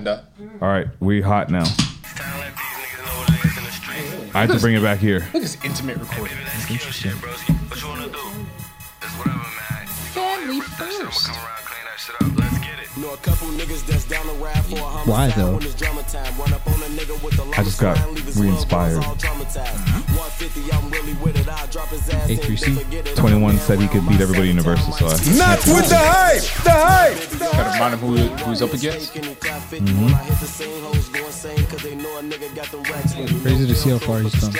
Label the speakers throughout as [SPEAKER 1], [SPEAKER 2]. [SPEAKER 1] No.
[SPEAKER 2] All right, we hot now. I have to bring it back here.
[SPEAKER 1] Look at this intimate recording.
[SPEAKER 3] Family first.
[SPEAKER 4] Know a couple niggas that's down to ride for a homicide
[SPEAKER 5] Why, though?
[SPEAKER 4] when it's drama time. Run up on a nigga with the
[SPEAKER 2] I just got
[SPEAKER 4] longest line, leave his loved ones
[SPEAKER 2] re-inspired.
[SPEAKER 4] all traumatized. 150, I'm really with it. I'll drop his ass
[SPEAKER 5] A
[SPEAKER 4] and
[SPEAKER 5] through C.
[SPEAKER 4] then forget it.
[SPEAKER 2] 21 said he could beat everybody in the versus, so I-
[SPEAKER 6] Not with the hype. The hype.
[SPEAKER 1] Gotta remind him who, who's up against.
[SPEAKER 4] Mm-hmm.
[SPEAKER 5] Crazy to see how far he's come.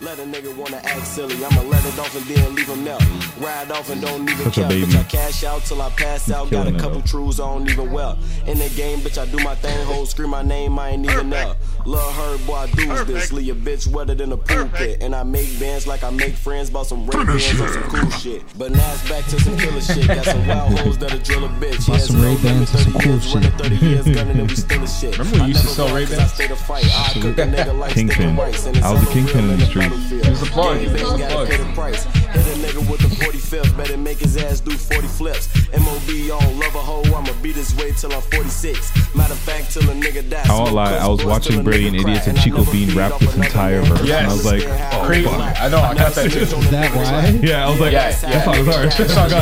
[SPEAKER 4] Let a nigga wanna act silly. I'ma let it off and then leave him out. Ride off and don't even
[SPEAKER 2] Such a
[SPEAKER 4] care. Bitch,
[SPEAKER 2] baby.
[SPEAKER 4] I cash out till I pass out. Got
[SPEAKER 2] killing
[SPEAKER 4] a
[SPEAKER 2] it,
[SPEAKER 4] couple
[SPEAKER 2] though.
[SPEAKER 4] trues I don't even well. In the game, bitch, I do my thing. Hoes scream my name, I ain't even up. Love her, boy, I do this. Leave your bitch wetter than a pool pit. And I make bands like I make friends. Bought some red bands on some cool shit. But now it's back to some killer shit. Got some wild hoes that'll drill a bitch.
[SPEAKER 5] Bought some Ray-Bans and some cool shit.
[SPEAKER 4] 30 years gunning and we still a shit.
[SPEAKER 1] Remember when you used to
[SPEAKER 4] I never
[SPEAKER 1] sell
[SPEAKER 4] run 'cause
[SPEAKER 1] Ray-Bans?
[SPEAKER 4] I stay to fight. I cook a nigga like stick
[SPEAKER 2] Kingpin.
[SPEAKER 4] and rice, and it's
[SPEAKER 2] I was a
[SPEAKER 4] unreal
[SPEAKER 2] kingpin in
[SPEAKER 4] the
[SPEAKER 2] the streets.
[SPEAKER 4] battlefield.
[SPEAKER 1] He was a plug. He
[SPEAKER 4] Gang
[SPEAKER 1] was a
[SPEAKER 4] bang, gotta
[SPEAKER 1] plug.
[SPEAKER 4] pay the price. Hit a nigga with the 45th, better make his ass do 40 flips. MOB on love a hoe, I'ma beat his way till I'm 46. Matter of fact, till a nigga dies.
[SPEAKER 2] I won't lie, I was watching Brady and Idiots and Chico Bean rap this entire verse, and
[SPEAKER 1] I was
[SPEAKER 2] like, oh,
[SPEAKER 1] Crazy. I know, I got that too.
[SPEAKER 5] Is that why?
[SPEAKER 2] Yeah, I was like,
[SPEAKER 1] Yeah,
[SPEAKER 2] that
[SPEAKER 1] yeah.
[SPEAKER 2] song is hard. That song is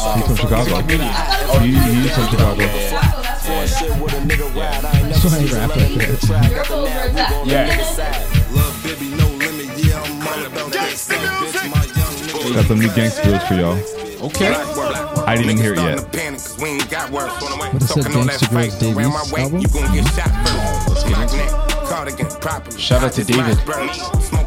[SPEAKER 2] hard. He's from Chicago. He, he's from Chicago.
[SPEAKER 5] That's why he rap like that.
[SPEAKER 3] Your phone's where it's at.
[SPEAKER 1] Yeah.
[SPEAKER 4] Love Bibby, no limit, yeah, I'm all about that stuff, bitch. My young nigga.
[SPEAKER 2] Got some new gangster bills for y'all. I
[SPEAKER 1] Okay.
[SPEAKER 2] didn't hear it yet.
[SPEAKER 5] What is that Gangsta Girls Davies album?
[SPEAKER 1] Shout out to David.
[SPEAKER 6] Not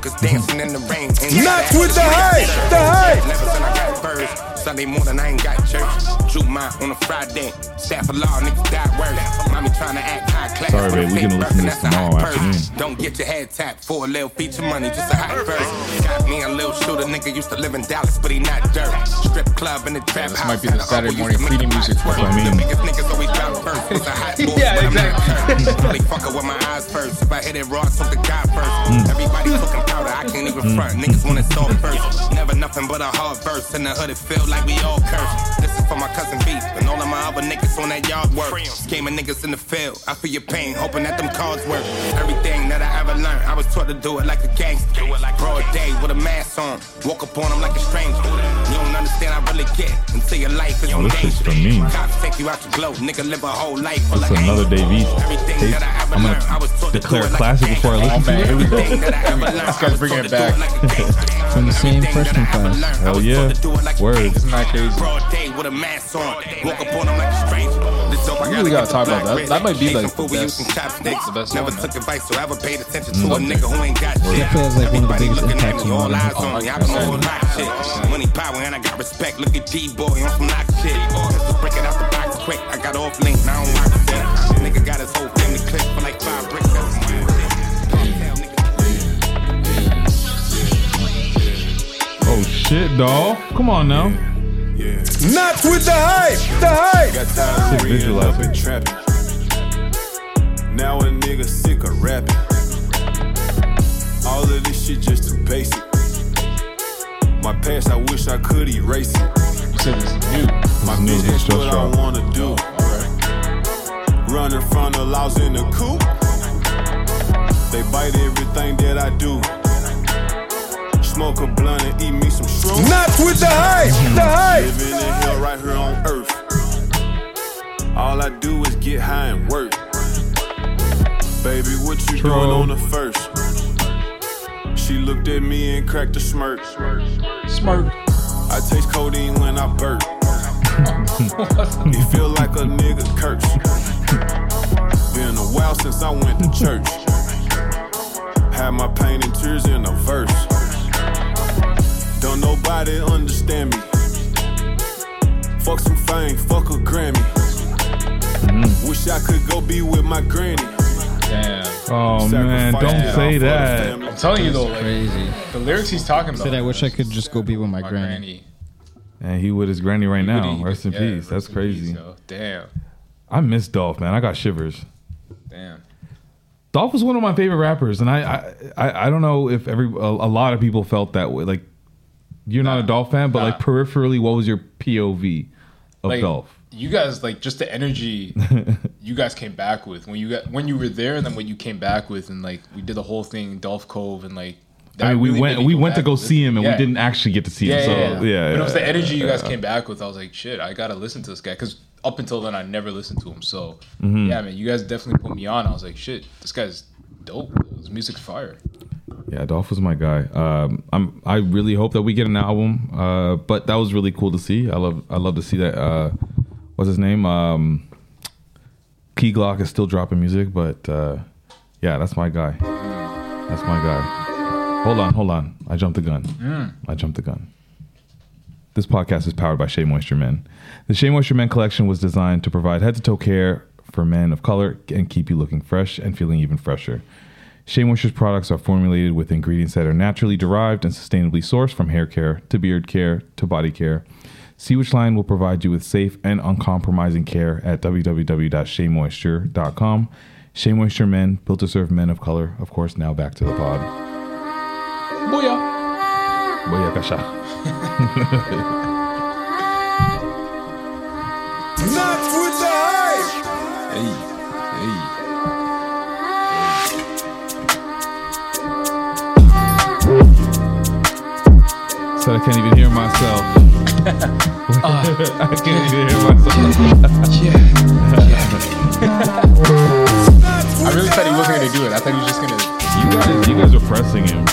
[SPEAKER 6] with the hype. The hype.
[SPEAKER 7] Never said I got birds. Sunday morning, I ain't got church. Drew mine on a Friday. Staff of law, niggas died worse. Mommy trying to act high class.
[SPEAKER 2] Sorry, babe, we gonna listen to this tomorrow
[SPEAKER 7] That's a hot purse.
[SPEAKER 2] afternoon.
[SPEAKER 7] Don't get your head tapped for a little feature money, just a hot verse. Got me a little shooter, nigga used to live in Dallas, but he not dirt. Strip club in the trap
[SPEAKER 1] this
[SPEAKER 7] house.
[SPEAKER 1] might be the
[SPEAKER 7] and
[SPEAKER 1] Saturday
[SPEAKER 7] uncle
[SPEAKER 1] morning
[SPEAKER 7] used to make
[SPEAKER 1] cleaning
[SPEAKER 7] them
[SPEAKER 1] music.
[SPEAKER 7] hot
[SPEAKER 2] That's what I
[SPEAKER 7] twerk.
[SPEAKER 2] mean.
[SPEAKER 7] The biggest niggas always drop first. Was a hot boy,
[SPEAKER 1] Yeah,
[SPEAKER 7] but I'm not
[SPEAKER 1] exactly.
[SPEAKER 7] hurt. Only fucker with my eyes first. If I hit it raw, I took the guy
[SPEAKER 2] Mm.
[SPEAKER 7] first. Everybody talking powder, I can't even front. Niggas want it soft first. Never nothing but a hard verse. In the hood, it feel like we all cursed. This is for my cousin Beef and all of my other niggas on that yard work. Scheming niggas in the field. I feel your pain, hoping that them cards work. Everything that I ever learned, I was taught to do it like a gangster. Do it like broad day with a mask on. Walk up on them like a stranger. You don't understand, I really get until your life is
[SPEAKER 2] Yo,
[SPEAKER 7] in
[SPEAKER 2] this is
[SPEAKER 7] danger.
[SPEAKER 2] for me.
[SPEAKER 7] Cops take you out the globe, nigga live a whole life. full
[SPEAKER 2] That's
[SPEAKER 7] of
[SPEAKER 2] another
[SPEAKER 7] angst.
[SPEAKER 2] Davies
[SPEAKER 7] Everything
[SPEAKER 2] tape.
[SPEAKER 7] that I ever
[SPEAKER 2] I'm gonna
[SPEAKER 7] learned, I was taught to
[SPEAKER 2] declare
[SPEAKER 7] do it like
[SPEAKER 2] classic
[SPEAKER 7] a
[SPEAKER 2] before I
[SPEAKER 7] gangster.
[SPEAKER 2] listen
[SPEAKER 1] to it.
[SPEAKER 7] Everything that I ever learned, I
[SPEAKER 1] This guy's
[SPEAKER 7] was
[SPEAKER 1] bringing
[SPEAKER 7] taught
[SPEAKER 1] it
[SPEAKER 7] to do
[SPEAKER 1] back.
[SPEAKER 7] like a gangster.
[SPEAKER 5] From the same
[SPEAKER 7] Everything
[SPEAKER 5] freshman
[SPEAKER 7] that I ever
[SPEAKER 5] class.
[SPEAKER 7] learned, I
[SPEAKER 2] Hell
[SPEAKER 7] was taught
[SPEAKER 2] yeah.
[SPEAKER 7] to do it like a
[SPEAKER 2] Word.
[SPEAKER 7] gangster.
[SPEAKER 1] Isn't that crazy?
[SPEAKER 7] Broad day with a mask on. Woke up on 'em like a stranger. This dope, I
[SPEAKER 1] We
[SPEAKER 7] gotta
[SPEAKER 1] really
[SPEAKER 7] get
[SPEAKER 1] gotta
[SPEAKER 7] the
[SPEAKER 1] talk about
[SPEAKER 7] block
[SPEAKER 1] that. That might be,
[SPEAKER 7] ready.
[SPEAKER 1] like,
[SPEAKER 7] Make some
[SPEAKER 1] the
[SPEAKER 7] food, we
[SPEAKER 1] best-
[SPEAKER 7] use some chopsticks.
[SPEAKER 1] the best
[SPEAKER 7] Never
[SPEAKER 1] one, Mm-hmm.
[SPEAKER 7] took
[SPEAKER 1] man.
[SPEAKER 7] advice, so ever paid attention to a
[SPEAKER 1] Something.
[SPEAKER 7] nigga who ain't got shit.
[SPEAKER 5] Definitely has, like, one of the
[SPEAKER 7] Everybody
[SPEAKER 5] biggest
[SPEAKER 7] looking at
[SPEAKER 5] impacts
[SPEAKER 7] me,
[SPEAKER 5] on
[SPEAKER 7] all
[SPEAKER 5] the
[SPEAKER 7] eyes
[SPEAKER 5] whole
[SPEAKER 7] on me. I
[SPEAKER 1] culture.
[SPEAKER 7] been on lock shit. Money power and I got respect. Look at D-Boy on some lock shit. Just to break it out the box quick. I got off link, now I don't rock shit. Nigga got his whole family clipped for like five bricks. That's some wild shit.
[SPEAKER 2] Oh shit, doll. Come on now.
[SPEAKER 6] Not with the hype. The hype.
[SPEAKER 2] Sick visualizing.
[SPEAKER 8] trapping. Now a nigga sick of rapping. All of this shit just too basic. My past, I wish I could erase it.
[SPEAKER 1] You said this is new.
[SPEAKER 8] My
[SPEAKER 2] new
[SPEAKER 8] bitch,
[SPEAKER 2] is
[SPEAKER 8] that's
[SPEAKER 2] just
[SPEAKER 8] what I
[SPEAKER 2] wrong.
[SPEAKER 8] wanna do. Running from the laws in the coop. They bite everything that I do. Smoke a blunt and eat me some shrooms.
[SPEAKER 6] Not with the hype. The hype.
[SPEAKER 8] Living in hell right here on earth. All I do is get high and work. Baby, what you doing
[SPEAKER 2] True.
[SPEAKER 8] on the first? She looked at me and cracked a smirk.
[SPEAKER 1] Smart.
[SPEAKER 8] I taste codeine when I burp. it feel like a nigga curse. Been a while since I went to church. Had my pain and tears in a verse. Don't nobody understand me. Fuck some fame, fuck a Grammy. Wish I could go be with my granny.
[SPEAKER 1] Damn.
[SPEAKER 2] Oh man, don't
[SPEAKER 8] Sacrifice
[SPEAKER 2] say
[SPEAKER 8] all for the
[SPEAKER 2] that.
[SPEAKER 8] family.
[SPEAKER 1] I'm telling you though, like,
[SPEAKER 5] Crazy.
[SPEAKER 1] the lyrics he's talking about.
[SPEAKER 5] Said I wish I could just go be with my
[SPEAKER 1] my
[SPEAKER 5] granny.
[SPEAKER 1] granny.
[SPEAKER 2] And he with his granny right now.
[SPEAKER 1] Goody.
[SPEAKER 2] Rest in
[SPEAKER 1] Yeah,
[SPEAKER 2] peace. That's
[SPEAKER 1] rest in peace,
[SPEAKER 2] crazy.
[SPEAKER 1] yo. Damn.
[SPEAKER 2] I miss Dolph, man. I got shivers.
[SPEAKER 1] Damn.
[SPEAKER 2] Dolph was one of my favorite rappers, and I I, I, I don't know if every a, a lot of people felt that way. Like you're not a Dolph fan, but
[SPEAKER 1] nah.
[SPEAKER 2] like peripherally, what was your POV of
[SPEAKER 1] Like,
[SPEAKER 2] Dolph?
[SPEAKER 1] You guys like just the energy you guys came back with when you got when you were there and then what you came back with and like we did the whole thing in Dolph Cove and like that
[SPEAKER 2] I mean, we
[SPEAKER 1] really made
[SPEAKER 2] went
[SPEAKER 1] me
[SPEAKER 2] we went to
[SPEAKER 1] back
[SPEAKER 2] go
[SPEAKER 1] and
[SPEAKER 2] see him, and
[SPEAKER 1] listen.
[SPEAKER 2] we didn't actually get to see
[SPEAKER 1] Yeah,
[SPEAKER 2] him. So yeah,
[SPEAKER 1] yeah, yeah. But it was the
[SPEAKER 2] yeah.
[SPEAKER 1] energy you guys came back with. I was like, shit, I gotta listen to this guy because up until then I never listened to him. So yeah, man, you guys definitely put me on. I was like, shit, this guy's dope. His music's fire.
[SPEAKER 2] Yeah, Dolph was my guy. Um, I'm I really hope that we get an album. Uh, but that was really cool to see. I love I love to see that. Uh, what's his name? Um, Key Glock is still dropping music, but uh, yeah, that's my guy. That's my guy. Hold on, hold on. I jumped the gun. I jumped the gun. This podcast is powered by Shea Moisture Men. The Shea Moisture Men collection was designed to provide head to toe care for men of color and keep you looking fresh and feeling even fresher. Shea Moisture's products are formulated with ingredients that are naturally derived and sustainably sourced from hair care to beard care to body care. See which line will provide you with safe and uncompromising care at www.sheamoisture.com. Shea Moisture Men, built to serve men of color. Of course, now back to the pod.
[SPEAKER 1] Booyah!
[SPEAKER 2] Boyakasha.
[SPEAKER 6] Not with the hype.
[SPEAKER 1] Hey, hey.
[SPEAKER 2] So I can't even hear myself. I can't even hear myself.
[SPEAKER 1] I really thought he wasn't gonna do it. I thought he was just gonna.
[SPEAKER 2] You guys, you guys are pressing him.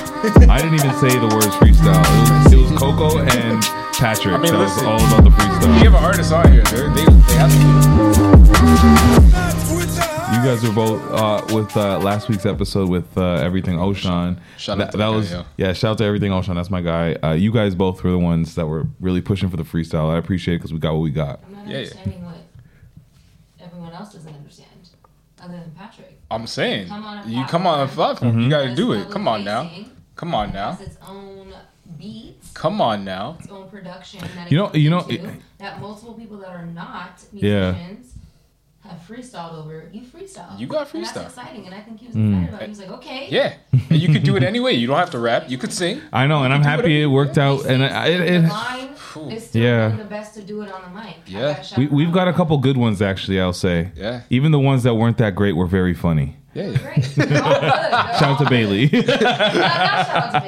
[SPEAKER 2] I didn't even say the words freestyle. It was, it was Coco and Patrick.
[SPEAKER 1] I mean,
[SPEAKER 2] that
[SPEAKER 1] listen.
[SPEAKER 2] was all about the freestyle.
[SPEAKER 1] You have an artist on here. They're, they they have to. Do it.
[SPEAKER 2] You guys were both uh, with uh, last week's episode with uh, Everything Oshan.
[SPEAKER 1] Shout
[SPEAKER 2] that, that
[SPEAKER 1] out to that guy,
[SPEAKER 2] was
[SPEAKER 1] yeah.
[SPEAKER 2] yeah. Shout out to Everything Oshan. That's my guy. Uh, you guys both were the ones that were really pushing for the freestyle. I appreciate it because we got what we got.
[SPEAKER 3] I'm not
[SPEAKER 1] Yeah, yeah.
[SPEAKER 3] understanding what everyone else doesn't understand, other than Patrick.
[SPEAKER 1] I'm saying,
[SPEAKER 3] Come on a
[SPEAKER 1] you come on a platform. You gotta do it.
[SPEAKER 3] It's
[SPEAKER 1] Come on now.
[SPEAKER 3] public-facing.
[SPEAKER 1] Come on now.
[SPEAKER 3] It has its own beats,
[SPEAKER 1] Come on now.
[SPEAKER 3] its own production. That
[SPEAKER 2] You know-
[SPEAKER 3] it
[SPEAKER 2] you know,
[SPEAKER 3] comes into,
[SPEAKER 2] it-
[SPEAKER 3] that multiple people that are not
[SPEAKER 2] Yeah.
[SPEAKER 3] musicians have freestyled over. You freestyle.
[SPEAKER 1] You got
[SPEAKER 3] And
[SPEAKER 1] freestyle.
[SPEAKER 3] that's exciting, and I think he was
[SPEAKER 2] Mm.
[SPEAKER 3] excited about. it. He was like, okay,
[SPEAKER 1] Yeah, and you could do it anyway. You don't have to rap. You could sing.
[SPEAKER 2] I know, and I'm happy it worked out. And I, it,
[SPEAKER 3] the
[SPEAKER 2] it,
[SPEAKER 3] line
[SPEAKER 1] Phew.
[SPEAKER 3] is still
[SPEAKER 2] Yeah.
[SPEAKER 3] one of the best to do it on the mic. I
[SPEAKER 1] Yeah.
[SPEAKER 3] gotta shout
[SPEAKER 2] we,
[SPEAKER 3] him
[SPEAKER 2] we've
[SPEAKER 3] out.
[SPEAKER 2] got a couple good ones actually. I'll say.
[SPEAKER 1] Yeah.
[SPEAKER 2] Even the ones that weren't that great were very funny.
[SPEAKER 1] Yeah, yeah.
[SPEAKER 3] Great. They're all good. They're
[SPEAKER 2] Shout out to
[SPEAKER 3] all-
[SPEAKER 2] Bailey.
[SPEAKER 3] Not shout out to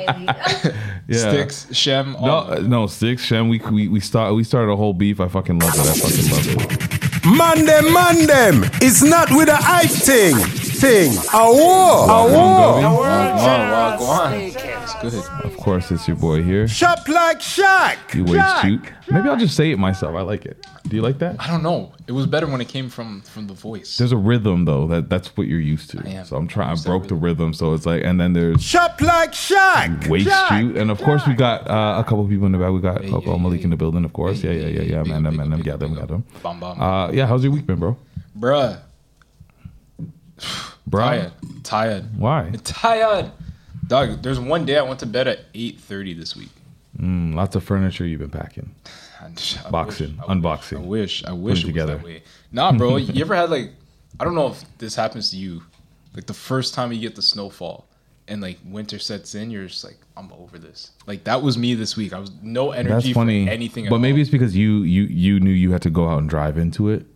[SPEAKER 3] Bailey.
[SPEAKER 2] Yeah.
[SPEAKER 1] Sticks, Shem.
[SPEAKER 2] No,
[SPEAKER 1] all of
[SPEAKER 2] uh,
[SPEAKER 1] them.
[SPEAKER 2] no, six. Shem, we we we start we started a whole beef. I fucking love it. I fucking love it.
[SPEAKER 6] Man them, man them. It's not with the hype thing. Thing. A war. A war.
[SPEAKER 1] Wow, wow, go on. It's good.
[SPEAKER 2] Of course, it's your boy here.
[SPEAKER 6] Shop like Shaq.
[SPEAKER 2] You waste shoot. Maybe I'll just say it myself. I like it. Do you like that?
[SPEAKER 1] I don't know. It was better when it came from from the voice.
[SPEAKER 2] There's a rhythm though that that's what you're used to.
[SPEAKER 1] am.
[SPEAKER 2] So I'm trying. I
[SPEAKER 1] Used to
[SPEAKER 2] broke the rhythm. So it's like, and then there's
[SPEAKER 6] Shop like Shaq.
[SPEAKER 2] waste
[SPEAKER 6] Shaq.
[SPEAKER 2] shoot, and of course we got uh, a couple people in the back. We got
[SPEAKER 1] Hey,
[SPEAKER 2] Coco
[SPEAKER 1] yeah,
[SPEAKER 2] Malik
[SPEAKER 1] yeah,
[SPEAKER 2] in the building. Of course, yeah, yeah, yeah, yeah. Man, them, man, them,
[SPEAKER 1] big
[SPEAKER 2] got
[SPEAKER 1] up,
[SPEAKER 2] them,
[SPEAKER 1] big
[SPEAKER 2] got
[SPEAKER 1] up.
[SPEAKER 2] them.
[SPEAKER 1] Bomb, bomb.
[SPEAKER 2] Uh, yeah. How's your week been, bro?
[SPEAKER 1] Bruh,
[SPEAKER 2] Bro,
[SPEAKER 1] tired, tired,
[SPEAKER 2] why?
[SPEAKER 1] tired. Dog, there's one day I went to bed at 8:30 this week.
[SPEAKER 2] Mm, Lots of furniture you've been packing.
[SPEAKER 1] I- I wish-
[SPEAKER 2] Boxing,
[SPEAKER 1] I
[SPEAKER 2] unboxing.
[SPEAKER 1] I wish. I wish it
[SPEAKER 2] Putting
[SPEAKER 1] together.
[SPEAKER 2] together.
[SPEAKER 1] was that way. Nah, bro. you ever had like, I don't know if this happens to you, like the first time you get the snowfall and like winter sets in, you're just like, I'm over this. Like that was me this week. I was no
[SPEAKER 2] That's
[SPEAKER 1] energy
[SPEAKER 2] funny.
[SPEAKER 1] for anything. at
[SPEAKER 2] but maybe
[SPEAKER 1] all.
[SPEAKER 2] it's because you you you knew you had to go out and drive into it.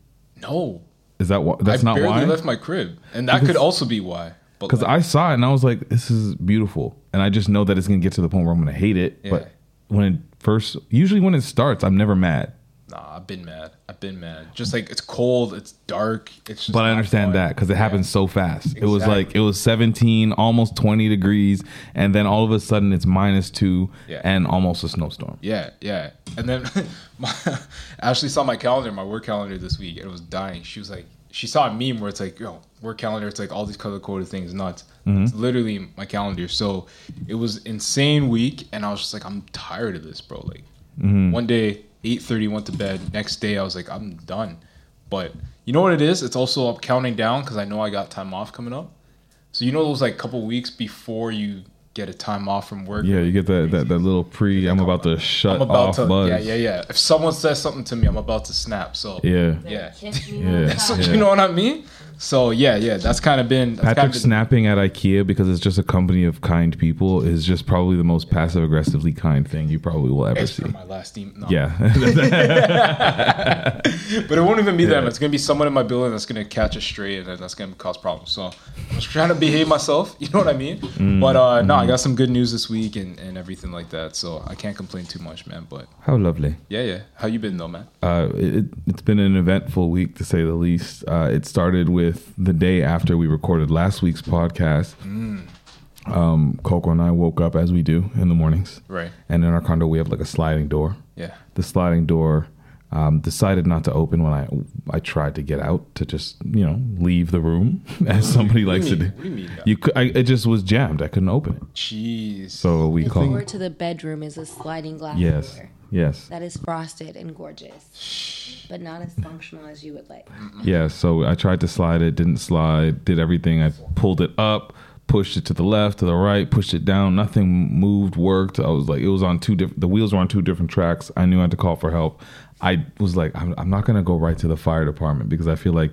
[SPEAKER 1] no.
[SPEAKER 2] Is that why? That's
[SPEAKER 1] I
[SPEAKER 2] not
[SPEAKER 1] barely
[SPEAKER 2] why.
[SPEAKER 1] left my crib, and that could
[SPEAKER 2] Because-
[SPEAKER 1] also be why. But
[SPEAKER 2] Because
[SPEAKER 1] like,
[SPEAKER 2] I saw it and I was like, this is beautiful. And I just know that it's going to get to the point where I'm going to hate it.
[SPEAKER 1] Yeah.
[SPEAKER 2] But when it first, usually when it starts, I'm never mad.
[SPEAKER 1] Nah, I've been mad. I've been mad. Just like it's cold, it's dark. It's just
[SPEAKER 2] But I
[SPEAKER 1] not
[SPEAKER 2] understand
[SPEAKER 1] fun.
[SPEAKER 2] that because it happens so fast. It was
[SPEAKER 1] Exactly.
[SPEAKER 2] like, it was 17, almost 20 degrees. And then all of a sudden it's minus two
[SPEAKER 1] Yeah.
[SPEAKER 2] and almost a snowstorm.
[SPEAKER 1] Yeah, yeah. And then my, Ashley saw my calendar, my work calendar this week, and it was dying. She was like, she saw a meme where it's like, yo, work calendar. It's like all these color coded things, nuts.
[SPEAKER 2] Mm-hmm.
[SPEAKER 1] It's literally my calendar. So it was insane week, and I was just like, I'm tired of this, bro. Like
[SPEAKER 2] Mm-hmm.
[SPEAKER 1] one day, 8:30, went to bed. Next day, I was like, I'm done. But you know what it is? It's also I'm counting down because I know I got time off coming up. So you know those like couple weeks before you get a time off from work.
[SPEAKER 2] Yeah, you get that, that, that little pre, I'm about to shut
[SPEAKER 1] I'm about
[SPEAKER 2] off
[SPEAKER 1] to
[SPEAKER 2] buzz.
[SPEAKER 1] yeah yeah yeah. If someone says something to me, I'm about to snap. So
[SPEAKER 2] Yeah.
[SPEAKER 1] Yeah.
[SPEAKER 3] Kiss me
[SPEAKER 2] Yeah.
[SPEAKER 3] on the
[SPEAKER 2] So
[SPEAKER 1] So
[SPEAKER 3] side.
[SPEAKER 1] you know what I mean? So yeah, yeah, that's kind of been that's
[SPEAKER 2] Patrick
[SPEAKER 1] kinda been-
[SPEAKER 2] snapping at IKEA because it's just a company of kind people is just probably the most passive aggressively kind thing you probably will ever
[SPEAKER 1] It's for
[SPEAKER 2] see.
[SPEAKER 1] my last team. No.
[SPEAKER 2] Yeah.
[SPEAKER 1] But it won't even be them. It's gonna be someone in my building that's gonna catch a stray and that's gonna cause problems. So I'm just trying to behave myself. You know what I mean?
[SPEAKER 2] Mm,
[SPEAKER 1] But uh, no, I got some good news this week and, and everything like that. So I can't complain too much, man. But
[SPEAKER 2] How lovely.
[SPEAKER 1] yeah, yeah. How you been though, man?
[SPEAKER 2] Uh, it, it's been an eventful week to say the least. Uh, it started with the day after we recorded last week's podcast. Um, Coco and I woke up as we do in the mornings.
[SPEAKER 1] Mm. Right.
[SPEAKER 2] And in our condo, we have like a sliding door.
[SPEAKER 1] Yeah.
[SPEAKER 2] The sliding door um, decided not to open when I I tried to get out to just you know leave the room as somebody likes
[SPEAKER 1] mean-
[SPEAKER 2] to do.
[SPEAKER 1] what do you mean, yeah?
[SPEAKER 2] You cou- I, it just was jammed. I couldn't open it.
[SPEAKER 1] Jeez.
[SPEAKER 2] So we
[SPEAKER 3] The door
[SPEAKER 2] called.
[SPEAKER 3] to the bedroom is a sliding glass
[SPEAKER 2] Yes.
[SPEAKER 3] door
[SPEAKER 2] Yes.
[SPEAKER 3] that is frosted and gorgeous, but not as functional as you would like.
[SPEAKER 2] Yeah, so I tried to slide it, didn't slide, did everything. I pulled it up, pushed it to the left, to the right, pushed it down. Nothing moved, worked. I was like, it was on two different, the wheels were on two different tracks. I knew I had to call for help. I was like, I'm, I'm not going to go right to the fire department because I feel like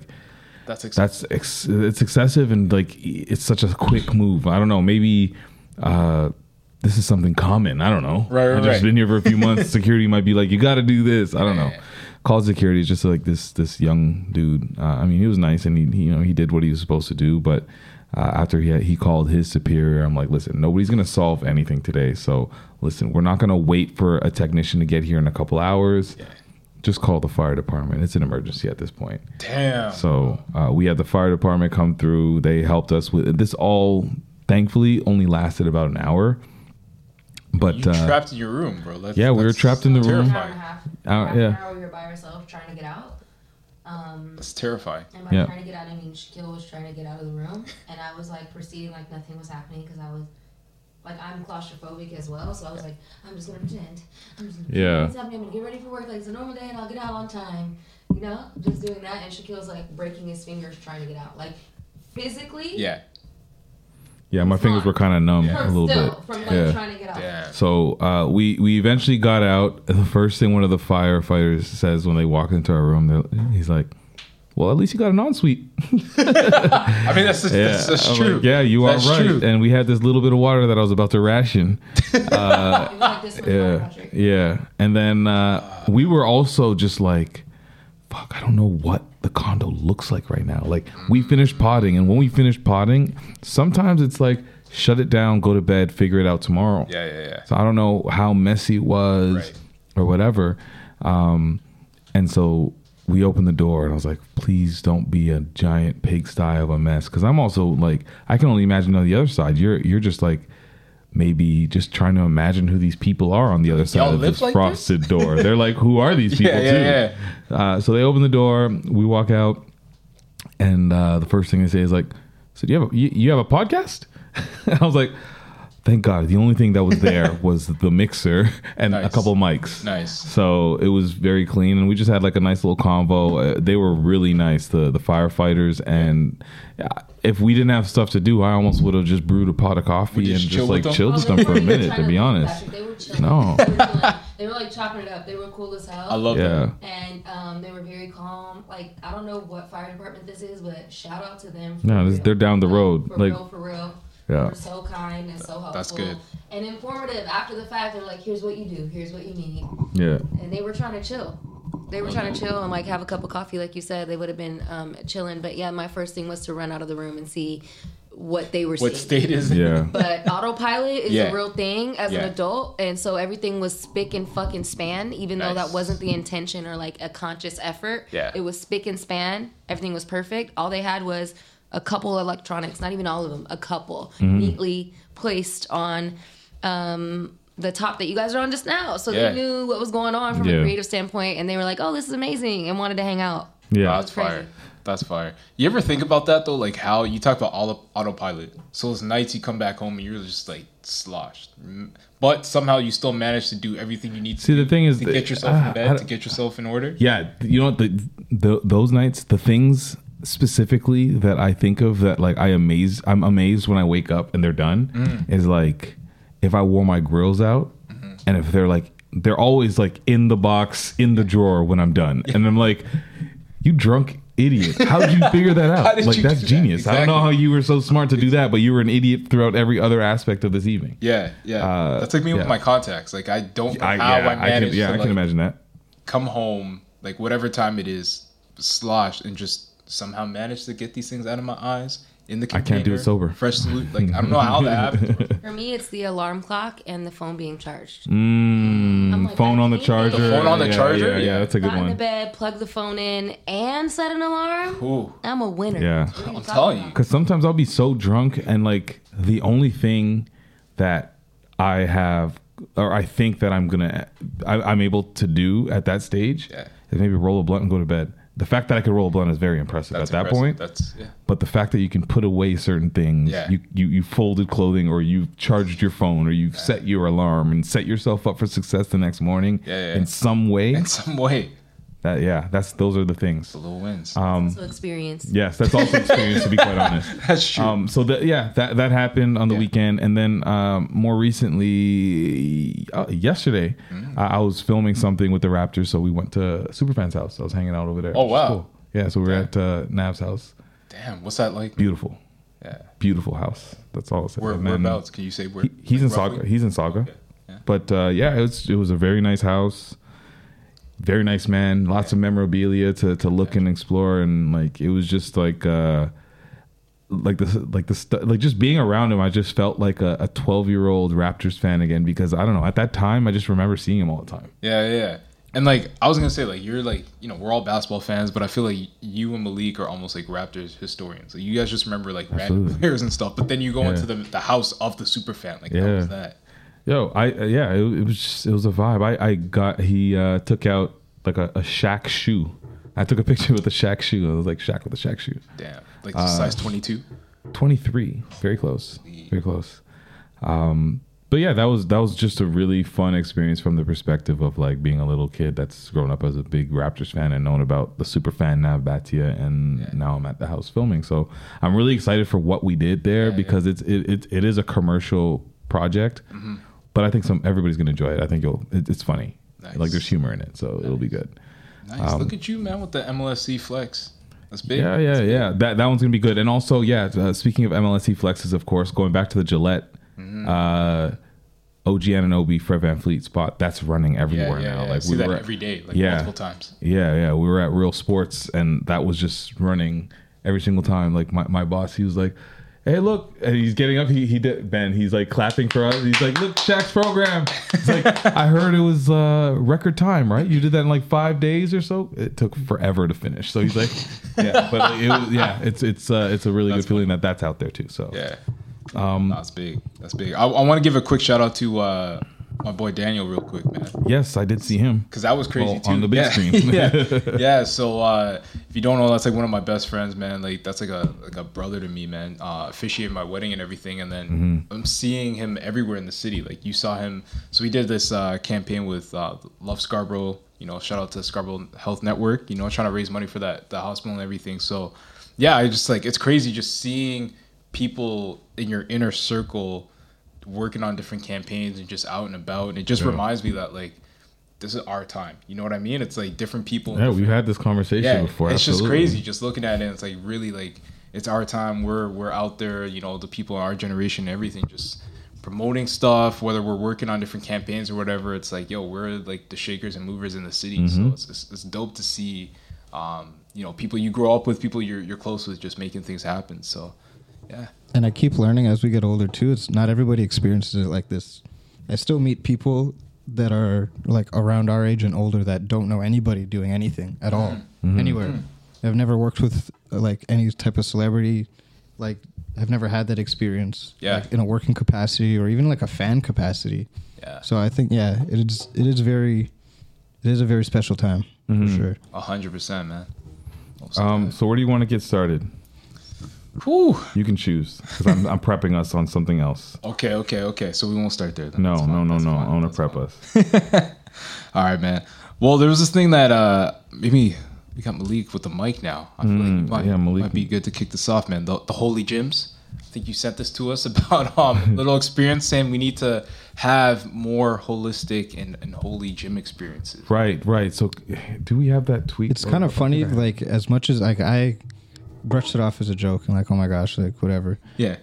[SPEAKER 1] that's exciting.
[SPEAKER 2] that's ex- it's excessive and like e, it's such a quick move. I don't know. Maybe uh, this is something common. I don't know.
[SPEAKER 1] Right, right,
[SPEAKER 2] I've just
[SPEAKER 1] right.
[SPEAKER 2] been here for a few months. Security might be like, you got to do this. I don't know. Called security is just like this this young dude. Uh, I mean, he was nice and he, he, you know he did what he was supposed to do, but. Uh, after he had, he called his superior, I'm like, listen, nobody's gonna solve anything today. So listen, we're not gonna wait for a technician to get here in a couple hours. Just call the fire department. It's an emergency at this point.
[SPEAKER 1] Damn.
[SPEAKER 2] So uh, we had the fire department come through. They helped us with this. All thankfully only lasted about an hour, but
[SPEAKER 1] you
[SPEAKER 2] uh,
[SPEAKER 1] trapped in your room, bro. Let's,
[SPEAKER 2] yeah, we were
[SPEAKER 1] that's
[SPEAKER 2] trapped in the room.
[SPEAKER 1] terrifying.
[SPEAKER 3] Hour and a half.
[SPEAKER 2] Hour-
[SPEAKER 3] half an
[SPEAKER 2] yeah.
[SPEAKER 3] hour we were by ourselves trying to get out.
[SPEAKER 1] That's terrifying.
[SPEAKER 3] And by
[SPEAKER 2] Yeah.
[SPEAKER 3] trying to get out, I mean Shaquille was trying to get out of the room, and I was like proceeding like nothing was happening because I was like I'm claustrophobic as well, so I was like I'm just gonna pretend. I'm just gonna pretend
[SPEAKER 2] Yeah.
[SPEAKER 3] nothing's happening. I'm gonna get ready for work like it's a normal day, and I'll get out on time. You know, just doing that, and Shaquille's like breaking his fingers trying to get out, like physically.
[SPEAKER 1] Yeah.
[SPEAKER 2] yeah, my fingers were kind of numb
[SPEAKER 3] From
[SPEAKER 2] a little
[SPEAKER 3] still,
[SPEAKER 2] bit.
[SPEAKER 3] from like
[SPEAKER 2] yeah.
[SPEAKER 3] trying to get out.
[SPEAKER 1] Damn.
[SPEAKER 2] So uh, we we eventually got out. The first thing one of the firefighters says when they walk into our room, they're- he's like, "Well, at least you got an ensuite."
[SPEAKER 1] I mean, that's,
[SPEAKER 2] Yeah,
[SPEAKER 1] that's, that's
[SPEAKER 2] I'm
[SPEAKER 1] true.
[SPEAKER 2] like, yeah, you
[SPEAKER 1] That's
[SPEAKER 2] are right.
[SPEAKER 1] true.
[SPEAKER 2] And we had this little bit of water that I was about to ration.
[SPEAKER 3] It was like this much water,
[SPEAKER 2] Yeah,
[SPEAKER 3] Patrick.
[SPEAKER 2] yeah. And then uh, we were also just like, fuck, I don't know what the condo looks like right now. Like we finished potting, and when we finish potting, sometimes it's like shut it down, go to bed, figure it out tomorrow.
[SPEAKER 1] Yeah, yeah, yeah.
[SPEAKER 2] So I don't know how messy it was
[SPEAKER 1] Right.
[SPEAKER 2] or whatever. Um, and so we opened the door and I was like, please don't be a giant pigsty of a mess. Cause I'm also like, I can only imagine on the other side. You're, you're just like, maybe just trying to imagine who these people are on the other side
[SPEAKER 1] Y'all
[SPEAKER 2] of
[SPEAKER 1] live
[SPEAKER 2] this
[SPEAKER 1] like this?
[SPEAKER 2] frosted door. They're like, who are these people
[SPEAKER 1] yeah,
[SPEAKER 2] too? Uh, so they open the door, we walk out and uh, the first thing they say is like, so do you have a, you, you have a podcast? I was like, thank God. The only thing that was there was the mixer and a
[SPEAKER 1] Nice.
[SPEAKER 2] couple mics.
[SPEAKER 1] Nice.
[SPEAKER 2] So it was very clean, and we just had like a nice little convo. Uh, they were really nice, the the firefighters, and uh, if we didn't have stuff to do, I almost would have just brewed a pot of coffee
[SPEAKER 1] you
[SPEAKER 2] and
[SPEAKER 1] chill
[SPEAKER 2] just
[SPEAKER 1] with
[SPEAKER 2] like
[SPEAKER 1] them?
[SPEAKER 2] chilled with them for a minute. To be honest,
[SPEAKER 3] Patrick, they were chilling.
[SPEAKER 2] No.
[SPEAKER 3] They were, chilling. They were, like chopping it up. They were cool as hell.
[SPEAKER 1] I love
[SPEAKER 2] yeah.
[SPEAKER 1] that.
[SPEAKER 3] and um, they were very calm. Like I don't know what fire department this is, but shout out to them. For
[SPEAKER 2] No, this- they're down the road,
[SPEAKER 3] For
[SPEAKER 2] like-
[SPEAKER 3] real, for real.
[SPEAKER 2] Yeah.
[SPEAKER 3] They're so kind and so helpful.
[SPEAKER 1] That's good.
[SPEAKER 3] And informative after the fact. They're like, here's what you do. Here's what you need.
[SPEAKER 2] Yeah,
[SPEAKER 3] And they were trying to chill. They were trying to chill and like have a cup of coffee, like you said. They would have been um, chilling. But yeah, my first thing was to run out of the room and see what they were
[SPEAKER 1] What
[SPEAKER 3] seeing
[SPEAKER 1] state is it?
[SPEAKER 2] yeah.
[SPEAKER 3] but autopilot is
[SPEAKER 1] Yeah.
[SPEAKER 3] a real thing as
[SPEAKER 1] Yeah.
[SPEAKER 3] an adult and so everything was spick and fucking span even though
[SPEAKER 1] Nice.
[SPEAKER 3] that wasn't the intention or like a conscious effort
[SPEAKER 1] Yeah.
[SPEAKER 3] it was spick and span everything was perfect all they had was a couple electronics not even all of them a couple neatly placed on um the top that you guys are on just now so
[SPEAKER 1] Yeah.
[SPEAKER 3] they knew what was going on from
[SPEAKER 2] Yeah.
[SPEAKER 3] a creative standpoint and they were like oh this is amazing and wanted to hang out
[SPEAKER 1] Wow,
[SPEAKER 2] yeah.
[SPEAKER 1] that's
[SPEAKER 3] crazy.
[SPEAKER 1] fire. That's fire. You ever think about that though? Like how you talk about auto- autopilot. So it's nights you come back home and you're just like sloshed, Mm, but somemehow you still manage to do everything you need to
[SPEAKER 2] See, the
[SPEAKER 1] do
[SPEAKER 2] thing is
[SPEAKER 1] to
[SPEAKER 2] that-
[SPEAKER 1] get yourself
[SPEAKER 2] ah,
[SPEAKER 1] in
[SPEAKER 2] I
[SPEAKER 1] bed, to
[SPEAKER 2] don't-
[SPEAKER 1] get yourself in order.
[SPEAKER 2] Yeah, you know what? The, the those nights, the things specifically that I think of that like I amaze, I'm amazed when I wake up and they're done
[SPEAKER 1] Mm.
[SPEAKER 2] is like if I wore my grills out
[SPEAKER 1] Mm-hmm.
[SPEAKER 2] and if they're like they're always like in the box in the drawer when I'm done and I'm like you drunk idiot. How did you figure that
[SPEAKER 1] How
[SPEAKER 2] out?
[SPEAKER 1] did
[SPEAKER 2] Like
[SPEAKER 1] you
[SPEAKER 2] that's
[SPEAKER 1] do that?
[SPEAKER 2] genius. I don't know
[SPEAKER 1] Exactly.
[SPEAKER 2] how you were so smart to do that, but you were an idiot throughout every other aspect of this evening.
[SPEAKER 1] Yeah, yeah.
[SPEAKER 2] Uh,
[SPEAKER 1] That's like me
[SPEAKER 2] yeah.
[SPEAKER 1] with my contacts. Like I don't know
[SPEAKER 2] I,
[SPEAKER 1] how
[SPEAKER 2] yeah,
[SPEAKER 1] I
[SPEAKER 2] I,
[SPEAKER 1] manage
[SPEAKER 2] can, yeah,
[SPEAKER 1] to
[SPEAKER 2] I
[SPEAKER 1] like,
[SPEAKER 2] can imagine that.
[SPEAKER 1] come home like whatever time it is, sloshed and just somehow manage to get these things out of my eyes in the
[SPEAKER 2] can't
[SPEAKER 1] container.
[SPEAKER 2] do it sober.
[SPEAKER 1] Fresh salute. Like I don't know how that happened.
[SPEAKER 3] For me, it's the alarm clock and the phone being charged.
[SPEAKER 2] Mm,
[SPEAKER 3] I'm like,
[SPEAKER 2] phone
[SPEAKER 3] I
[SPEAKER 2] on the
[SPEAKER 3] can't-
[SPEAKER 2] charger.
[SPEAKER 3] The
[SPEAKER 1] phone on the
[SPEAKER 2] Yeah,
[SPEAKER 1] charger?
[SPEAKER 2] Yeah, yeah,
[SPEAKER 1] Yeah.
[SPEAKER 2] that's a good
[SPEAKER 3] Got in the
[SPEAKER 2] one.
[SPEAKER 3] bed, plug the phone in, and set an alarm.
[SPEAKER 1] Ooh.
[SPEAKER 3] I'm a winner.
[SPEAKER 2] Yeah.
[SPEAKER 3] What are
[SPEAKER 1] I'm
[SPEAKER 3] talking
[SPEAKER 1] telling
[SPEAKER 3] about?
[SPEAKER 1] you.
[SPEAKER 2] Because sometimes I'll be so drunk, and like the only thing that I have, or I think that I'm gonna, I, I'm able to do at that stage,
[SPEAKER 1] Yeah.
[SPEAKER 2] is maybe roll a blunt and go to bed. The fact that I could roll a blunt is very impressive
[SPEAKER 1] That's
[SPEAKER 2] at that
[SPEAKER 1] impressive.
[SPEAKER 2] point.
[SPEAKER 1] That's yeah.
[SPEAKER 2] but the fact that you can put away certain things,
[SPEAKER 1] Yeah.
[SPEAKER 2] you, you you folded clothing, or you've charged your phone, or you've set your alarm, and set yourself up for success the next morning
[SPEAKER 1] Yeah, yeah.
[SPEAKER 2] in some way.
[SPEAKER 1] In some way.
[SPEAKER 2] that yeah, that's those are the things.
[SPEAKER 1] The little wins.
[SPEAKER 2] Um,
[SPEAKER 3] So experience.
[SPEAKER 2] Yes, that's also experience to be quite honest.
[SPEAKER 1] That's true.
[SPEAKER 2] Um, so that yeah, that that happened on the
[SPEAKER 1] Yeah.
[SPEAKER 2] weekend, and then um, more recently, uh, yesterday,
[SPEAKER 1] Mm.
[SPEAKER 2] I, I was filming something with the Raptors, so we went to Superfan's house. I was hanging out over there.
[SPEAKER 1] Oh,
[SPEAKER 2] It was
[SPEAKER 1] wow.
[SPEAKER 2] Yeah, so we were at uh, Nav's house.
[SPEAKER 1] Damn, what's that like?
[SPEAKER 2] Beautiful,
[SPEAKER 1] Yeah.
[SPEAKER 2] beautiful house. That's all. I'll say.
[SPEAKER 1] Where,
[SPEAKER 2] And then
[SPEAKER 1] whereabouts? Can you say where?
[SPEAKER 2] he- he's in
[SPEAKER 1] like, roughly?
[SPEAKER 2] Saga. He's in Saga.
[SPEAKER 1] Yeah.
[SPEAKER 2] But uh, yeah, it was it was a very nice house. Very nice man. Lots of memorabilia to to look and explore, and like it was just like. Uh, like this like the stu like just being around him i just felt like a a 12 year old raptors fan again because i don't know at that time i just remember seeing him all the time
[SPEAKER 1] Yeah, yeah, yeah. And like I was gonna say, like you're like you know we're all basketball fans, but I feel like you and Malik are almost like Raptors historians. Like you guys just remember like
[SPEAKER 2] Absolutely.
[SPEAKER 1] random players and stuff, but then you go
[SPEAKER 2] Yeah.
[SPEAKER 1] into the the house of the super fan. Like
[SPEAKER 2] Yeah.
[SPEAKER 1] how was that?
[SPEAKER 2] Yo, I uh, yeah, it, it was just, it was a vibe. I I got he uh took out like a, a Shaq shoe. I took a picture with a Shaq shoe. I was like Shaq with a Shaq shoe.
[SPEAKER 1] Damn, like size
[SPEAKER 2] Uh,
[SPEAKER 1] twenty two.
[SPEAKER 2] Twenty three, very close, very close. Um, but yeah, that was that was just a really fun experience from the perspective of like being a little kid that's grown up as a big Raptors fan and known about the super fan Nav Batia, and now I'm at the house filming. So I'm really excited for what we did there because it's it, it it is a commercial project
[SPEAKER 1] Mm-hmm.
[SPEAKER 2] but I think some everybody's gonna enjoy it. I think you'll. It, it's funny.
[SPEAKER 1] Nice.
[SPEAKER 2] Like there's humor in it, so it'll be good.
[SPEAKER 1] Nice. Look at you, man, with the MLSC flex. That's big.
[SPEAKER 2] um, Yeah, yeah, yeah. That that one's gonna be good. And also, yeah. Uh, speaking of MLSC flexes, of course, going back to the Gillette,
[SPEAKER 1] Mm-hmm.
[SPEAKER 2] uh, OG Ananobi, Fred Van Fleet spot. That's running everywhere
[SPEAKER 1] yeah,
[SPEAKER 2] now.
[SPEAKER 1] yeah.
[SPEAKER 2] Like
[SPEAKER 1] See that
[SPEAKER 2] were-
[SPEAKER 1] every day, like
[SPEAKER 2] yeah.
[SPEAKER 1] multiple times.
[SPEAKER 2] Yeah, yeah. We were at Real Sports, and that was just running every single time. Like my, my boss, he was like, "Hey, look!" And he's getting up. He he did Ben. He's like clapping for us. He's like, "Look, Shaq's program." He's like, "I heard it was uh, record time, right? You did that in like five days or so. It took forever to finish." So he's like, "Yeah, but like, it was, yeah, it's it's uh, it's a really good feeling that that's out there too." So
[SPEAKER 1] Yeah. Um, that's big. That's big. I, I want to give a quick shout out to uh, my boy Daniel, real quick, man.
[SPEAKER 2] yes, I did see him.
[SPEAKER 1] because that was crazy
[SPEAKER 2] Well,
[SPEAKER 1] too.
[SPEAKER 2] on the big
[SPEAKER 1] yeah.
[SPEAKER 2] screen.
[SPEAKER 1] yeah, yeah. So uh, if you don't know, that's like one of my best friends, man. Like that's like a like a brother to me, man. Uh, officiating my wedding and everything, and then
[SPEAKER 2] Mm-hmm.
[SPEAKER 1] I'm seeing him everywhere in the city. Like you saw him. So we did this uh, campaign with uh, Love Scarborough. You know, shout out to Scarborough Health Network. You know, trying to raise money for that the hospital and everything. So yeah, I just like it's crazy just seeing people in your inner circle working on different campaigns and just out and about and it just reminds me that like this is our time. You know what I mean? It's like different people.
[SPEAKER 2] Yeah, we've had this conversation
[SPEAKER 1] yeah,
[SPEAKER 2] before.
[SPEAKER 1] it's just
[SPEAKER 2] absolutely.
[SPEAKER 1] crazy just looking at it. It's like really like it's our time. We're we're out there. You know, the people in our generation, everything just promoting stuff. Whether we're working on different campaigns or whatever, it's like yo, we're like the shakers and movers in the city.
[SPEAKER 2] Mm-hmm.
[SPEAKER 1] So it's, it's it's dope to see, um, you know, people you grow up with, people you're you're close with, just making things happen. So yeah,
[SPEAKER 9] and I keep learning as we get older too. It's not everybody experiences it like this. I still meet people that are like around our age and older that don't know anybody doing anything at all, anywhere. I've never worked with uh, like any type of celebrity, like I've never had that experience,
[SPEAKER 1] Yeah.
[SPEAKER 9] like, in a working capacity or even like a fan capacity.
[SPEAKER 1] Yeah.
[SPEAKER 9] So I think yeah, it is it is very, it is a very special time for sure.
[SPEAKER 1] a hundred percent, man.
[SPEAKER 2] Um, so where do you want to get started?
[SPEAKER 1] Whew.
[SPEAKER 2] You can choose because I'm, I'm prepping us on something else.
[SPEAKER 1] Okay, okay, okay. So we won't start there. Then.
[SPEAKER 2] No,
[SPEAKER 1] That's fine,
[SPEAKER 2] no, no,
[SPEAKER 1] that's
[SPEAKER 2] no.
[SPEAKER 1] fine,
[SPEAKER 2] I want
[SPEAKER 1] that's
[SPEAKER 2] to prep us.
[SPEAKER 1] All right, man. Well, there was this thing that uh maybe we got Malik with the mic now. I feel like it might,
[SPEAKER 2] Mm, yeah, Malik.
[SPEAKER 1] might be good to kick this off, man. The, the holy gyms. think you sent this to us about um, little experience saying we need to have more holistic and, and holy gym experiences.
[SPEAKER 2] Right, right. So, do we have that tweet?
[SPEAKER 9] It's kind of funny. Like as much as like I brushed it off as a joke and like oh my gosh like whatever,
[SPEAKER 1] Yeah.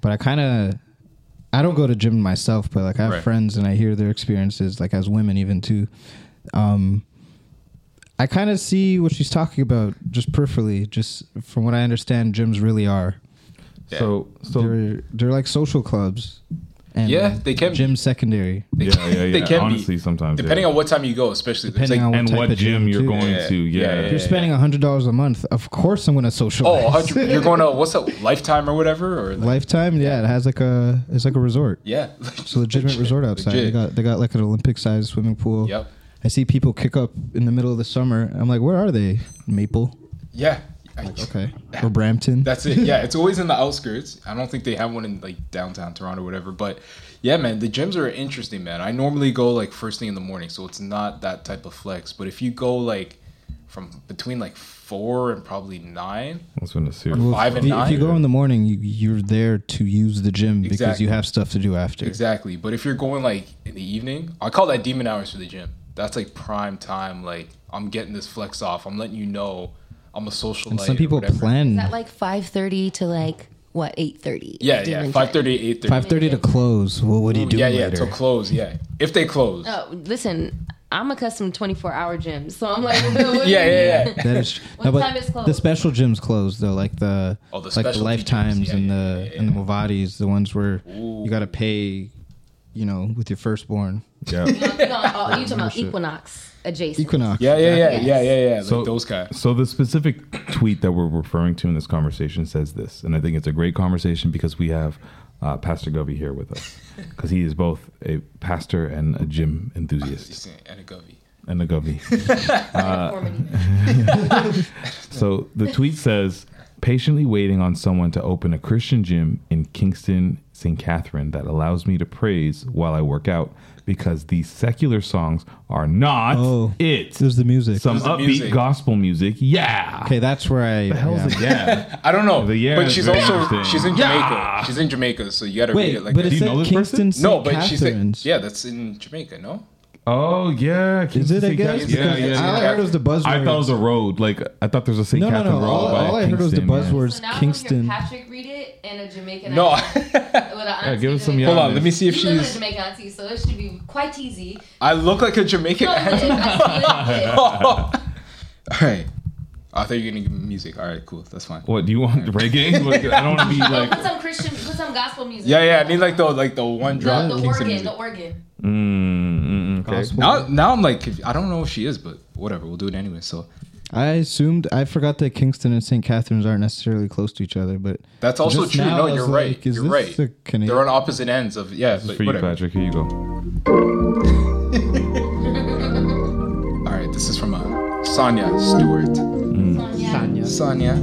[SPEAKER 9] but I kind of I don't go to gym myself, but like I have
[SPEAKER 1] Right.
[SPEAKER 9] friends and I hear their experiences like as women even too. Um, I kind of see what she's talking about just peripherally, just from what I understand, gyms really are.
[SPEAKER 2] So, so
[SPEAKER 9] they're they're like social clubs. And uh,
[SPEAKER 1] Yeah, they can be.
[SPEAKER 9] gym secondary.
[SPEAKER 2] yeah, yeah, yeah.
[SPEAKER 1] They can
[SPEAKER 2] Honestly,
[SPEAKER 1] be.
[SPEAKER 2] sometimes
[SPEAKER 1] Depending
[SPEAKER 2] yeah.
[SPEAKER 1] on what time you go, especially there's
[SPEAKER 9] Depending
[SPEAKER 1] like,
[SPEAKER 9] on
[SPEAKER 2] and
[SPEAKER 9] type
[SPEAKER 2] what
[SPEAKER 9] of
[SPEAKER 2] gym you're
[SPEAKER 9] too.
[SPEAKER 2] going
[SPEAKER 1] Yeah.
[SPEAKER 2] to. Yeah,
[SPEAKER 1] Yeah,
[SPEAKER 2] yeah,
[SPEAKER 1] yeah,
[SPEAKER 9] You're spending hundred dollars a month. Of course, I'm going to socialize.
[SPEAKER 1] oh, 100 you're going to what's a lifetime or whatever or like,
[SPEAKER 9] Lifetime, yeah, it has like a it's like a resort.
[SPEAKER 1] yeah,
[SPEAKER 9] It's a legitimate resort outside. They
[SPEAKER 1] Legit.
[SPEAKER 9] got they got like an Olympic sized swimming pool.
[SPEAKER 1] Yep.
[SPEAKER 9] I see people kick up in the middle of the summer. I'm like, where are they? Maple.
[SPEAKER 1] yeah.
[SPEAKER 9] Okay. Or Brampton.
[SPEAKER 1] That's it. Yeah, it's always in the outskirts. I don't think they have one in like downtown Toronto or whatever. But yeah, man, the gyms are interesting, man. I normally go like first thing in the morning, so it's not that type of flex. But if you go like from between like four and probably nine,
[SPEAKER 9] Hmm.
[SPEAKER 2] That's when the series.
[SPEAKER 9] Well,
[SPEAKER 1] five
[SPEAKER 9] if,
[SPEAKER 1] and
[SPEAKER 9] you-
[SPEAKER 1] nine?
[SPEAKER 9] if you go in the morning, you, you're there to use the gym because
[SPEAKER 1] Exactly.
[SPEAKER 9] you have stuff to do after.
[SPEAKER 1] exactly. But if you're going like in the evening, I call that demon hours for the gym. That's like prime time. Like I'm getting this flex off. I'm letting you know I'm a social.
[SPEAKER 9] And some people plan
[SPEAKER 3] Is that like five thirty to like what eight thirty?
[SPEAKER 1] Yeah, yeah, five thirty, eight thirty.
[SPEAKER 9] five thirty to close. Well, what do you do
[SPEAKER 1] Yeah, yeah,
[SPEAKER 9] later?
[SPEAKER 1] till close. Yeah, if they close.
[SPEAKER 3] Oh, listen, I'm accustomed to twenty four hour gyms, so I'm like, what do you
[SPEAKER 1] Yeah, yeah, yeah.
[SPEAKER 9] That is,
[SPEAKER 3] What time is closed?
[SPEAKER 9] The special gyms closed though, like the
[SPEAKER 1] Oh, the
[SPEAKER 9] like the
[SPEAKER 1] specialty
[SPEAKER 9] lifetimes
[SPEAKER 1] gyms. Yeah,
[SPEAKER 9] and
[SPEAKER 1] yeah,
[SPEAKER 9] the
[SPEAKER 1] yeah, yeah,
[SPEAKER 9] and the Movadis, the ones where you got to pay, you know, with your firstborn.
[SPEAKER 2] Yeah.
[SPEAKER 3] No, oh, you talking about Equinox adjacent?
[SPEAKER 9] Equinox.
[SPEAKER 1] Yeah, yeah, yeah, yeah, yeah, yeah. Like
[SPEAKER 2] So-
[SPEAKER 1] those guys.
[SPEAKER 2] So the specific tweet that we're referring to in this conversation says this, and I think it's a great conversation because we have uh, Pastor Govey here with us because he is both a pastor and a gym enthusiast
[SPEAKER 1] And a Govey.
[SPEAKER 2] and a Govey.
[SPEAKER 3] Conformity.
[SPEAKER 2] So the tweet says, patiently waiting on someone to open a Christian gym in Kingston, St. Catherine that allows me to praise while I work out because these secular songs are not
[SPEAKER 9] Oh.
[SPEAKER 2] it.
[SPEAKER 9] There's the music.
[SPEAKER 2] Some
[SPEAKER 1] There's the
[SPEAKER 2] upbeat
[SPEAKER 1] music.
[SPEAKER 2] gospel music. Yeah.
[SPEAKER 9] okay, that's where I.
[SPEAKER 2] Hell's a
[SPEAKER 9] yeah.
[SPEAKER 2] yeah.
[SPEAKER 1] I don't know,
[SPEAKER 2] The yeah
[SPEAKER 1] but
[SPEAKER 2] is
[SPEAKER 1] she's
[SPEAKER 2] very
[SPEAKER 1] also
[SPEAKER 2] interesting.
[SPEAKER 1] she's in Jamaica.
[SPEAKER 2] Yeah.
[SPEAKER 1] She's in Jamaica, so you gotta read
[SPEAKER 9] Wait,
[SPEAKER 1] it like
[SPEAKER 9] but
[SPEAKER 1] that.
[SPEAKER 9] it
[SPEAKER 2] you know
[SPEAKER 9] said
[SPEAKER 2] this person?
[SPEAKER 9] Kingston St.
[SPEAKER 1] no, but she's in,
[SPEAKER 9] Catherine's.
[SPEAKER 1] yeah, that's in Jamaica. No,
[SPEAKER 2] Oh yeah.
[SPEAKER 9] Is
[SPEAKER 2] Kingston,
[SPEAKER 9] it? I
[SPEAKER 2] St.
[SPEAKER 9] guess.
[SPEAKER 2] Catherine. Yeah,
[SPEAKER 9] Because
[SPEAKER 2] yeah,
[SPEAKER 9] All I
[SPEAKER 2] yeah.
[SPEAKER 9] heard was the buzzword.
[SPEAKER 2] I thought it was a road. Like I thought there's a St.
[SPEAKER 9] no, no,
[SPEAKER 2] Catherine
[SPEAKER 9] no.
[SPEAKER 2] road.
[SPEAKER 9] All,
[SPEAKER 2] by
[SPEAKER 9] all I heard was the
[SPEAKER 2] Kingston, man.
[SPEAKER 9] buzzwords
[SPEAKER 3] So now I'm
[SPEAKER 9] Kingston.
[SPEAKER 3] gonna hear Patrick read it and a Jamaican.
[SPEAKER 1] no.
[SPEAKER 3] auntie
[SPEAKER 1] Hold
[SPEAKER 3] with an auntie
[SPEAKER 2] Yeah, give us
[SPEAKER 3] doing
[SPEAKER 2] some
[SPEAKER 3] it.
[SPEAKER 2] yeah.
[SPEAKER 1] on, let me see if
[SPEAKER 3] She looks like a
[SPEAKER 1] she's.
[SPEAKER 3] Jamaican auntie, so it should be quite easy.
[SPEAKER 1] I look like a Jamaican.
[SPEAKER 3] No, it is. I
[SPEAKER 1] All right. I thought you were gonna give me music. All right, cool. That's fine.
[SPEAKER 2] What do you want? Reggae? Like, I don't want to be
[SPEAKER 3] feel it. Put
[SPEAKER 2] like.
[SPEAKER 3] some Christian, put some gospel music.
[SPEAKER 1] Yeah, yeah. I need like the like the one drop
[SPEAKER 3] The, the
[SPEAKER 1] Kingston
[SPEAKER 3] organ,
[SPEAKER 1] music.
[SPEAKER 3] the organ.
[SPEAKER 2] Mm, mm, okay.
[SPEAKER 9] Gospel.
[SPEAKER 1] Now, now I'm like, conf- I don't know if she is, but whatever. We'll do it anyway. So
[SPEAKER 9] I assumed I forgot that Kingston and St. Catharines aren't necessarily close to each other, but
[SPEAKER 1] that's also
[SPEAKER 9] just
[SPEAKER 1] true.
[SPEAKER 9] now
[SPEAKER 1] No,
[SPEAKER 9] I
[SPEAKER 1] you're
[SPEAKER 9] was
[SPEAKER 1] right.
[SPEAKER 9] like, is
[SPEAKER 1] you're
[SPEAKER 9] this
[SPEAKER 1] right.
[SPEAKER 9] the Canadian-
[SPEAKER 1] They're on opposite ends of yeah.
[SPEAKER 2] This is
[SPEAKER 1] but
[SPEAKER 2] for you,
[SPEAKER 1] whatever.
[SPEAKER 2] Patrick. Here you go.
[SPEAKER 1] All right, this is from uh, Sonia Stewart.
[SPEAKER 2] Mm.
[SPEAKER 1] Sonia.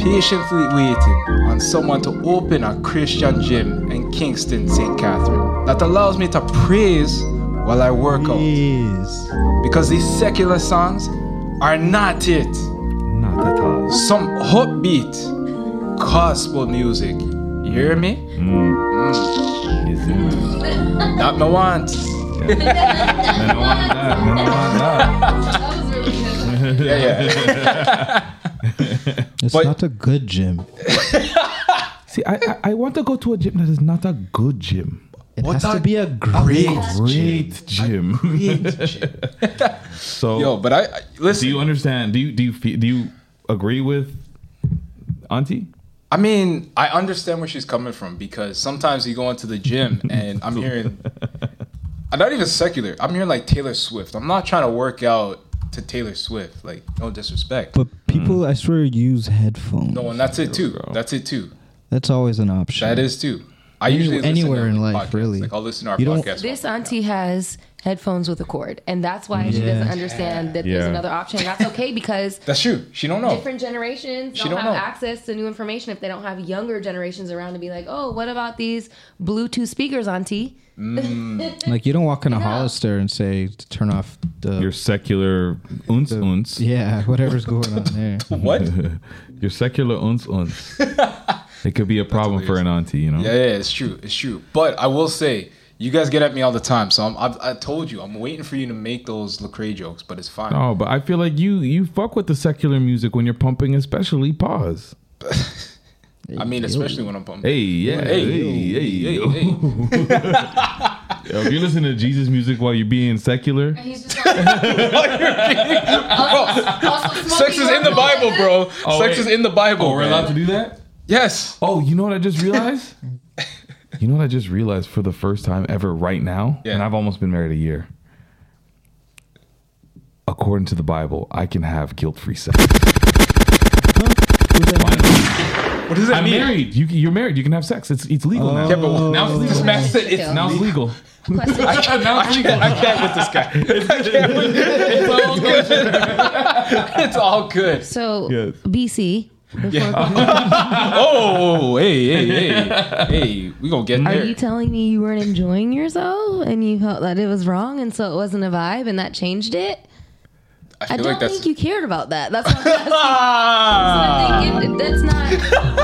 [SPEAKER 1] Patiently waiting on someone to open a Christian gym in Kingston, St. Catherine that allows me to praise while I work out
[SPEAKER 9] is
[SPEAKER 1] because these secular songs are not it.
[SPEAKER 2] Not at all.
[SPEAKER 1] Some upbeat gospel music. You hear me?
[SPEAKER 2] Is it? Mm.
[SPEAKER 1] Not my want.
[SPEAKER 2] I don't want that. I don't want that.
[SPEAKER 3] That was really good.
[SPEAKER 1] Yeah, yeah.
[SPEAKER 9] it's
[SPEAKER 1] But-
[SPEAKER 9] not a good gym.
[SPEAKER 2] See, I, I I want to go to a gym that is not a good gym.
[SPEAKER 9] It
[SPEAKER 1] What
[SPEAKER 9] has to
[SPEAKER 1] a
[SPEAKER 9] be a great.
[SPEAKER 1] Great.
[SPEAKER 2] Great gym. so,
[SPEAKER 1] Yo, but I, I
[SPEAKER 2] do
[SPEAKER 1] listen.
[SPEAKER 2] you understand? Do you do you fe- do you agree with Auntie?
[SPEAKER 1] I mean, I understand where she's coming from because sometimes you go into the gym and I'm hearing, I'm not even secular. I'm hearing like Taylor Swift. I'm not trying to work out to Taylor Swift. Like, no disrespect.
[SPEAKER 9] But people, I swear, use headphones.
[SPEAKER 1] Hmm. no, and that's it too. That's it too.
[SPEAKER 9] That's always an option.
[SPEAKER 1] That is too. I usually listen
[SPEAKER 9] anywhere
[SPEAKER 1] to,
[SPEAKER 9] in
[SPEAKER 1] like,
[SPEAKER 9] life,
[SPEAKER 1] podcasts.
[SPEAKER 9] really.
[SPEAKER 1] Like I'll listen to our
[SPEAKER 9] You don't-
[SPEAKER 1] podcast.
[SPEAKER 3] This auntie has headphones with a cord, and that's why she doesn't
[SPEAKER 9] Yeah.
[SPEAKER 3] understand that there's
[SPEAKER 2] Yeah.
[SPEAKER 3] another option. That's okay because
[SPEAKER 1] that's true. She don't know.
[SPEAKER 3] different generations
[SPEAKER 1] Oh. She
[SPEAKER 3] don't,
[SPEAKER 1] don't
[SPEAKER 3] have
[SPEAKER 1] know.
[SPEAKER 3] access to new information if they don't have younger generations around to be like, oh, what about these Bluetooth speakers, auntie?
[SPEAKER 9] like you don't walk into Hollister and say to turn off the
[SPEAKER 2] Your secular uns uns.
[SPEAKER 9] yeah whatever's going on there.
[SPEAKER 1] What?
[SPEAKER 2] Your secular uns uns. It could be a problem for an auntie, you know.
[SPEAKER 1] Yeah, yeah, it's true. It's true. But I will say, you guys get at me all the time, so I'm, I've, I told you, I'm waiting for you to make those Lecrae jokes, but it's fine.
[SPEAKER 2] No, but I feel like you you fuck with the secular music when you're pumping, especially pause.
[SPEAKER 1] I mean, especially when I'm pumping.
[SPEAKER 2] Hey, yeah, hey,
[SPEAKER 1] Hey,
[SPEAKER 2] hey, hey.
[SPEAKER 1] hey, hey.
[SPEAKER 2] Yo, if you listen to Jesus music while you're being secular,
[SPEAKER 3] He's just like,
[SPEAKER 1] Sex is in the Bible, bro.
[SPEAKER 2] Oh, wait.
[SPEAKER 1] Sex is in the Bible. man.
[SPEAKER 2] do that.
[SPEAKER 1] Yes.
[SPEAKER 2] Oh, you know what I just realized? you know what I just realized for the first time ever right now?
[SPEAKER 1] Yeah.
[SPEAKER 2] And I've almost been married a year. According to the Bible, I can have guilt free sex.
[SPEAKER 1] What does that
[SPEAKER 2] I'm
[SPEAKER 1] mean?
[SPEAKER 2] married. You, you're married. You can have sex. It's it's legal now.
[SPEAKER 1] Yeah, but now this man said it's Oh,
[SPEAKER 3] Still.
[SPEAKER 2] Now it's legal.
[SPEAKER 1] I can't, I can't, I can't with this guy. I can't with It's all good. it's all good.
[SPEAKER 3] So
[SPEAKER 2] Yes.
[SPEAKER 3] BC, before
[SPEAKER 1] Oh, hey, hey, hey, hey. We gonna get
[SPEAKER 3] Are
[SPEAKER 1] there.
[SPEAKER 3] you telling me you weren't enjoying yourself and you felt that it was wrong and so it wasn't a vibe and that changed it?
[SPEAKER 1] I
[SPEAKER 3] I
[SPEAKER 1] feel
[SPEAKER 3] don't
[SPEAKER 1] like that's.
[SPEAKER 3] think you cared about that. That's what I'm asking.
[SPEAKER 1] Ah!
[SPEAKER 3] I'm thinking. That's not.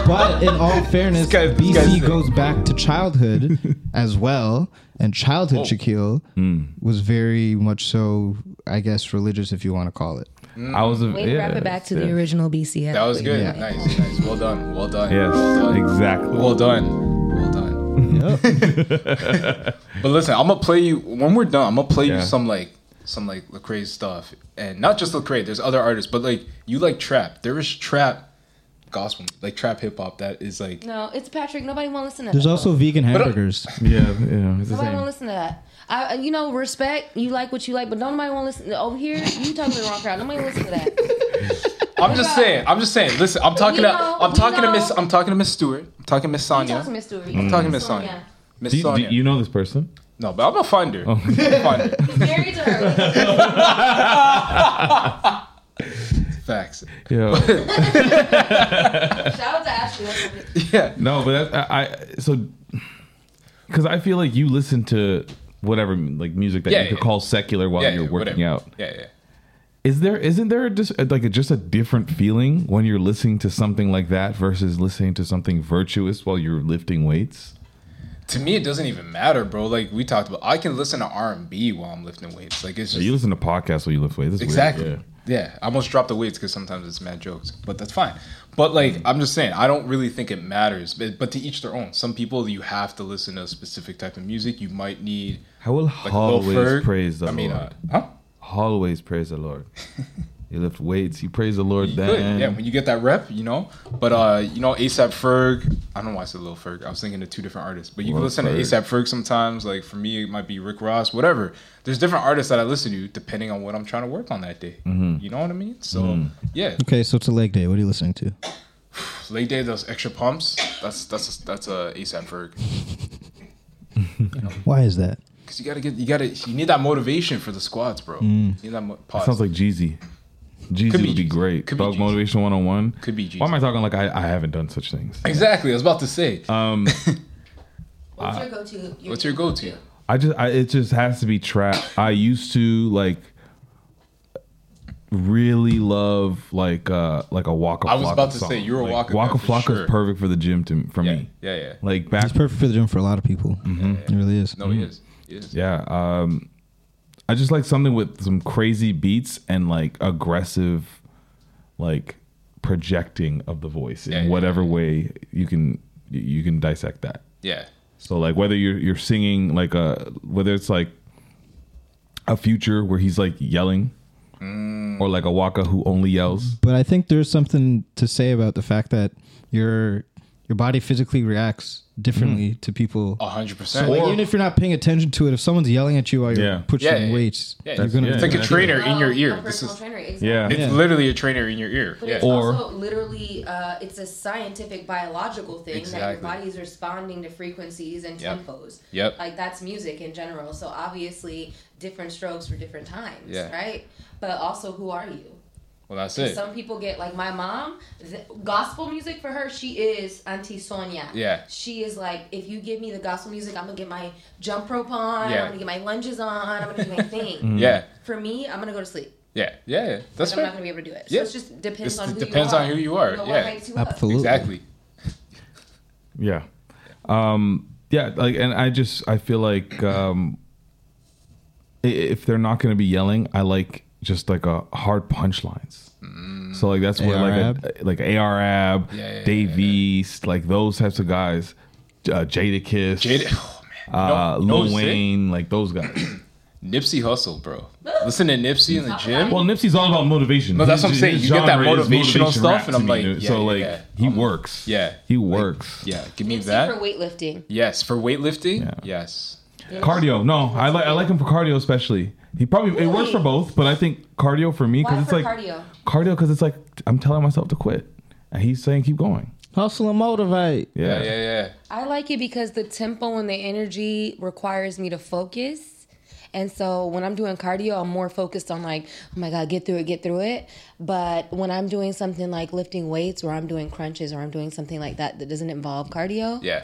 [SPEAKER 9] But in all fairness,
[SPEAKER 1] This guy- this guy's
[SPEAKER 9] BC
[SPEAKER 1] sick.
[SPEAKER 9] goes back to childhood as well, and childhood
[SPEAKER 1] Oh.
[SPEAKER 9] Shaquille
[SPEAKER 1] Hmm.
[SPEAKER 9] was very much so, I guess, religious if you want to call it.
[SPEAKER 2] I was a,
[SPEAKER 3] Way to wrap it back to the
[SPEAKER 2] yeah.
[SPEAKER 3] original BC.
[SPEAKER 1] That was good.
[SPEAKER 9] Yeah.
[SPEAKER 1] Nice, nice. Well done. Well done. Well
[SPEAKER 2] Yes,
[SPEAKER 1] done.
[SPEAKER 2] exactly.
[SPEAKER 1] Well done. Well done. but listen, I'm gonna play you when we're done. I'm gonna play
[SPEAKER 2] Yeah.
[SPEAKER 1] you some like some like Lecrae stuff, and not just Lecrae. There's other artists, but like you like trap. There is trap gospel, like trap hip hop. That is like
[SPEAKER 3] No, it's Patrick. Nobody won't listen to
[SPEAKER 9] There's
[SPEAKER 3] that.
[SPEAKER 9] also vegan
[SPEAKER 1] uh,
[SPEAKER 9] hamburgers.
[SPEAKER 2] yeah, yeah. It's the
[SPEAKER 3] Nobody
[SPEAKER 2] same.
[SPEAKER 3] won't listen to that. I, you know, respect. You like what you like, but nobody won't listen. Over here, you talking to the wrong crowd. Nobody will listen to that.
[SPEAKER 1] I'm just saying. I'm just saying. Listen, I'm talking to
[SPEAKER 3] know,
[SPEAKER 1] I'm
[SPEAKER 3] we
[SPEAKER 1] talking to
[SPEAKER 3] know.
[SPEAKER 1] Miss I'm talking to Miss Stewart. I'm talking to Miss
[SPEAKER 3] You
[SPEAKER 1] Sonia.
[SPEAKER 3] talk to Miss Stewart.
[SPEAKER 1] I'm talking to Miss
[SPEAKER 3] Sonya.
[SPEAKER 1] Sonia. Miss
[SPEAKER 2] Do you, do
[SPEAKER 1] Sonia.
[SPEAKER 2] you Oh. know this person?
[SPEAKER 1] No, but I'm gonna find her. I'm gonna find her.
[SPEAKER 3] He's married to her.
[SPEAKER 1] Facts.
[SPEAKER 2] Yeah.
[SPEAKER 3] Shout out to Ashley. That's what it is.
[SPEAKER 1] Yeah.
[SPEAKER 2] No, but that's, I, I so because I feel like you listen to whatever like music that
[SPEAKER 1] Yeah,
[SPEAKER 2] you could
[SPEAKER 1] yeah.
[SPEAKER 2] call secular while
[SPEAKER 1] Yeah,
[SPEAKER 2] you're
[SPEAKER 1] yeah,
[SPEAKER 2] working
[SPEAKER 1] whatever.
[SPEAKER 2] out.
[SPEAKER 1] Yeah, yeah.
[SPEAKER 2] Is there isn't there a just like a, just a different feeling when you're listening to something like that versus listening to something virtuous while you're lifting weights?
[SPEAKER 1] to me it doesn't even matter bro like we talked about i can listen to r&b while i'm lifting weights like it's just
[SPEAKER 2] You listen to podcasts while you lift weights. That's weird.
[SPEAKER 1] exactly
[SPEAKER 2] Yeah.
[SPEAKER 1] yeah. i almost dropped the weights because sometimes it's mad jokes but that's fine but like
[SPEAKER 2] Mm-hmm.
[SPEAKER 1] i'm just saying i don't really think it matters but, but to each their own some people you have to listen to a specific type of music you might need
[SPEAKER 2] I will
[SPEAKER 1] like Lil
[SPEAKER 2] always
[SPEAKER 1] Ferg.
[SPEAKER 2] praise the
[SPEAKER 1] i mean
[SPEAKER 2] Lord.
[SPEAKER 1] uh, huh
[SPEAKER 2] always praise the Lord. you lift weights. You praise the Lord.
[SPEAKER 1] You could,
[SPEAKER 2] Then
[SPEAKER 1] yeah, when you get that rep, you know. But uh, you know, ASAP Ferg. I don't know why I said Lil Ferg. I was thinking of two different artists. But you can
[SPEAKER 2] Lil
[SPEAKER 1] listen
[SPEAKER 2] Ferg.
[SPEAKER 1] to ASAP Ferg sometimes. Like for me, it might be Rick Ross, whatever. There's different artists that I listen to depending on what I'm trying to work on that day.
[SPEAKER 2] Mm-hmm.
[SPEAKER 1] You know what I mean? So yeah,
[SPEAKER 9] Okay, so it's a leg day. What are you listening to?
[SPEAKER 1] late day those extra pumps. That's that's that's a ASAP Ferg.
[SPEAKER 9] Why is that?
[SPEAKER 1] Cause you gotta get you gotta you need that motivation for the squats, bro. You need that mo- pause.
[SPEAKER 2] Mm. Sounds like Jeezy. Jeezy
[SPEAKER 1] Could be
[SPEAKER 2] would be
[SPEAKER 1] Jeezy.
[SPEAKER 2] great.
[SPEAKER 1] Could be
[SPEAKER 2] Dog
[SPEAKER 1] Jeezy.
[SPEAKER 2] Motivation 101.
[SPEAKER 1] Could be
[SPEAKER 2] Why am
[SPEAKER 1] Jeezy.
[SPEAKER 2] I talking like I, I haven't done such things?
[SPEAKER 1] exactly. I was about to say.
[SPEAKER 2] Uh,
[SPEAKER 3] What's your go-to?
[SPEAKER 1] What's your go-to?
[SPEAKER 2] I just I, it just has to be trap. I used to like really love like uh like a Waka
[SPEAKER 1] I was
[SPEAKER 2] Flocka
[SPEAKER 1] about to
[SPEAKER 2] song.
[SPEAKER 1] say, you're a
[SPEAKER 2] like,
[SPEAKER 1] Waka guy
[SPEAKER 2] Waka
[SPEAKER 1] for
[SPEAKER 2] Flocka
[SPEAKER 1] sure.
[SPEAKER 2] is perfect for the gym to for
[SPEAKER 1] Yeah,
[SPEAKER 2] me.
[SPEAKER 1] yeah, yeah.
[SPEAKER 2] Like back
[SPEAKER 9] It's perfect for the gym for a lot of people. It really is.
[SPEAKER 1] Mm-hmm. No, he is. He is.
[SPEAKER 2] mm. yeah, um I just like something with some crazy beats and like aggressive like projecting of the voice
[SPEAKER 1] Yeah,
[SPEAKER 2] in
[SPEAKER 1] yeah,
[SPEAKER 2] whatever way you can you can dissect that.
[SPEAKER 1] Yeah.
[SPEAKER 2] So like whether you're you're singing like a whether it's like a future where he's like yelling,
[SPEAKER 1] Mm.
[SPEAKER 2] or like a Waka who only yells.
[SPEAKER 9] But I think there's something to say about the fact that your your body physically reacts
[SPEAKER 1] Hmm.
[SPEAKER 9] differently to people.
[SPEAKER 1] A hundred percent.
[SPEAKER 9] So like, even if you're not paying attention to it, if someone's yelling at you while you're
[SPEAKER 2] Yeah.
[SPEAKER 9] pushing
[SPEAKER 1] Yeah, yeah, yeah.
[SPEAKER 9] weights,
[SPEAKER 1] Yeah,
[SPEAKER 9] you're
[SPEAKER 1] it's-
[SPEAKER 9] gonna
[SPEAKER 2] yeah,
[SPEAKER 1] It's like a
[SPEAKER 2] Exactly.
[SPEAKER 1] trainer in your
[SPEAKER 3] Oh,
[SPEAKER 1] ear.
[SPEAKER 3] a
[SPEAKER 1] This
[SPEAKER 3] personal
[SPEAKER 1] is
[SPEAKER 3] trainer, exactly.
[SPEAKER 2] Yeah,
[SPEAKER 1] it's
[SPEAKER 9] Yeah.
[SPEAKER 1] literally a trainer in your ear.
[SPEAKER 3] But
[SPEAKER 1] Yeah.
[SPEAKER 3] it's
[SPEAKER 2] Or-
[SPEAKER 3] also literally uh, it's a scientific biological thing that your
[SPEAKER 1] Exactly.
[SPEAKER 3] body's responding to frequencies and
[SPEAKER 1] Yep.
[SPEAKER 3] tempos.
[SPEAKER 1] Yep.
[SPEAKER 3] Like that's music in general. So obviously different strokes for different times,
[SPEAKER 1] Yeah.
[SPEAKER 3] right? But also who are you?
[SPEAKER 1] Well, that's it.
[SPEAKER 3] Some people get like my mom, th gospel music for her, she is Auntie Sonia.
[SPEAKER 1] Yeah.
[SPEAKER 3] She is like, if you give me the gospel music, I'm gonna get my jump rope on,
[SPEAKER 1] Yeah.
[SPEAKER 3] I'm gonna get my lunges on, I'm gonna do my thing.
[SPEAKER 2] Mm.
[SPEAKER 1] Yeah.
[SPEAKER 3] For me, I'm gonna go to sleep.
[SPEAKER 1] Yeah. Yeah. yeah. That's
[SPEAKER 3] Like, I'm not
[SPEAKER 1] fair.
[SPEAKER 3] gonna be able to do it.
[SPEAKER 1] Yeah.
[SPEAKER 3] So it just depends
[SPEAKER 1] It's-
[SPEAKER 3] on
[SPEAKER 1] it
[SPEAKER 3] who
[SPEAKER 1] depends
[SPEAKER 3] you are.
[SPEAKER 1] on who you are,
[SPEAKER 3] What
[SPEAKER 1] yeah.
[SPEAKER 3] hypes you up.
[SPEAKER 9] absolutely.
[SPEAKER 1] Exactly.
[SPEAKER 2] Yeah. Um, yeah, like and I just I feel like um i- if they're not going to be yelling, I like just like a hard punchlines. So like that's where like a, like ARAB,
[SPEAKER 1] Mm. yeah, yeah,
[SPEAKER 2] Dave East, like those types of guys, uh, Jada Kiss,
[SPEAKER 1] Jada, oh man,
[SPEAKER 2] uh,
[SPEAKER 1] No- no
[SPEAKER 2] Lil
[SPEAKER 1] zit.
[SPEAKER 2] Wayne, like those guys.
[SPEAKER 1] Nipsey Hustle, bro. Listen to Nipsey in the gym.
[SPEAKER 2] Well, Nipsey's all about motivation.
[SPEAKER 1] No, that's what I'm
[SPEAKER 2] His-
[SPEAKER 1] saying.
[SPEAKER 2] his
[SPEAKER 1] You get that
[SPEAKER 2] genre is
[SPEAKER 1] motivational
[SPEAKER 2] motivation
[SPEAKER 1] stuff,
[SPEAKER 2] rap
[SPEAKER 1] and
[SPEAKER 2] to
[SPEAKER 1] I'm
[SPEAKER 2] me,
[SPEAKER 1] like,
[SPEAKER 2] dude.
[SPEAKER 1] yeah,
[SPEAKER 2] so
[SPEAKER 1] yeah,
[SPEAKER 2] like
[SPEAKER 1] yeah.
[SPEAKER 2] he works.
[SPEAKER 1] yeah.
[SPEAKER 2] he works.
[SPEAKER 1] Yeah, give me
[SPEAKER 3] Except
[SPEAKER 1] that.
[SPEAKER 3] for weightlifting.
[SPEAKER 1] yes, for weightlifting.
[SPEAKER 2] Yeah.
[SPEAKER 1] Yes.
[SPEAKER 2] Cardio, no, I like I like him for cardio especially. He probably it works for both, but I think cardio for me
[SPEAKER 3] Why
[SPEAKER 2] because it's
[SPEAKER 3] for
[SPEAKER 2] like
[SPEAKER 3] cardio?
[SPEAKER 2] cardio because it's like I'm telling myself to quit, and he's saying keep going.
[SPEAKER 9] Hustle and motivate.
[SPEAKER 2] Yeah,
[SPEAKER 1] Yeah, yeah, yeah.
[SPEAKER 3] I like it because the tempo and the energy requires me to focus. And so when I'm doing cardio, I'm more focused on like, oh my God, get through it, get through it. But when I'm doing something like lifting weights or I'm doing crunches or I'm doing something like that that doesn't involve cardio,
[SPEAKER 1] Yeah.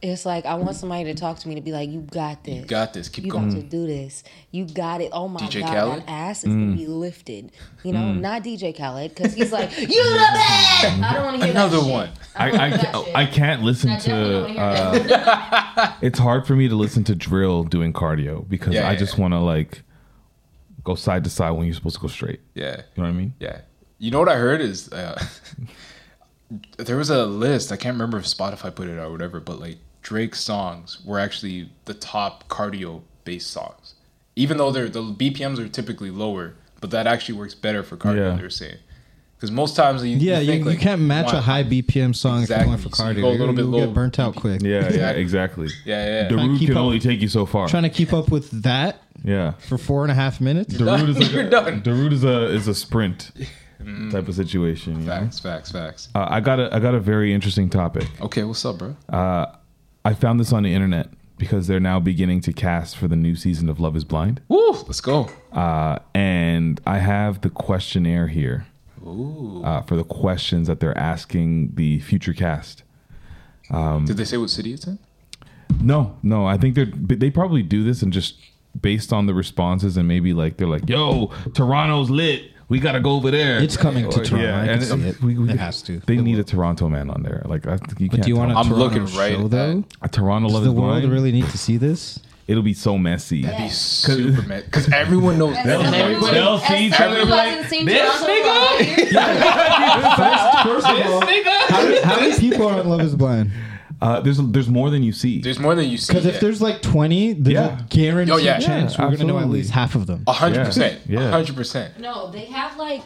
[SPEAKER 3] it's like I want somebody to talk to me to be like, you got this. You
[SPEAKER 1] Got this. Keep
[SPEAKER 3] You
[SPEAKER 1] going.
[SPEAKER 3] got to do this. You got it. Oh my
[SPEAKER 1] DJ
[SPEAKER 3] God,
[SPEAKER 1] Khaled?
[SPEAKER 3] that ass is going to
[SPEAKER 2] Mm.
[SPEAKER 3] be lifted. You know, not DJ Khaled because he's like, you the best. I don't want to hear
[SPEAKER 1] Another
[SPEAKER 3] that shit.
[SPEAKER 1] one.
[SPEAKER 2] I I, can't- I can't listen
[SPEAKER 3] I definitely don't wanna
[SPEAKER 2] to.
[SPEAKER 3] hear
[SPEAKER 2] Uh,
[SPEAKER 3] that.
[SPEAKER 2] it's hard for me to listen to drill doing cardio because
[SPEAKER 1] Yeah,
[SPEAKER 2] I
[SPEAKER 1] yeah,
[SPEAKER 2] just
[SPEAKER 1] yeah.
[SPEAKER 2] want to like go side to side when you're supposed to go straight. You
[SPEAKER 1] Yeah.
[SPEAKER 2] know what I mean?
[SPEAKER 1] Yeah. You know what I heard is uh, there was a list. I can't remember if Spotify put it out or whatever, but like Drake's songs were actually the top cardio based songs. Even though they're, the BPMs are typically lower, but that actually works better for cardio,
[SPEAKER 2] Yeah.
[SPEAKER 1] they were saying. Because most times you,
[SPEAKER 9] Yeah,
[SPEAKER 1] you,
[SPEAKER 9] you,
[SPEAKER 1] think,
[SPEAKER 9] you
[SPEAKER 1] like,
[SPEAKER 9] can't match
[SPEAKER 1] one-
[SPEAKER 9] a high BPM
[SPEAKER 1] Exactly.
[SPEAKER 9] song if you're going for
[SPEAKER 1] So you
[SPEAKER 9] cardio.
[SPEAKER 1] go a
[SPEAKER 9] You're
[SPEAKER 1] little
[SPEAKER 9] gonna
[SPEAKER 1] bit low
[SPEAKER 9] get burnt out quick.
[SPEAKER 2] Yeah, yeah,
[SPEAKER 1] Exactly.
[SPEAKER 2] exactly.
[SPEAKER 1] Yeah,
[SPEAKER 2] The
[SPEAKER 1] yeah.
[SPEAKER 2] root
[SPEAKER 9] keep
[SPEAKER 2] can
[SPEAKER 9] up-
[SPEAKER 2] only take you so far.
[SPEAKER 9] Trying to keep up with that
[SPEAKER 2] yeah.
[SPEAKER 9] for four and a half minutes.
[SPEAKER 2] The root is like
[SPEAKER 1] You're
[SPEAKER 2] a,
[SPEAKER 1] done.
[SPEAKER 2] The root is a is a sprint type of situation. you know?
[SPEAKER 1] Facts, facts, facts.
[SPEAKER 2] Uh, I got a I got a very interesting topic.
[SPEAKER 1] Okay, what's up, bro?
[SPEAKER 2] I found this on the internet because they're now beginning to cast for the new season of Love Is Blind,
[SPEAKER 1] Woo, let's go.
[SPEAKER 2] uh, and I have the questionnaire here uh, for the questions that they're asking the future cast.
[SPEAKER 9] Um,
[SPEAKER 1] Did they say what city it's in?
[SPEAKER 2] No, no, I think they're but they probably do this and just based on the responses and maybe like they're like, "Yo, Toronto's lit. We gotta go over there."
[SPEAKER 9] It's coming to
[SPEAKER 2] Or-
[SPEAKER 9] Toronto. I can
[SPEAKER 2] and
[SPEAKER 9] see it.
[SPEAKER 2] we- we-
[SPEAKER 9] It has to.
[SPEAKER 2] They
[SPEAKER 9] It
[SPEAKER 2] need a Toronto man on there. Like, I, think you
[SPEAKER 9] But
[SPEAKER 2] can't.
[SPEAKER 9] do you want
[SPEAKER 2] tell.
[SPEAKER 9] to?
[SPEAKER 1] I'm looking right
[SPEAKER 9] show,
[SPEAKER 1] at
[SPEAKER 9] though.
[SPEAKER 2] a Toronto
[SPEAKER 9] Does
[SPEAKER 2] love
[SPEAKER 9] the
[SPEAKER 2] is
[SPEAKER 9] world
[SPEAKER 2] blind?
[SPEAKER 9] really need to see this?
[SPEAKER 2] It'll be so messy.
[SPEAKER 1] Superman. Because everyone knows
[SPEAKER 3] And
[SPEAKER 1] that.
[SPEAKER 3] everyone-
[SPEAKER 2] they'll
[SPEAKER 3] as
[SPEAKER 2] see each
[SPEAKER 3] someone
[SPEAKER 2] other
[SPEAKER 3] who
[SPEAKER 2] like,
[SPEAKER 3] hasn't seen
[SPEAKER 2] "This
[SPEAKER 3] Toronto for all years,
[SPEAKER 9] First of all, how, many- how many people are on Love Is Blind?
[SPEAKER 2] Uh, there's there's more than you see.
[SPEAKER 1] There's more than you see.
[SPEAKER 9] Because if
[SPEAKER 1] yeah.
[SPEAKER 9] there's like twenty, there's
[SPEAKER 2] Yeah.
[SPEAKER 9] a guaranteed
[SPEAKER 1] Oh, yeah.
[SPEAKER 9] chance
[SPEAKER 2] Yeah,
[SPEAKER 9] we're gonna know at
[SPEAKER 2] absolutely.
[SPEAKER 9] least half of them.
[SPEAKER 1] A hundred percent.
[SPEAKER 2] Yeah, yeah.
[SPEAKER 1] A hundred percent.
[SPEAKER 3] No, they have like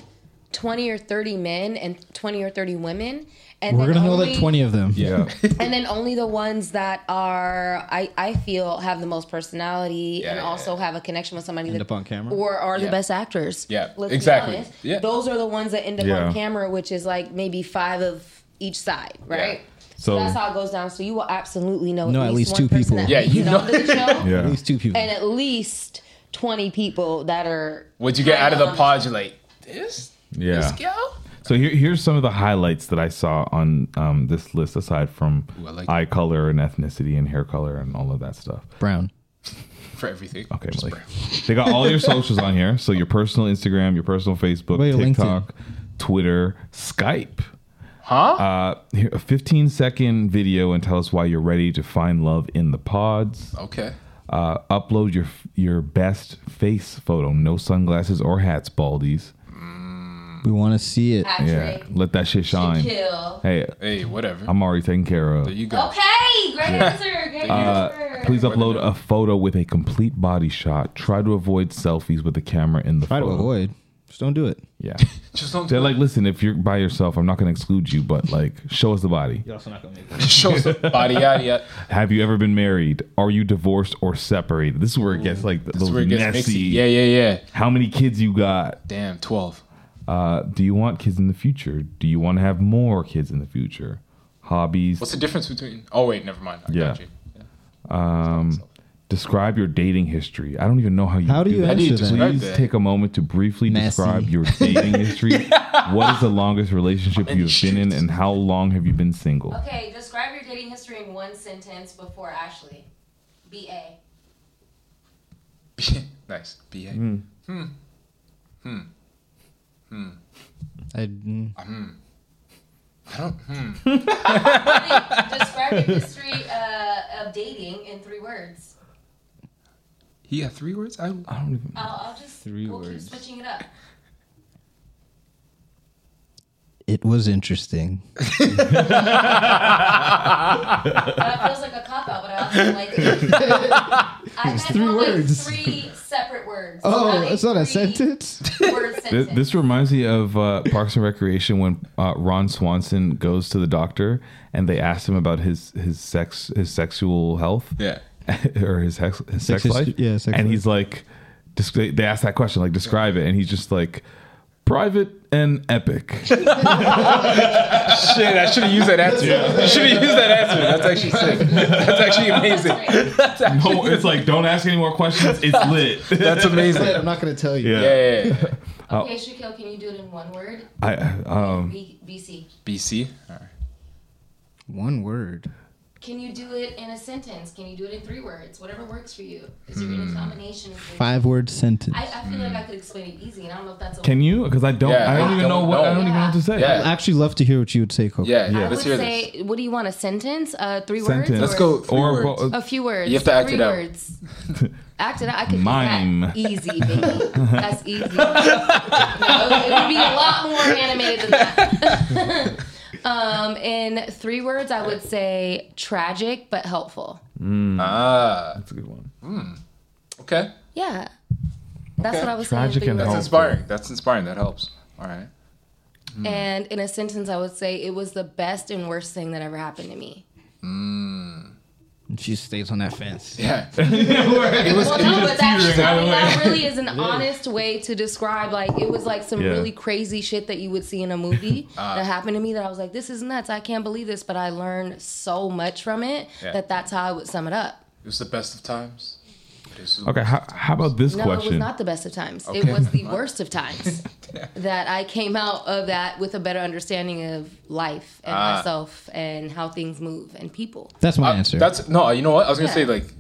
[SPEAKER 3] 20 or 30 men and 20 or 30 women. And
[SPEAKER 9] We're
[SPEAKER 3] then
[SPEAKER 9] gonna know
[SPEAKER 3] only,
[SPEAKER 9] like twenty of them.
[SPEAKER 2] yeah,
[SPEAKER 3] And then only the ones that are, I, I feel, have the most personality
[SPEAKER 1] Yeah,
[SPEAKER 3] and
[SPEAKER 1] yeah,
[SPEAKER 3] also have a connection with somebody
[SPEAKER 9] End
[SPEAKER 3] that.
[SPEAKER 9] up on camera.
[SPEAKER 3] Or are
[SPEAKER 1] Yeah.
[SPEAKER 3] the best actors.
[SPEAKER 1] Yeah,
[SPEAKER 3] Let's be
[SPEAKER 1] exactly.
[SPEAKER 3] honest.
[SPEAKER 1] Yeah.
[SPEAKER 3] Those are the ones that end up
[SPEAKER 2] Yeah.
[SPEAKER 3] on camera, which is like maybe five of each side, right?
[SPEAKER 2] So-
[SPEAKER 3] So, that's how it goes down. So you will absolutely know
[SPEAKER 9] No,
[SPEAKER 3] at
[SPEAKER 9] at
[SPEAKER 3] least,
[SPEAKER 9] least
[SPEAKER 3] one
[SPEAKER 9] two
[SPEAKER 3] person
[SPEAKER 9] people.
[SPEAKER 3] that
[SPEAKER 1] Yeah,
[SPEAKER 3] you
[SPEAKER 1] you
[SPEAKER 3] know
[SPEAKER 1] know-
[SPEAKER 3] to the show,
[SPEAKER 9] At
[SPEAKER 2] yeah.
[SPEAKER 9] least two people.
[SPEAKER 3] and at least twenty people that are.
[SPEAKER 1] Once you get out of the
[SPEAKER 3] Um,
[SPEAKER 1] pod, you're like, this?
[SPEAKER 2] Yeah.
[SPEAKER 1] This gal?
[SPEAKER 2] So here, here's some of the highlights that I saw on um, this list, aside from
[SPEAKER 1] Ooh, I like
[SPEAKER 2] eye color and ethnicity and hair color and all of that stuff.
[SPEAKER 9] Brown.
[SPEAKER 1] For everything.
[SPEAKER 2] Okay,
[SPEAKER 1] Just
[SPEAKER 2] Malik.
[SPEAKER 1] brown.
[SPEAKER 2] they got all your socials on here. So your personal Instagram, your personal Facebook,
[SPEAKER 9] Wait, LinkedIn.
[SPEAKER 2] TikTok, Twitter, Skype.
[SPEAKER 1] Huh?
[SPEAKER 2] Uh, here, a 15 second video and tell us why you're ready to find love in the pods.
[SPEAKER 1] okay.
[SPEAKER 2] Uh, upload your your best face photo, no sunglasses or hats, baldies.
[SPEAKER 9] We want to see it.
[SPEAKER 2] Yeah,
[SPEAKER 3] Patrick,
[SPEAKER 2] let that shit shine.
[SPEAKER 3] Kill.
[SPEAKER 2] Hey,
[SPEAKER 1] Hey, whatever.
[SPEAKER 2] I'm already taken care of.
[SPEAKER 1] there you
[SPEAKER 9] Oh.
[SPEAKER 1] go.
[SPEAKER 3] Okay, great answer. Great answer.
[SPEAKER 2] Please upload a photo with a complete body shot. Try to avoid selfies with the camera in the
[SPEAKER 9] Try to
[SPEAKER 2] photo.
[SPEAKER 9] avoid. Just don't do it.
[SPEAKER 2] Yeah.
[SPEAKER 1] Just don't
[SPEAKER 2] They're like, listen, if you're by yourself, I'm not going to exclude you, but like, show us the body.
[SPEAKER 1] show some body yada yada.
[SPEAKER 2] Have you ever been married? Are you divorced or separated? This is where it gets like th- those
[SPEAKER 1] That's where it gets
[SPEAKER 2] messy.
[SPEAKER 1] mixy. Yeah, yeah, yeah.
[SPEAKER 2] How many kids you got?
[SPEAKER 1] Damn, 12.
[SPEAKER 2] Uh, do you want kids in the future? Do you want to have more kids in the future? Hobbies.
[SPEAKER 1] What's the difference between. Oh, wait, never mind. I
[SPEAKER 2] Yeah.
[SPEAKER 1] got you.
[SPEAKER 2] Um, describe your dating history. I don't even know how you.
[SPEAKER 9] How do you
[SPEAKER 2] that.
[SPEAKER 9] answer
[SPEAKER 1] do you
[SPEAKER 9] that?
[SPEAKER 1] describe-
[SPEAKER 2] Please
[SPEAKER 1] Okay.
[SPEAKER 2] take a moment to briefly
[SPEAKER 9] Messy.
[SPEAKER 2] describe your dating history. What is the longest relationship
[SPEAKER 1] in the Uh,
[SPEAKER 2] you've been in,
[SPEAKER 1] streets.
[SPEAKER 2] and how long have you been single?
[SPEAKER 3] Okay, describe your dating history in one sentence before Ashley. B A.
[SPEAKER 1] nice. BA.
[SPEAKER 2] Hmm.
[SPEAKER 9] I, mm,
[SPEAKER 3] Describe your history uh, of dating in three words.
[SPEAKER 1] He had three words. I
[SPEAKER 2] I don't even.
[SPEAKER 3] I'll, I'll just
[SPEAKER 9] Three
[SPEAKER 3] we'll
[SPEAKER 9] words.
[SPEAKER 3] keep switching it up.
[SPEAKER 9] It was interesting.
[SPEAKER 3] That Uh, feels like a cop out, but I also like it. I had
[SPEAKER 9] three
[SPEAKER 3] more like
[SPEAKER 9] words.
[SPEAKER 3] three separate words.
[SPEAKER 9] Oh,
[SPEAKER 3] a
[SPEAKER 9] it's not a
[SPEAKER 3] three
[SPEAKER 9] sentence.
[SPEAKER 3] Word
[SPEAKER 2] This,
[SPEAKER 3] sentence.
[SPEAKER 2] this reminds me of uh, Parks and Recreation when uh, Ron Swanson goes to the doctor and they asked him about his his sex his sexual health.
[SPEAKER 1] Yeah.
[SPEAKER 2] or his sex, his sex,
[SPEAKER 9] hist-
[SPEAKER 2] life.
[SPEAKER 9] yeah, sex
[SPEAKER 2] and
[SPEAKER 9] life.
[SPEAKER 2] he's like, dis- they they asked that question, like describe it, and he's just like, private and epic.
[SPEAKER 1] Shit, I should have used that answer. I should have used that answer. That's actually sick. That's actually amazing.
[SPEAKER 2] No, it's like don't ask any more questions. It's lit.
[SPEAKER 1] That's amazing.
[SPEAKER 9] I'm not going to tell you.
[SPEAKER 2] Yeah.
[SPEAKER 1] Yeah, yeah, yeah.
[SPEAKER 3] Okay, Shaquille, can you do it in one word?
[SPEAKER 2] I um
[SPEAKER 3] B- BC.
[SPEAKER 1] BC. All right.
[SPEAKER 9] One word.
[SPEAKER 3] Can you do it in a sentence? Can you do it in three words? Whatever works for you. Because you're
[SPEAKER 9] Hmm.
[SPEAKER 3] in a combination. of things.
[SPEAKER 9] Five word sentence.
[SPEAKER 3] I, I feel
[SPEAKER 1] Mm.
[SPEAKER 3] like I could explain it easy, and I don't know if that's a
[SPEAKER 2] can you? Because I don't.
[SPEAKER 1] Yeah,
[SPEAKER 2] I don't
[SPEAKER 1] I
[SPEAKER 2] even know
[SPEAKER 1] don't
[SPEAKER 2] what. I
[SPEAKER 1] know.
[SPEAKER 2] don't even know what to say.
[SPEAKER 1] Yeah.
[SPEAKER 9] I'd actually love to hear what you would say, Coco.
[SPEAKER 1] Yeah,
[SPEAKER 3] I
[SPEAKER 1] yeah.
[SPEAKER 3] would
[SPEAKER 1] Let's hear
[SPEAKER 3] say,
[SPEAKER 1] this.
[SPEAKER 3] what do you want? A sentence? Uh, three
[SPEAKER 2] Sentence.
[SPEAKER 3] words?
[SPEAKER 1] Let's
[SPEAKER 3] or-
[SPEAKER 1] go. Three
[SPEAKER 2] Or
[SPEAKER 1] words.
[SPEAKER 2] bo-
[SPEAKER 3] A few words.
[SPEAKER 1] You have to act
[SPEAKER 3] three
[SPEAKER 1] it out.
[SPEAKER 3] words. Act it out. I could do
[SPEAKER 2] Mime.
[SPEAKER 3] that. easy, baby. That's easy. No, it would be a lot more animated than that. um, in three words, I would say tragic but helpful.
[SPEAKER 1] Ah.
[SPEAKER 2] that's a good one.
[SPEAKER 1] Okay.
[SPEAKER 3] Yeah, that's
[SPEAKER 1] Okay.
[SPEAKER 3] what I was
[SPEAKER 2] Tragic
[SPEAKER 3] saying. in
[SPEAKER 2] and
[SPEAKER 1] That's
[SPEAKER 3] three
[SPEAKER 2] helpful.
[SPEAKER 3] words.
[SPEAKER 1] inspiring. That's inspiring. That helps. All right.
[SPEAKER 3] And in a sentence, I would say it was the best and worst thing that ever happened to me.
[SPEAKER 9] She stays on that fence.
[SPEAKER 1] Yeah.
[SPEAKER 3] Well, no, but that's
[SPEAKER 2] teetering
[SPEAKER 3] I
[SPEAKER 2] either way.
[SPEAKER 3] mean, that really is an honest way to describe. Like it was like some
[SPEAKER 2] Yeah. Uh.
[SPEAKER 3] really crazy shit that you would see in a movie that happened to me. That I was like, this is nuts. I can't believe this, but I learned so much from it
[SPEAKER 1] Yeah.
[SPEAKER 3] that that's how I would sum it up.
[SPEAKER 1] It was the best of times. It is-
[SPEAKER 2] Okay, how, how about this
[SPEAKER 3] No, it was
[SPEAKER 2] question?
[SPEAKER 3] not the best of times. It was the worst of times that I came out of that with a better understanding of life and
[SPEAKER 2] Ah.
[SPEAKER 3] myself and how things move and people.
[SPEAKER 9] That's my
[SPEAKER 1] Uh,
[SPEAKER 9] answer.
[SPEAKER 1] That's no. You know what? I was gonna
[SPEAKER 3] Yeah.
[SPEAKER 1] say like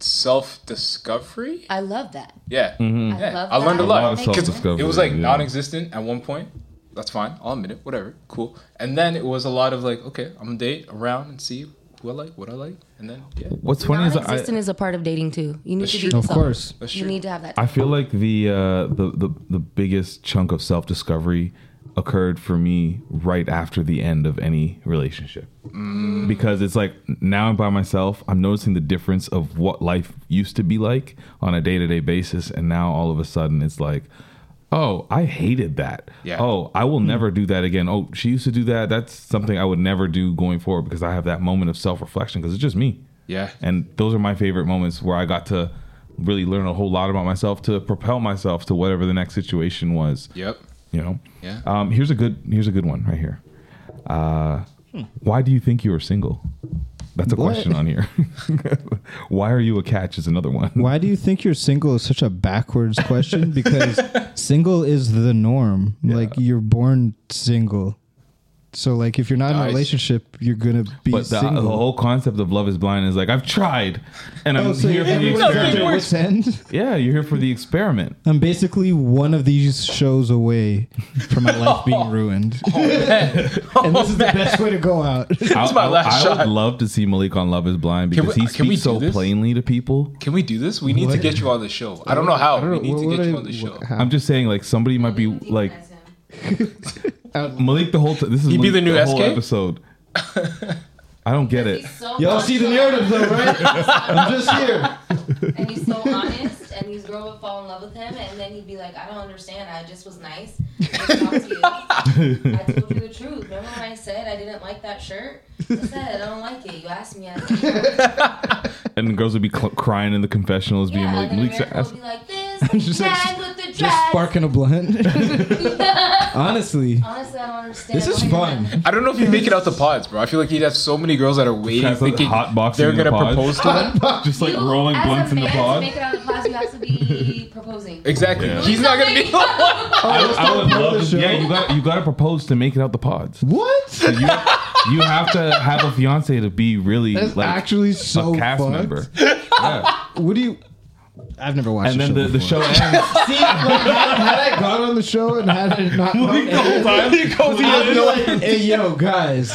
[SPEAKER 1] self discovery.
[SPEAKER 3] I love that.
[SPEAKER 1] Yeah.
[SPEAKER 3] I love.
[SPEAKER 1] I learned a
[SPEAKER 3] that.
[SPEAKER 1] lot.
[SPEAKER 2] A lot of
[SPEAKER 3] Makes
[SPEAKER 2] self
[SPEAKER 3] sense.
[SPEAKER 2] discovery.
[SPEAKER 1] It was like non-existent at one point. That's fine. I'll admit it. Whatever. Cool. And then it was a lot of like, okay, I'm gonna date around and see who I like, what I like, and then yeah,
[SPEAKER 2] What's funny is I,
[SPEAKER 3] Non-existent is a part of dating too. You need to be
[SPEAKER 1] true.
[SPEAKER 9] of
[SPEAKER 3] yourself.
[SPEAKER 9] course.
[SPEAKER 1] that's
[SPEAKER 3] You
[SPEAKER 1] true.
[SPEAKER 3] need to have that.
[SPEAKER 2] I feel like the uh, the the the biggest chunk of self discovery occurred for me right after the end of any relationship
[SPEAKER 3] Mm.
[SPEAKER 2] because it's like now I'm by myself. I'm noticing the difference of what life used to be like on a day to day basis, and now all of a sudden it's like. Oh, I hated that.
[SPEAKER 1] Yeah.
[SPEAKER 2] Oh, I
[SPEAKER 3] Hmm.
[SPEAKER 2] will never do that again. Oh, she used to do that. That's something I would never do going forward because I have that moment of self reflection because it's just me.
[SPEAKER 1] Yeah.
[SPEAKER 2] And those are my favorite moments where I got to really learn a whole lot about myself to propel myself to whatever the next situation was.
[SPEAKER 1] Yep.
[SPEAKER 2] You know?
[SPEAKER 1] Yeah.
[SPEAKER 2] Um, here's a good here's a good one right here. Uh,
[SPEAKER 1] Hmm.
[SPEAKER 2] why do you think you are single? That's a
[SPEAKER 9] What?
[SPEAKER 2] question on here. why are you a catch is another one.
[SPEAKER 9] Why do you think you're single is such a backwards question? Because single is the norm. Like you're born single. So like if you're not in a
[SPEAKER 1] Nice.
[SPEAKER 9] relationship, you're gonna be
[SPEAKER 2] But the, the
[SPEAKER 9] single.
[SPEAKER 2] whole concept of love is blind is like I've tried and I'm
[SPEAKER 9] Oh, so
[SPEAKER 2] here for the
[SPEAKER 9] everyone's
[SPEAKER 2] experiment.
[SPEAKER 9] at this end?
[SPEAKER 2] Yeah, you're here for the experiment.
[SPEAKER 9] I'm basically one of these shows away from my life being ruined.
[SPEAKER 1] Oh.
[SPEAKER 9] and this is the best way to go out.
[SPEAKER 2] That's
[SPEAKER 1] my last
[SPEAKER 2] I
[SPEAKER 1] shot.
[SPEAKER 2] would love to see Malik on Love is Blind because
[SPEAKER 1] we-
[SPEAKER 2] he
[SPEAKER 1] can we
[SPEAKER 2] speaks so
[SPEAKER 1] do this?
[SPEAKER 2] plainly to people.
[SPEAKER 1] Can we do this? We need to
[SPEAKER 9] What?
[SPEAKER 1] get you on the show. I don't know how. we need to
[SPEAKER 9] What
[SPEAKER 1] get
[SPEAKER 9] would
[SPEAKER 1] you
[SPEAKER 9] I-
[SPEAKER 1] on the show.
[SPEAKER 9] how-
[SPEAKER 2] I'm just saying, like somebody might be like
[SPEAKER 3] Demonize him.
[SPEAKER 2] Malik the whole. T- this is
[SPEAKER 1] He'd be
[SPEAKER 2] Malik
[SPEAKER 1] the new
[SPEAKER 2] whole
[SPEAKER 1] SK?
[SPEAKER 2] episode. I don't get it.
[SPEAKER 3] He's so
[SPEAKER 9] Y'all see the
[SPEAKER 3] nerd,
[SPEAKER 9] narrative though, right? I'm just here.
[SPEAKER 3] And he's so honest, and these girls would fall in love with him, and then he'd be like, "I don't understand. I just was nice. I just talked to you. I told you the truth. Remember when I said I didn't like that shirt? I said I don't like it. You asked me. I said,
[SPEAKER 2] And the girls would be cl- crying in the confessionals, being
[SPEAKER 3] yeah.
[SPEAKER 2] like,
[SPEAKER 3] and then
[SPEAKER 2] Malik's
[SPEAKER 3] America would
[SPEAKER 2] ass.
[SPEAKER 3] be like this.
[SPEAKER 9] just like,
[SPEAKER 3] man with the dress.
[SPEAKER 9] Just sparking a blunt. Honestly,
[SPEAKER 3] Honestly, I don't understand. Oh
[SPEAKER 9] this is
[SPEAKER 3] why you're
[SPEAKER 9] fun.
[SPEAKER 1] I don't know if you make it out the pods, bro. I feel like he'd have so many girls that are waiting,
[SPEAKER 2] Guys, like,
[SPEAKER 1] thinking
[SPEAKER 2] hotboxing
[SPEAKER 1] they're
[SPEAKER 2] in the
[SPEAKER 1] gonna
[SPEAKER 2] pod.
[SPEAKER 1] propose to him.
[SPEAKER 2] Just like
[SPEAKER 3] You,
[SPEAKER 2] rolling
[SPEAKER 3] as
[SPEAKER 2] blunts
[SPEAKER 3] a
[SPEAKER 2] in the
[SPEAKER 3] man, to
[SPEAKER 2] pod.
[SPEAKER 3] make it out of the class, you have to be proposing.
[SPEAKER 1] Exactly.
[SPEAKER 2] Yeah.
[SPEAKER 1] He's not gonna be.
[SPEAKER 2] I would love.
[SPEAKER 9] show.
[SPEAKER 2] To, yeah, you got you got to propose to make it out the pods.
[SPEAKER 9] What?
[SPEAKER 2] You, you have to have a fiance to be really
[SPEAKER 9] That's
[SPEAKER 2] like
[SPEAKER 9] actually so
[SPEAKER 2] a cast
[SPEAKER 9] fucked.
[SPEAKER 2] member. Yeah.
[SPEAKER 9] What do you? I've never watched.
[SPEAKER 2] and
[SPEAKER 9] the
[SPEAKER 2] then the, the
[SPEAKER 9] before.
[SPEAKER 2] show ends.
[SPEAKER 9] had I gone on the show and had it not,
[SPEAKER 2] the whole time.
[SPEAKER 9] I'd be like, "Hey, yo, guys,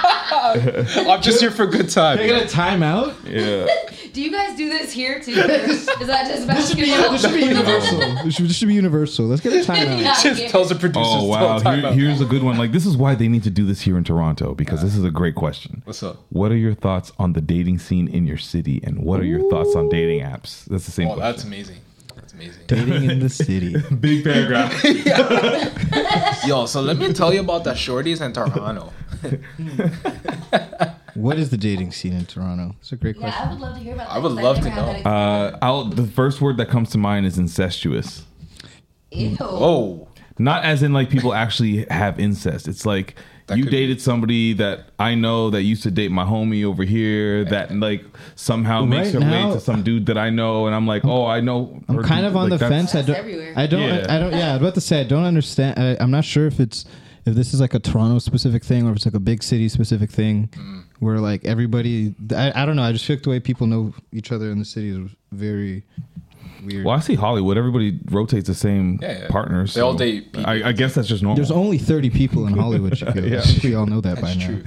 [SPEAKER 1] I'm just here for a good time.
[SPEAKER 9] they got a timeout.
[SPEAKER 2] yeah.
[SPEAKER 3] Do you guys do this here too? Is that just basketball?
[SPEAKER 9] This should be universal. This should, this should be universal. Let's get a timeout."
[SPEAKER 3] Not
[SPEAKER 1] Just
[SPEAKER 3] here.
[SPEAKER 1] tells the producers.
[SPEAKER 2] Oh wow! Here, here's a good one. Like this is why they need to do this here in Toronto because this is a great question.
[SPEAKER 1] What's up?
[SPEAKER 2] What are your thoughts on the dating scene in your city, and what are your thoughts on dating apps? That's the same
[SPEAKER 1] Oh, that's
[SPEAKER 2] question.
[SPEAKER 1] amazing. That's amazing.
[SPEAKER 9] Dating in the city.
[SPEAKER 2] Big paragraph.
[SPEAKER 1] Yo, so let me tell you about the shorties in Toronto.
[SPEAKER 9] What is the dating scene in Toronto? It's a great
[SPEAKER 3] Yeah,
[SPEAKER 9] question.
[SPEAKER 3] I would love to hear about that.
[SPEAKER 1] I would
[SPEAKER 3] 'cause
[SPEAKER 1] love
[SPEAKER 3] never
[SPEAKER 1] to
[SPEAKER 3] had
[SPEAKER 1] know.
[SPEAKER 3] that
[SPEAKER 2] uh, I'll, the first word that comes to mind is incestuous.
[SPEAKER 9] Mm.
[SPEAKER 3] experience. Ew.
[SPEAKER 1] Oh,
[SPEAKER 2] Not as in like people actually have incest. It's like you
[SPEAKER 1] could be-
[SPEAKER 2] dated somebody that I know that used to date my homie over here that like somehow makes her
[SPEAKER 9] Right now-
[SPEAKER 2] way to some dude that I know, and I'm like, oh, I know.
[SPEAKER 9] I'm
[SPEAKER 2] her
[SPEAKER 9] kind
[SPEAKER 2] dude.
[SPEAKER 9] of on
[SPEAKER 2] Like,
[SPEAKER 9] the
[SPEAKER 2] that's-
[SPEAKER 9] fence. I don't.
[SPEAKER 3] everywhere.
[SPEAKER 9] I don't.
[SPEAKER 2] Yeah.
[SPEAKER 9] I don't. Yeah, I was about to say I don't understand. I, I'm not sure if it's if this is like a Toronto specific thing or if it's like a big city specific thing,
[SPEAKER 2] Mm.
[SPEAKER 9] where like everybody. I, I don't know. I just feel like the way people know each other in the city is very weird.
[SPEAKER 2] Well, I see Hollywood. Everybody rotates the same
[SPEAKER 1] Yeah, yeah.
[SPEAKER 2] partners.
[SPEAKER 1] They all date people.
[SPEAKER 2] I, I guess that's just normal.
[SPEAKER 9] There's only 30 people in Hollywood. Shaquille.
[SPEAKER 2] Yeah.
[SPEAKER 9] I think we all know that by
[SPEAKER 1] that's
[SPEAKER 9] now.
[SPEAKER 1] true.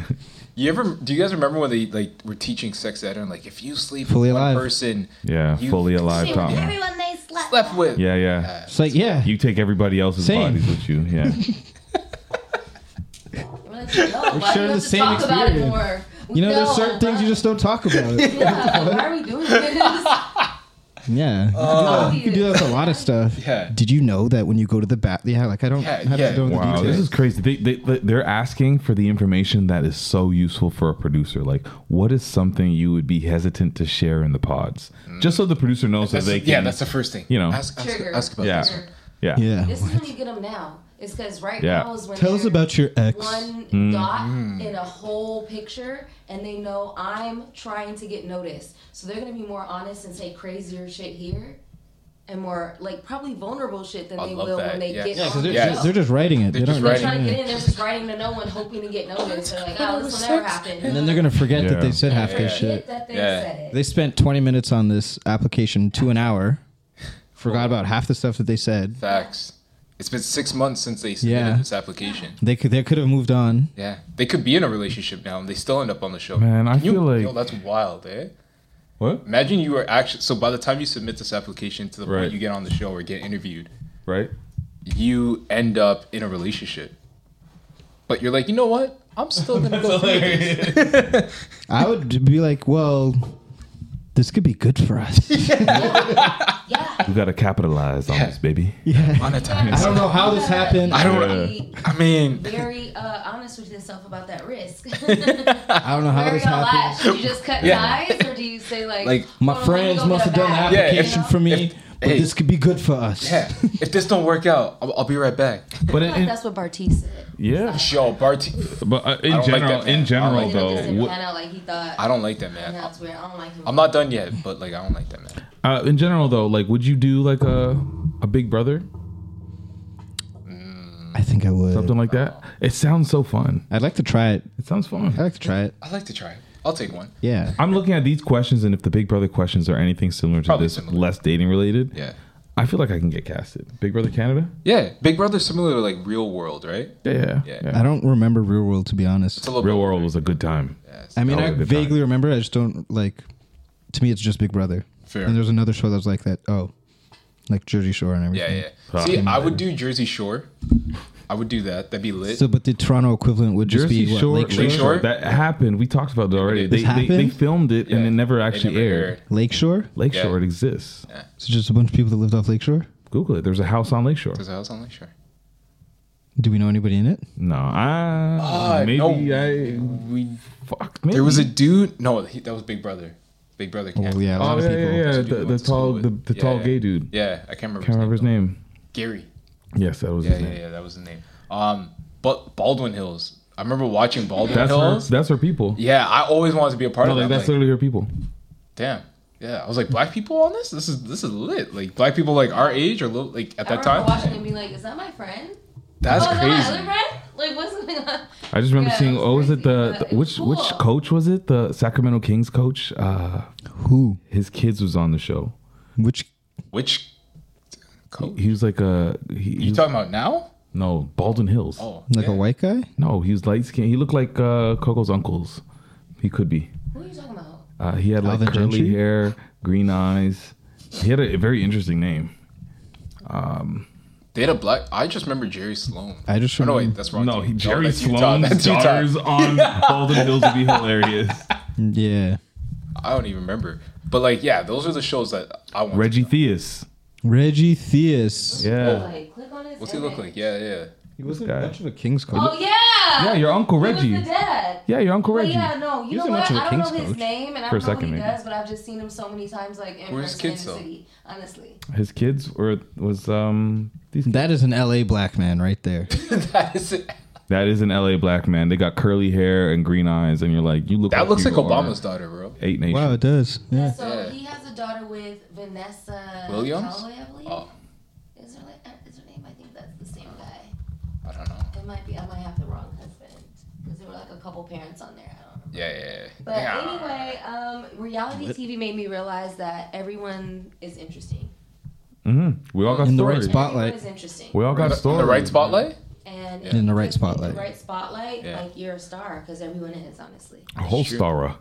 [SPEAKER 1] You ever do you guys remember when they like were teaching sex ed and like if you sleep
[SPEAKER 9] Fully
[SPEAKER 1] with
[SPEAKER 9] alive.
[SPEAKER 1] one person,
[SPEAKER 2] yeah,
[SPEAKER 1] you
[SPEAKER 2] fully alive.
[SPEAKER 3] Ew,
[SPEAKER 2] Tom. Yeah,
[SPEAKER 3] Everyone they slept.
[SPEAKER 1] slept with
[SPEAKER 2] yeah.
[SPEAKER 9] It's like yeah,
[SPEAKER 2] You take everybody else's
[SPEAKER 9] Same.
[SPEAKER 2] bodies with you. Yeah.
[SPEAKER 3] We're like, no, why
[SPEAKER 9] sharing
[SPEAKER 3] do we
[SPEAKER 9] the
[SPEAKER 3] have to
[SPEAKER 9] same
[SPEAKER 3] talk about it
[SPEAKER 9] experience.
[SPEAKER 3] more?
[SPEAKER 9] you know,
[SPEAKER 3] No,
[SPEAKER 9] there's certain things you
[SPEAKER 3] why-
[SPEAKER 9] just don't talk about.
[SPEAKER 3] Yeah, why are we doing this?
[SPEAKER 9] Yeah.
[SPEAKER 2] Uh,
[SPEAKER 9] you can do that with a lot of stuff.
[SPEAKER 1] Yeah.
[SPEAKER 9] Did you know that when you go to the bath? Yeah, like I don't
[SPEAKER 1] Yeah,
[SPEAKER 9] have
[SPEAKER 1] yeah.
[SPEAKER 9] to go into
[SPEAKER 2] wow,
[SPEAKER 9] details.
[SPEAKER 2] this is crazy. They, they they're asking for the information that is so useful for a producer. Like, what is something you would be hesitant to share in the pods, just so the producer knows
[SPEAKER 1] That's,
[SPEAKER 2] that they can.
[SPEAKER 1] yeah, that's the first thing.
[SPEAKER 2] you know.
[SPEAKER 1] ask, ask,
[SPEAKER 3] Trigger.
[SPEAKER 1] ask about
[SPEAKER 2] Yeah.
[SPEAKER 1] this. one.
[SPEAKER 2] yeah.
[SPEAKER 9] yeah.
[SPEAKER 3] This is when you get them now. It's because right
[SPEAKER 2] Yeah.
[SPEAKER 3] now is when
[SPEAKER 9] Tell us
[SPEAKER 3] they're
[SPEAKER 9] about your ex. Mm.
[SPEAKER 3] One dot in a whole picture, and they know I'm trying to get noticed, so they're gonna be more honest and say crazier shit here, and more like probably vulnerable shit than
[SPEAKER 1] I
[SPEAKER 3] they
[SPEAKER 1] love
[SPEAKER 3] will
[SPEAKER 1] that.
[SPEAKER 3] when they
[SPEAKER 1] Yeah.
[SPEAKER 3] get.
[SPEAKER 1] Yeah, 'cause
[SPEAKER 3] on
[SPEAKER 9] They're,
[SPEAKER 3] the
[SPEAKER 1] Yeah.
[SPEAKER 3] show.
[SPEAKER 9] just, they're just writing it. They're
[SPEAKER 1] just
[SPEAKER 9] not,
[SPEAKER 1] writing
[SPEAKER 3] trying to
[SPEAKER 9] yeah.
[SPEAKER 3] get in, they're just writing to no one, hoping to get noticed. They're like, oh, this will never happen.
[SPEAKER 9] And then they're gonna forget
[SPEAKER 2] Yeah.
[SPEAKER 9] that they said half their
[SPEAKER 3] forget
[SPEAKER 9] shit.
[SPEAKER 3] that they
[SPEAKER 1] Yeah.
[SPEAKER 3] said it.
[SPEAKER 9] They spent 20 minutes on this application to an hour. Forgot about half the stuff that they said.
[SPEAKER 1] Facts. It's been six months since they submitted
[SPEAKER 9] Yeah.
[SPEAKER 1] this application.
[SPEAKER 9] They could they could have moved on.
[SPEAKER 1] Yeah, they could be in a relationship now, and they still end up on the show.
[SPEAKER 2] Man, I
[SPEAKER 1] Can you-
[SPEAKER 2] feel like-
[SPEAKER 1] yo, that's wild, eh?
[SPEAKER 2] What?
[SPEAKER 1] Imagine you were actually so by the time you submit this application to the
[SPEAKER 2] Right.
[SPEAKER 1] point you get on the show or get interviewed,
[SPEAKER 2] Right.
[SPEAKER 1] you end up in a relationship. But you're like, you know what? I'm still gonna go through this.
[SPEAKER 9] I would be like, well, this could be good for us.
[SPEAKER 3] Yeah.
[SPEAKER 2] You got to capitalize on this, baby.
[SPEAKER 1] monetize.
[SPEAKER 9] I don't know how this happened.
[SPEAKER 1] I don't.
[SPEAKER 3] Be
[SPEAKER 1] I mean,
[SPEAKER 3] very uh, honest with yourself about that risk.
[SPEAKER 9] I don't know how
[SPEAKER 3] Where are
[SPEAKER 9] this
[SPEAKER 3] y'all
[SPEAKER 9] happened.
[SPEAKER 3] at? Do you just cut
[SPEAKER 1] Yeah.
[SPEAKER 3] ties, or do you say like,
[SPEAKER 1] Like,
[SPEAKER 9] My
[SPEAKER 3] "Oh, let me
[SPEAKER 9] friends
[SPEAKER 3] go
[SPEAKER 9] must have
[SPEAKER 3] get a
[SPEAKER 9] done the
[SPEAKER 3] bag,"
[SPEAKER 1] Yeah, if-
[SPEAKER 9] application for me,
[SPEAKER 1] if-
[SPEAKER 9] but
[SPEAKER 1] hey.
[SPEAKER 9] this could be good for us.
[SPEAKER 1] yeah. If this don't work out, I'll, I'll be right back.
[SPEAKER 2] But
[SPEAKER 3] I feel like
[SPEAKER 2] in,
[SPEAKER 3] that's what Barty said.
[SPEAKER 2] yeah.
[SPEAKER 1] Yo, Bart,
[SPEAKER 2] But uh,
[SPEAKER 1] I
[SPEAKER 2] in
[SPEAKER 1] don't like
[SPEAKER 2] general,
[SPEAKER 1] that man.
[SPEAKER 2] in
[SPEAKER 1] I
[SPEAKER 2] general
[SPEAKER 1] don't like
[SPEAKER 2] though,
[SPEAKER 3] Just didn't
[SPEAKER 2] what-
[SPEAKER 3] plan out like he thought.
[SPEAKER 1] I don't like that
[SPEAKER 3] and
[SPEAKER 1] man.
[SPEAKER 3] that's where I don't like him.
[SPEAKER 1] I'm not done yet, but like, I don't like that man.
[SPEAKER 2] Uh, in general, though, like, would you do like a a Big Brother,
[SPEAKER 9] I think I would.
[SPEAKER 2] something like that? It sounds so fun.
[SPEAKER 9] I'd like to try it.
[SPEAKER 2] It sounds
[SPEAKER 9] I'd
[SPEAKER 2] fun.
[SPEAKER 9] like to try it.
[SPEAKER 1] I'd like to try. it. I'll take one.
[SPEAKER 9] Yeah.
[SPEAKER 2] I'm looking at these questions, and if the Big Brother questions are anything similar to
[SPEAKER 1] Probably
[SPEAKER 2] this,
[SPEAKER 1] similar.
[SPEAKER 2] less dating related,
[SPEAKER 1] Yeah.
[SPEAKER 2] I feel like I can get casted. Big Brother Canada.
[SPEAKER 1] Yeah. Big Brother's similar to like Real World, right?
[SPEAKER 2] Yeah, yeah.
[SPEAKER 1] Yeah.
[SPEAKER 9] I don't remember Real World to be honest.
[SPEAKER 1] It's a little
[SPEAKER 2] Real
[SPEAKER 1] bit-
[SPEAKER 2] World was a good time.
[SPEAKER 9] I mean,
[SPEAKER 2] That
[SPEAKER 9] I
[SPEAKER 2] was a good
[SPEAKER 9] vaguely
[SPEAKER 2] time.
[SPEAKER 9] remember. I just don't like. To me, it's just Big Brother.
[SPEAKER 1] Fair.
[SPEAKER 9] And there's another show that was like that. Oh, like Jersey Shore and
[SPEAKER 1] Yeah,
[SPEAKER 9] everything.
[SPEAKER 1] yeah. See, I would do Jersey Shore. I would do that. That'd be lit.
[SPEAKER 9] So, but the Toronto equivalent would just
[SPEAKER 2] Jersey
[SPEAKER 9] be what,
[SPEAKER 2] Shore,
[SPEAKER 9] Lake Shore.
[SPEAKER 1] Lake Shore?
[SPEAKER 2] That happened. We talked about it already. They,
[SPEAKER 9] This
[SPEAKER 2] they, they
[SPEAKER 9] happened?
[SPEAKER 2] filmed it and
[SPEAKER 1] Yeah.
[SPEAKER 2] it never
[SPEAKER 1] They
[SPEAKER 2] actually
[SPEAKER 1] never
[SPEAKER 2] aired.
[SPEAKER 1] aired.
[SPEAKER 9] Lake Shore.
[SPEAKER 2] Lake
[SPEAKER 1] Yeah.
[SPEAKER 2] Shore, it exists.
[SPEAKER 9] So just a bunch of people that lived off Lake Shore.
[SPEAKER 2] Google it. There's a house on Lake Shore.
[SPEAKER 1] Because I was on Lake Shore.
[SPEAKER 9] Do we know anybody in it?
[SPEAKER 2] No, I
[SPEAKER 1] Ah,
[SPEAKER 2] maybe
[SPEAKER 1] no.
[SPEAKER 2] I
[SPEAKER 1] We
[SPEAKER 2] fuck. Maybe.
[SPEAKER 1] there was a dude. No, he, that was Big Brother. Big Brother. Canada.
[SPEAKER 9] Oh yeah, a lot
[SPEAKER 2] Oh
[SPEAKER 9] of
[SPEAKER 2] yeah,
[SPEAKER 9] people.
[SPEAKER 2] yeah, yeah.
[SPEAKER 1] That's
[SPEAKER 2] The,
[SPEAKER 1] the dude
[SPEAKER 2] the
[SPEAKER 1] we went to
[SPEAKER 2] tall,
[SPEAKER 1] school
[SPEAKER 2] the,
[SPEAKER 1] with.
[SPEAKER 2] the
[SPEAKER 1] Yeah,
[SPEAKER 2] tall
[SPEAKER 1] yeah.
[SPEAKER 2] gay dude.
[SPEAKER 1] Yeah, I can't remember.
[SPEAKER 2] Can't remember
[SPEAKER 1] his
[SPEAKER 2] his
[SPEAKER 1] name.
[SPEAKER 2] name.
[SPEAKER 1] though. Gary.
[SPEAKER 2] Yes, that was
[SPEAKER 1] Yeah,
[SPEAKER 2] his
[SPEAKER 1] yeah,
[SPEAKER 2] name.
[SPEAKER 1] yeah. That was his name. Um, but Baldwin Hills. I remember watching Baldwin
[SPEAKER 2] That's her.
[SPEAKER 1] Hills.
[SPEAKER 2] That's her people.
[SPEAKER 1] yeah, I always wanted to be a part
[SPEAKER 2] No,
[SPEAKER 1] of
[SPEAKER 2] like
[SPEAKER 1] that.
[SPEAKER 2] that's
[SPEAKER 1] like,
[SPEAKER 2] literally her people.
[SPEAKER 1] damn. Yeah, I was like, black people on this? This is this is lit. Like black people like our age or little, like at
[SPEAKER 3] I
[SPEAKER 1] that
[SPEAKER 3] remember
[SPEAKER 1] time.
[SPEAKER 3] watching and being like, "Is that my friend?
[SPEAKER 1] That's
[SPEAKER 3] oh, is that my other
[SPEAKER 1] crazy.
[SPEAKER 3] friend? Like, what's going on?"
[SPEAKER 2] I just remember
[SPEAKER 3] Yeah,
[SPEAKER 2] seeing.
[SPEAKER 3] it was
[SPEAKER 2] Oh, was it
[SPEAKER 3] crazy,
[SPEAKER 2] the,
[SPEAKER 3] but
[SPEAKER 2] the-
[SPEAKER 3] it was
[SPEAKER 2] which which
[SPEAKER 3] cool.
[SPEAKER 2] coach was it? The Sacramento Kings coach. Uh,
[SPEAKER 9] Who?
[SPEAKER 2] his kids was on the show.
[SPEAKER 9] Which
[SPEAKER 1] Which coat?
[SPEAKER 2] He was like a. He, he
[SPEAKER 1] You
[SPEAKER 2] was-
[SPEAKER 1] talking about now?
[SPEAKER 2] no, Baldwin Hills.
[SPEAKER 1] Oh,
[SPEAKER 9] like a
[SPEAKER 1] yeah.
[SPEAKER 9] white guy?
[SPEAKER 2] No, he was light skinned. He looked like uh, Coco's uncles. He could be.
[SPEAKER 3] Who are you talking about?
[SPEAKER 2] Uh, he had like
[SPEAKER 9] Alvin
[SPEAKER 2] curly
[SPEAKER 9] Gentry?
[SPEAKER 2] hair, green eyes. He had a, very interesting name.
[SPEAKER 1] They had a black. I just remember Jerry Sloan.
[SPEAKER 9] I just
[SPEAKER 1] Oh, no,
[SPEAKER 9] remember-
[SPEAKER 1] wait, that's wrong.
[SPEAKER 2] no,
[SPEAKER 1] team.
[SPEAKER 2] he, Jerry
[SPEAKER 1] that's Utah,
[SPEAKER 2] Sloan's
[SPEAKER 1] that's Utah.
[SPEAKER 2] daughters on Baldwin Hills would be hilarious.
[SPEAKER 9] Yeah.
[SPEAKER 1] I don't even remember. But like, yeah, those are the shows that I want.
[SPEAKER 2] Reggie Theus.
[SPEAKER 9] Reggie Theus.
[SPEAKER 2] Yeah.
[SPEAKER 3] Like, click on his
[SPEAKER 1] What's he look like? Yeah, yeah.
[SPEAKER 9] He wasn't
[SPEAKER 2] guy.
[SPEAKER 9] much of a King's coach.
[SPEAKER 3] Oh yeah.
[SPEAKER 2] Yeah, your Uncle
[SPEAKER 3] He was
[SPEAKER 2] Reggie.
[SPEAKER 3] the dad.
[SPEAKER 2] Yeah, your Uncle
[SPEAKER 3] But
[SPEAKER 2] Reggie.
[SPEAKER 3] yeah, no, you know
[SPEAKER 9] wasn't much
[SPEAKER 3] what?
[SPEAKER 9] of a
[SPEAKER 3] I don't know
[SPEAKER 9] Kings
[SPEAKER 3] his
[SPEAKER 9] coach.
[SPEAKER 3] name, and I
[SPEAKER 2] For a
[SPEAKER 3] don't know
[SPEAKER 2] second,
[SPEAKER 3] what he
[SPEAKER 2] maybe.
[SPEAKER 3] does, but I've just seen him so many times, like in
[SPEAKER 1] Were his
[SPEAKER 3] person
[SPEAKER 1] kids,
[SPEAKER 3] in the
[SPEAKER 1] though?
[SPEAKER 3] city. Honestly,
[SPEAKER 2] His kids were was um these
[SPEAKER 9] That is an LA black man right there.
[SPEAKER 1] that is it.
[SPEAKER 2] That is an LA black man. They got curly hair and green eyes, and you're like, you look.
[SPEAKER 1] That looks
[SPEAKER 2] you
[SPEAKER 1] like
[SPEAKER 2] are
[SPEAKER 1] Obama's daughter, bro.
[SPEAKER 2] Eight Nation.
[SPEAKER 9] wow, it does. Yeah.
[SPEAKER 3] so
[SPEAKER 1] Yeah.
[SPEAKER 3] he has a daughter with Vanessa
[SPEAKER 1] Williams?
[SPEAKER 3] Calloway, I believe.
[SPEAKER 1] Oh,
[SPEAKER 3] Is her, la- uh, is her name? I think that's the same guy.
[SPEAKER 1] I don't know.
[SPEAKER 3] It might be. I might have the wrong husband because there were like a couple parents on there. I don't remember.
[SPEAKER 1] Yeah, yeah, yeah.
[SPEAKER 3] But
[SPEAKER 1] yeah.
[SPEAKER 3] anyway, um, reality TV made me realize that everyone is interesting.
[SPEAKER 2] Mm-hmm. We all got
[SPEAKER 9] In the right
[SPEAKER 2] stories.
[SPEAKER 9] spot.
[SPEAKER 3] Everyone
[SPEAKER 9] Spotlight.
[SPEAKER 3] is interesting.
[SPEAKER 2] We all
[SPEAKER 1] In
[SPEAKER 2] got
[SPEAKER 1] the- in
[SPEAKER 2] stories.
[SPEAKER 1] the right spotlight.
[SPEAKER 3] and if
[SPEAKER 9] In the
[SPEAKER 3] you
[SPEAKER 9] right
[SPEAKER 3] just make
[SPEAKER 9] spotlight.
[SPEAKER 3] The right spotlight,
[SPEAKER 1] Yeah.
[SPEAKER 3] like you're a star because everyone is honestly.
[SPEAKER 2] A whole star.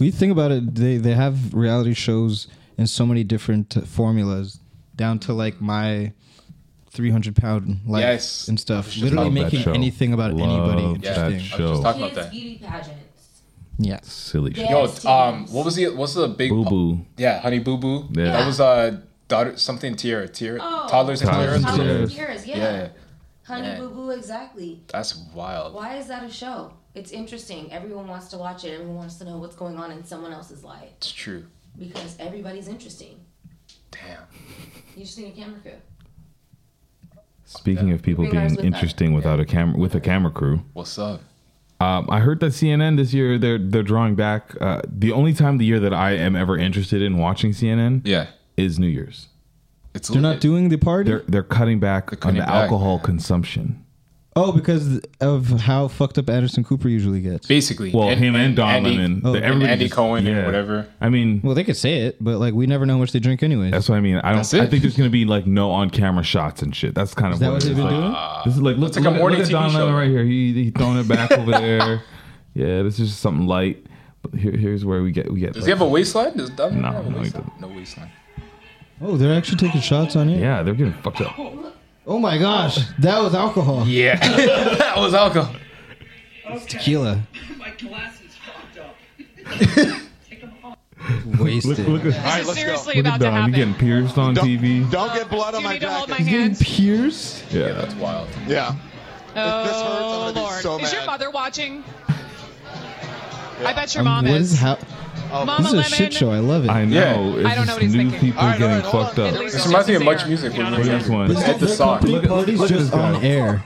[SPEAKER 9] We think about it, they, they have reality shows in so many different uh, formulas, down to like my 300 pound life
[SPEAKER 1] Yes.
[SPEAKER 9] and stuff.
[SPEAKER 1] just
[SPEAKER 9] Literally
[SPEAKER 2] love that
[SPEAKER 9] making
[SPEAKER 2] show.
[SPEAKER 9] anything about
[SPEAKER 2] Love
[SPEAKER 9] anybody
[SPEAKER 2] that
[SPEAKER 9] interesting.
[SPEAKER 2] show.
[SPEAKER 1] I was just talking about
[SPEAKER 3] Kids
[SPEAKER 1] that.
[SPEAKER 3] beauty pageants.
[SPEAKER 9] Yes.
[SPEAKER 2] Silly shit.
[SPEAKER 1] Yo,
[SPEAKER 3] Yes,
[SPEAKER 1] um,
[SPEAKER 3] teams.
[SPEAKER 1] what was the what's the big
[SPEAKER 2] Boo boo.
[SPEAKER 1] Yeah, Honey Boo Boo.
[SPEAKER 2] Yeah.
[SPEAKER 1] That was uh daughter something Tierra Tierra
[SPEAKER 3] Oh.
[SPEAKER 1] toddlers and
[SPEAKER 2] Toddlers
[SPEAKER 1] Tierra.
[SPEAKER 2] and
[SPEAKER 3] How
[SPEAKER 2] Tierra.
[SPEAKER 1] Tierra.
[SPEAKER 3] many
[SPEAKER 2] Yes.
[SPEAKER 3] years? Yeah.
[SPEAKER 1] Yeah. yeah,
[SPEAKER 3] Honey
[SPEAKER 1] Yeah.
[SPEAKER 3] Boo Boo, exactly.
[SPEAKER 1] that's wild.
[SPEAKER 3] Why is that a show? It's interesting. Everyone wants to watch it. Everyone wants to know what's going on in someone else's life
[SPEAKER 1] It's true.
[SPEAKER 3] because everybody's interesting.
[SPEAKER 1] Damn.
[SPEAKER 3] You just need a camera crew.
[SPEAKER 2] Speaking of people
[SPEAKER 3] Fingers
[SPEAKER 2] being
[SPEAKER 3] with
[SPEAKER 2] interesting without a camera with a camera crew,
[SPEAKER 1] What's up?
[SPEAKER 2] um, I heard that CNN this year they're they're drawing back. Uh, the only time the year that I am ever interested in watching CNN
[SPEAKER 1] Yeah.
[SPEAKER 2] is New Year's.
[SPEAKER 1] It's
[SPEAKER 9] They're not doing the party?
[SPEAKER 2] They're they're cutting back
[SPEAKER 1] cutting
[SPEAKER 2] on the
[SPEAKER 1] back,
[SPEAKER 2] alcohol
[SPEAKER 1] man.
[SPEAKER 2] consumption.
[SPEAKER 9] oh, because of how fucked up Anderson Cooper usually gets.
[SPEAKER 1] basically
[SPEAKER 2] Well, him and Don
[SPEAKER 1] Andy- Oh,
[SPEAKER 2] Lemon,
[SPEAKER 1] and
[SPEAKER 2] the- everybody
[SPEAKER 1] Andy
[SPEAKER 2] just-
[SPEAKER 1] Cohen
[SPEAKER 2] yeah.
[SPEAKER 1] and whatever.
[SPEAKER 2] I mean,
[SPEAKER 9] Well, they could say it, but like we never know how much they drink anyway.
[SPEAKER 2] That's what I mean. I don't.
[SPEAKER 1] That's it.
[SPEAKER 2] I think there's gonna be like no on camera shots and shit. That's kind of
[SPEAKER 9] Is that
[SPEAKER 2] what
[SPEAKER 9] what
[SPEAKER 2] it is.
[SPEAKER 9] they've been
[SPEAKER 2] Like,
[SPEAKER 9] doing?
[SPEAKER 2] This is like look,
[SPEAKER 1] It's like a
[SPEAKER 2] look-
[SPEAKER 1] morning
[SPEAKER 2] look at
[SPEAKER 1] TV
[SPEAKER 2] Don
[SPEAKER 1] show.
[SPEAKER 2] Lemon right here. He he throwing it back over there. Yeah, this is just something light. But here, here's where we get we get.
[SPEAKER 1] Does
[SPEAKER 2] like-
[SPEAKER 1] he have a waistline? Does Don
[SPEAKER 2] No,
[SPEAKER 1] have a
[SPEAKER 2] no, he
[SPEAKER 1] waistline? No waistline.
[SPEAKER 9] oh, they're actually taking shots on you?
[SPEAKER 2] yeah, they're getting fucked up.
[SPEAKER 9] Oh my gosh, that was alcohol.
[SPEAKER 1] Yeah, that was alcohol.
[SPEAKER 9] Tequila.
[SPEAKER 10] My glass is fucked up.
[SPEAKER 9] Wasted.
[SPEAKER 2] Look at,
[SPEAKER 10] This is seriously
[SPEAKER 2] look
[SPEAKER 10] about
[SPEAKER 2] at
[SPEAKER 10] to
[SPEAKER 2] Don.
[SPEAKER 10] happen.
[SPEAKER 2] He's getting pierced on TV.
[SPEAKER 10] Don't get blood on my jacket. Hold my
[SPEAKER 9] Getting
[SPEAKER 10] hands?
[SPEAKER 9] pierced?
[SPEAKER 1] Yeah,
[SPEAKER 2] Yeah,
[SPEAKER 1] that's wild.
[SPEAKER 10] Oh Lord! is your mother watching? I bet your
[SPEAKER 9] Um,
[SPEAKER 10] mom
[SPEAKER 9] what
[SPEAKER 10] is.
[SPEAKER 9] is how?
[SPEAKER 10] Mama
[SPEAKER 9] This is a
[SPEAKER 10] Lemon.
[SPEAKER 9] shit show. I love it.
[SPEAKER 2] I know. It's
[SPEAKER 10] I don't know what
[SPEAKER 2] just
[SPEAKER 10] he's
[SPEAKER 2] new
[SPEAKER 10] thinking.
[SPEAKER 2] people getting fucked up.
[SPEAKER 10] At least
[SPEAKER 1] This
[SPEAKER 10] it's
[SPEAKER 1] reminds me
[SPEAKER 10] just
[SPEAKER 1] of Much
[SPEAKER 10] his
[SPEAKER 1] Music.
[SPEAKER 10] ear. You know
[SPEAKER 1] when
[SPEAKER 10] what I'm
[SPEAKER 1] we
[SPEAKER 2] Look
[SPEAKER 10] saying?
[SPEAKER 2] at this one.
[SPEAKER 1] At
[SPEAKER 9] But
[SPEAKER 1] the
[SPEAKER 9] their
[SPEAKER 1] song.
[SPEAKER 9] complete
[SPEAKER 2] Look at-
[SPEAKER 9] party's
[SPEAKER 2] look at
[SPEAKER 9] just
[SPEAKER 2] this guy.
[SPEAKER 9] on air.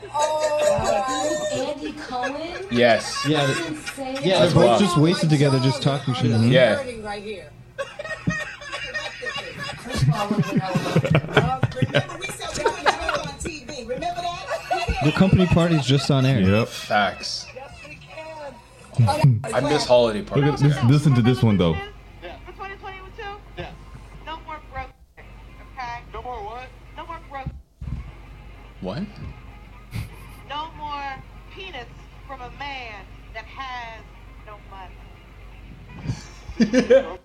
[SPEAKER 3] Andy Cohen.
[SPEAKER 1] Yes.
[SPEAKER 9] Yeah,
[SPEAKER 3] That's
[SPEAKER 9] they-
[SPEAKER 3] insane.
[SPEAKER 9] yeah, they're
[SPEAKER 1] That's wild.
[SPEAKER 9] both just wasted together, just talking shit.
[SPEAKER 1] Yeah.
[SPEAKER 10] right here.
[SPEAKER 3] First of all, I wanna get out of here.
[SPEAKER 10] Remember, we said we were on TV. Remember that?
[SPEAKER 9] The company party's just on air.
[SPEAKER 2] Yep.
[SPEAKER 1] Facts. I miss holiday
[SPEAKER 2] Look at
[SPEAKER 1] parties.
[SPEAKER 2] this.
[SPEAKER 1] guys.
[SPEAKER 2] Listen to this one though.
[SPEAKER 10] For 2022? Yes. No more broke. Okay. No more what? No more broke.
[SPEAKER 1] What?
[SPEAKER 10] No more penis from a man that has no money. yes.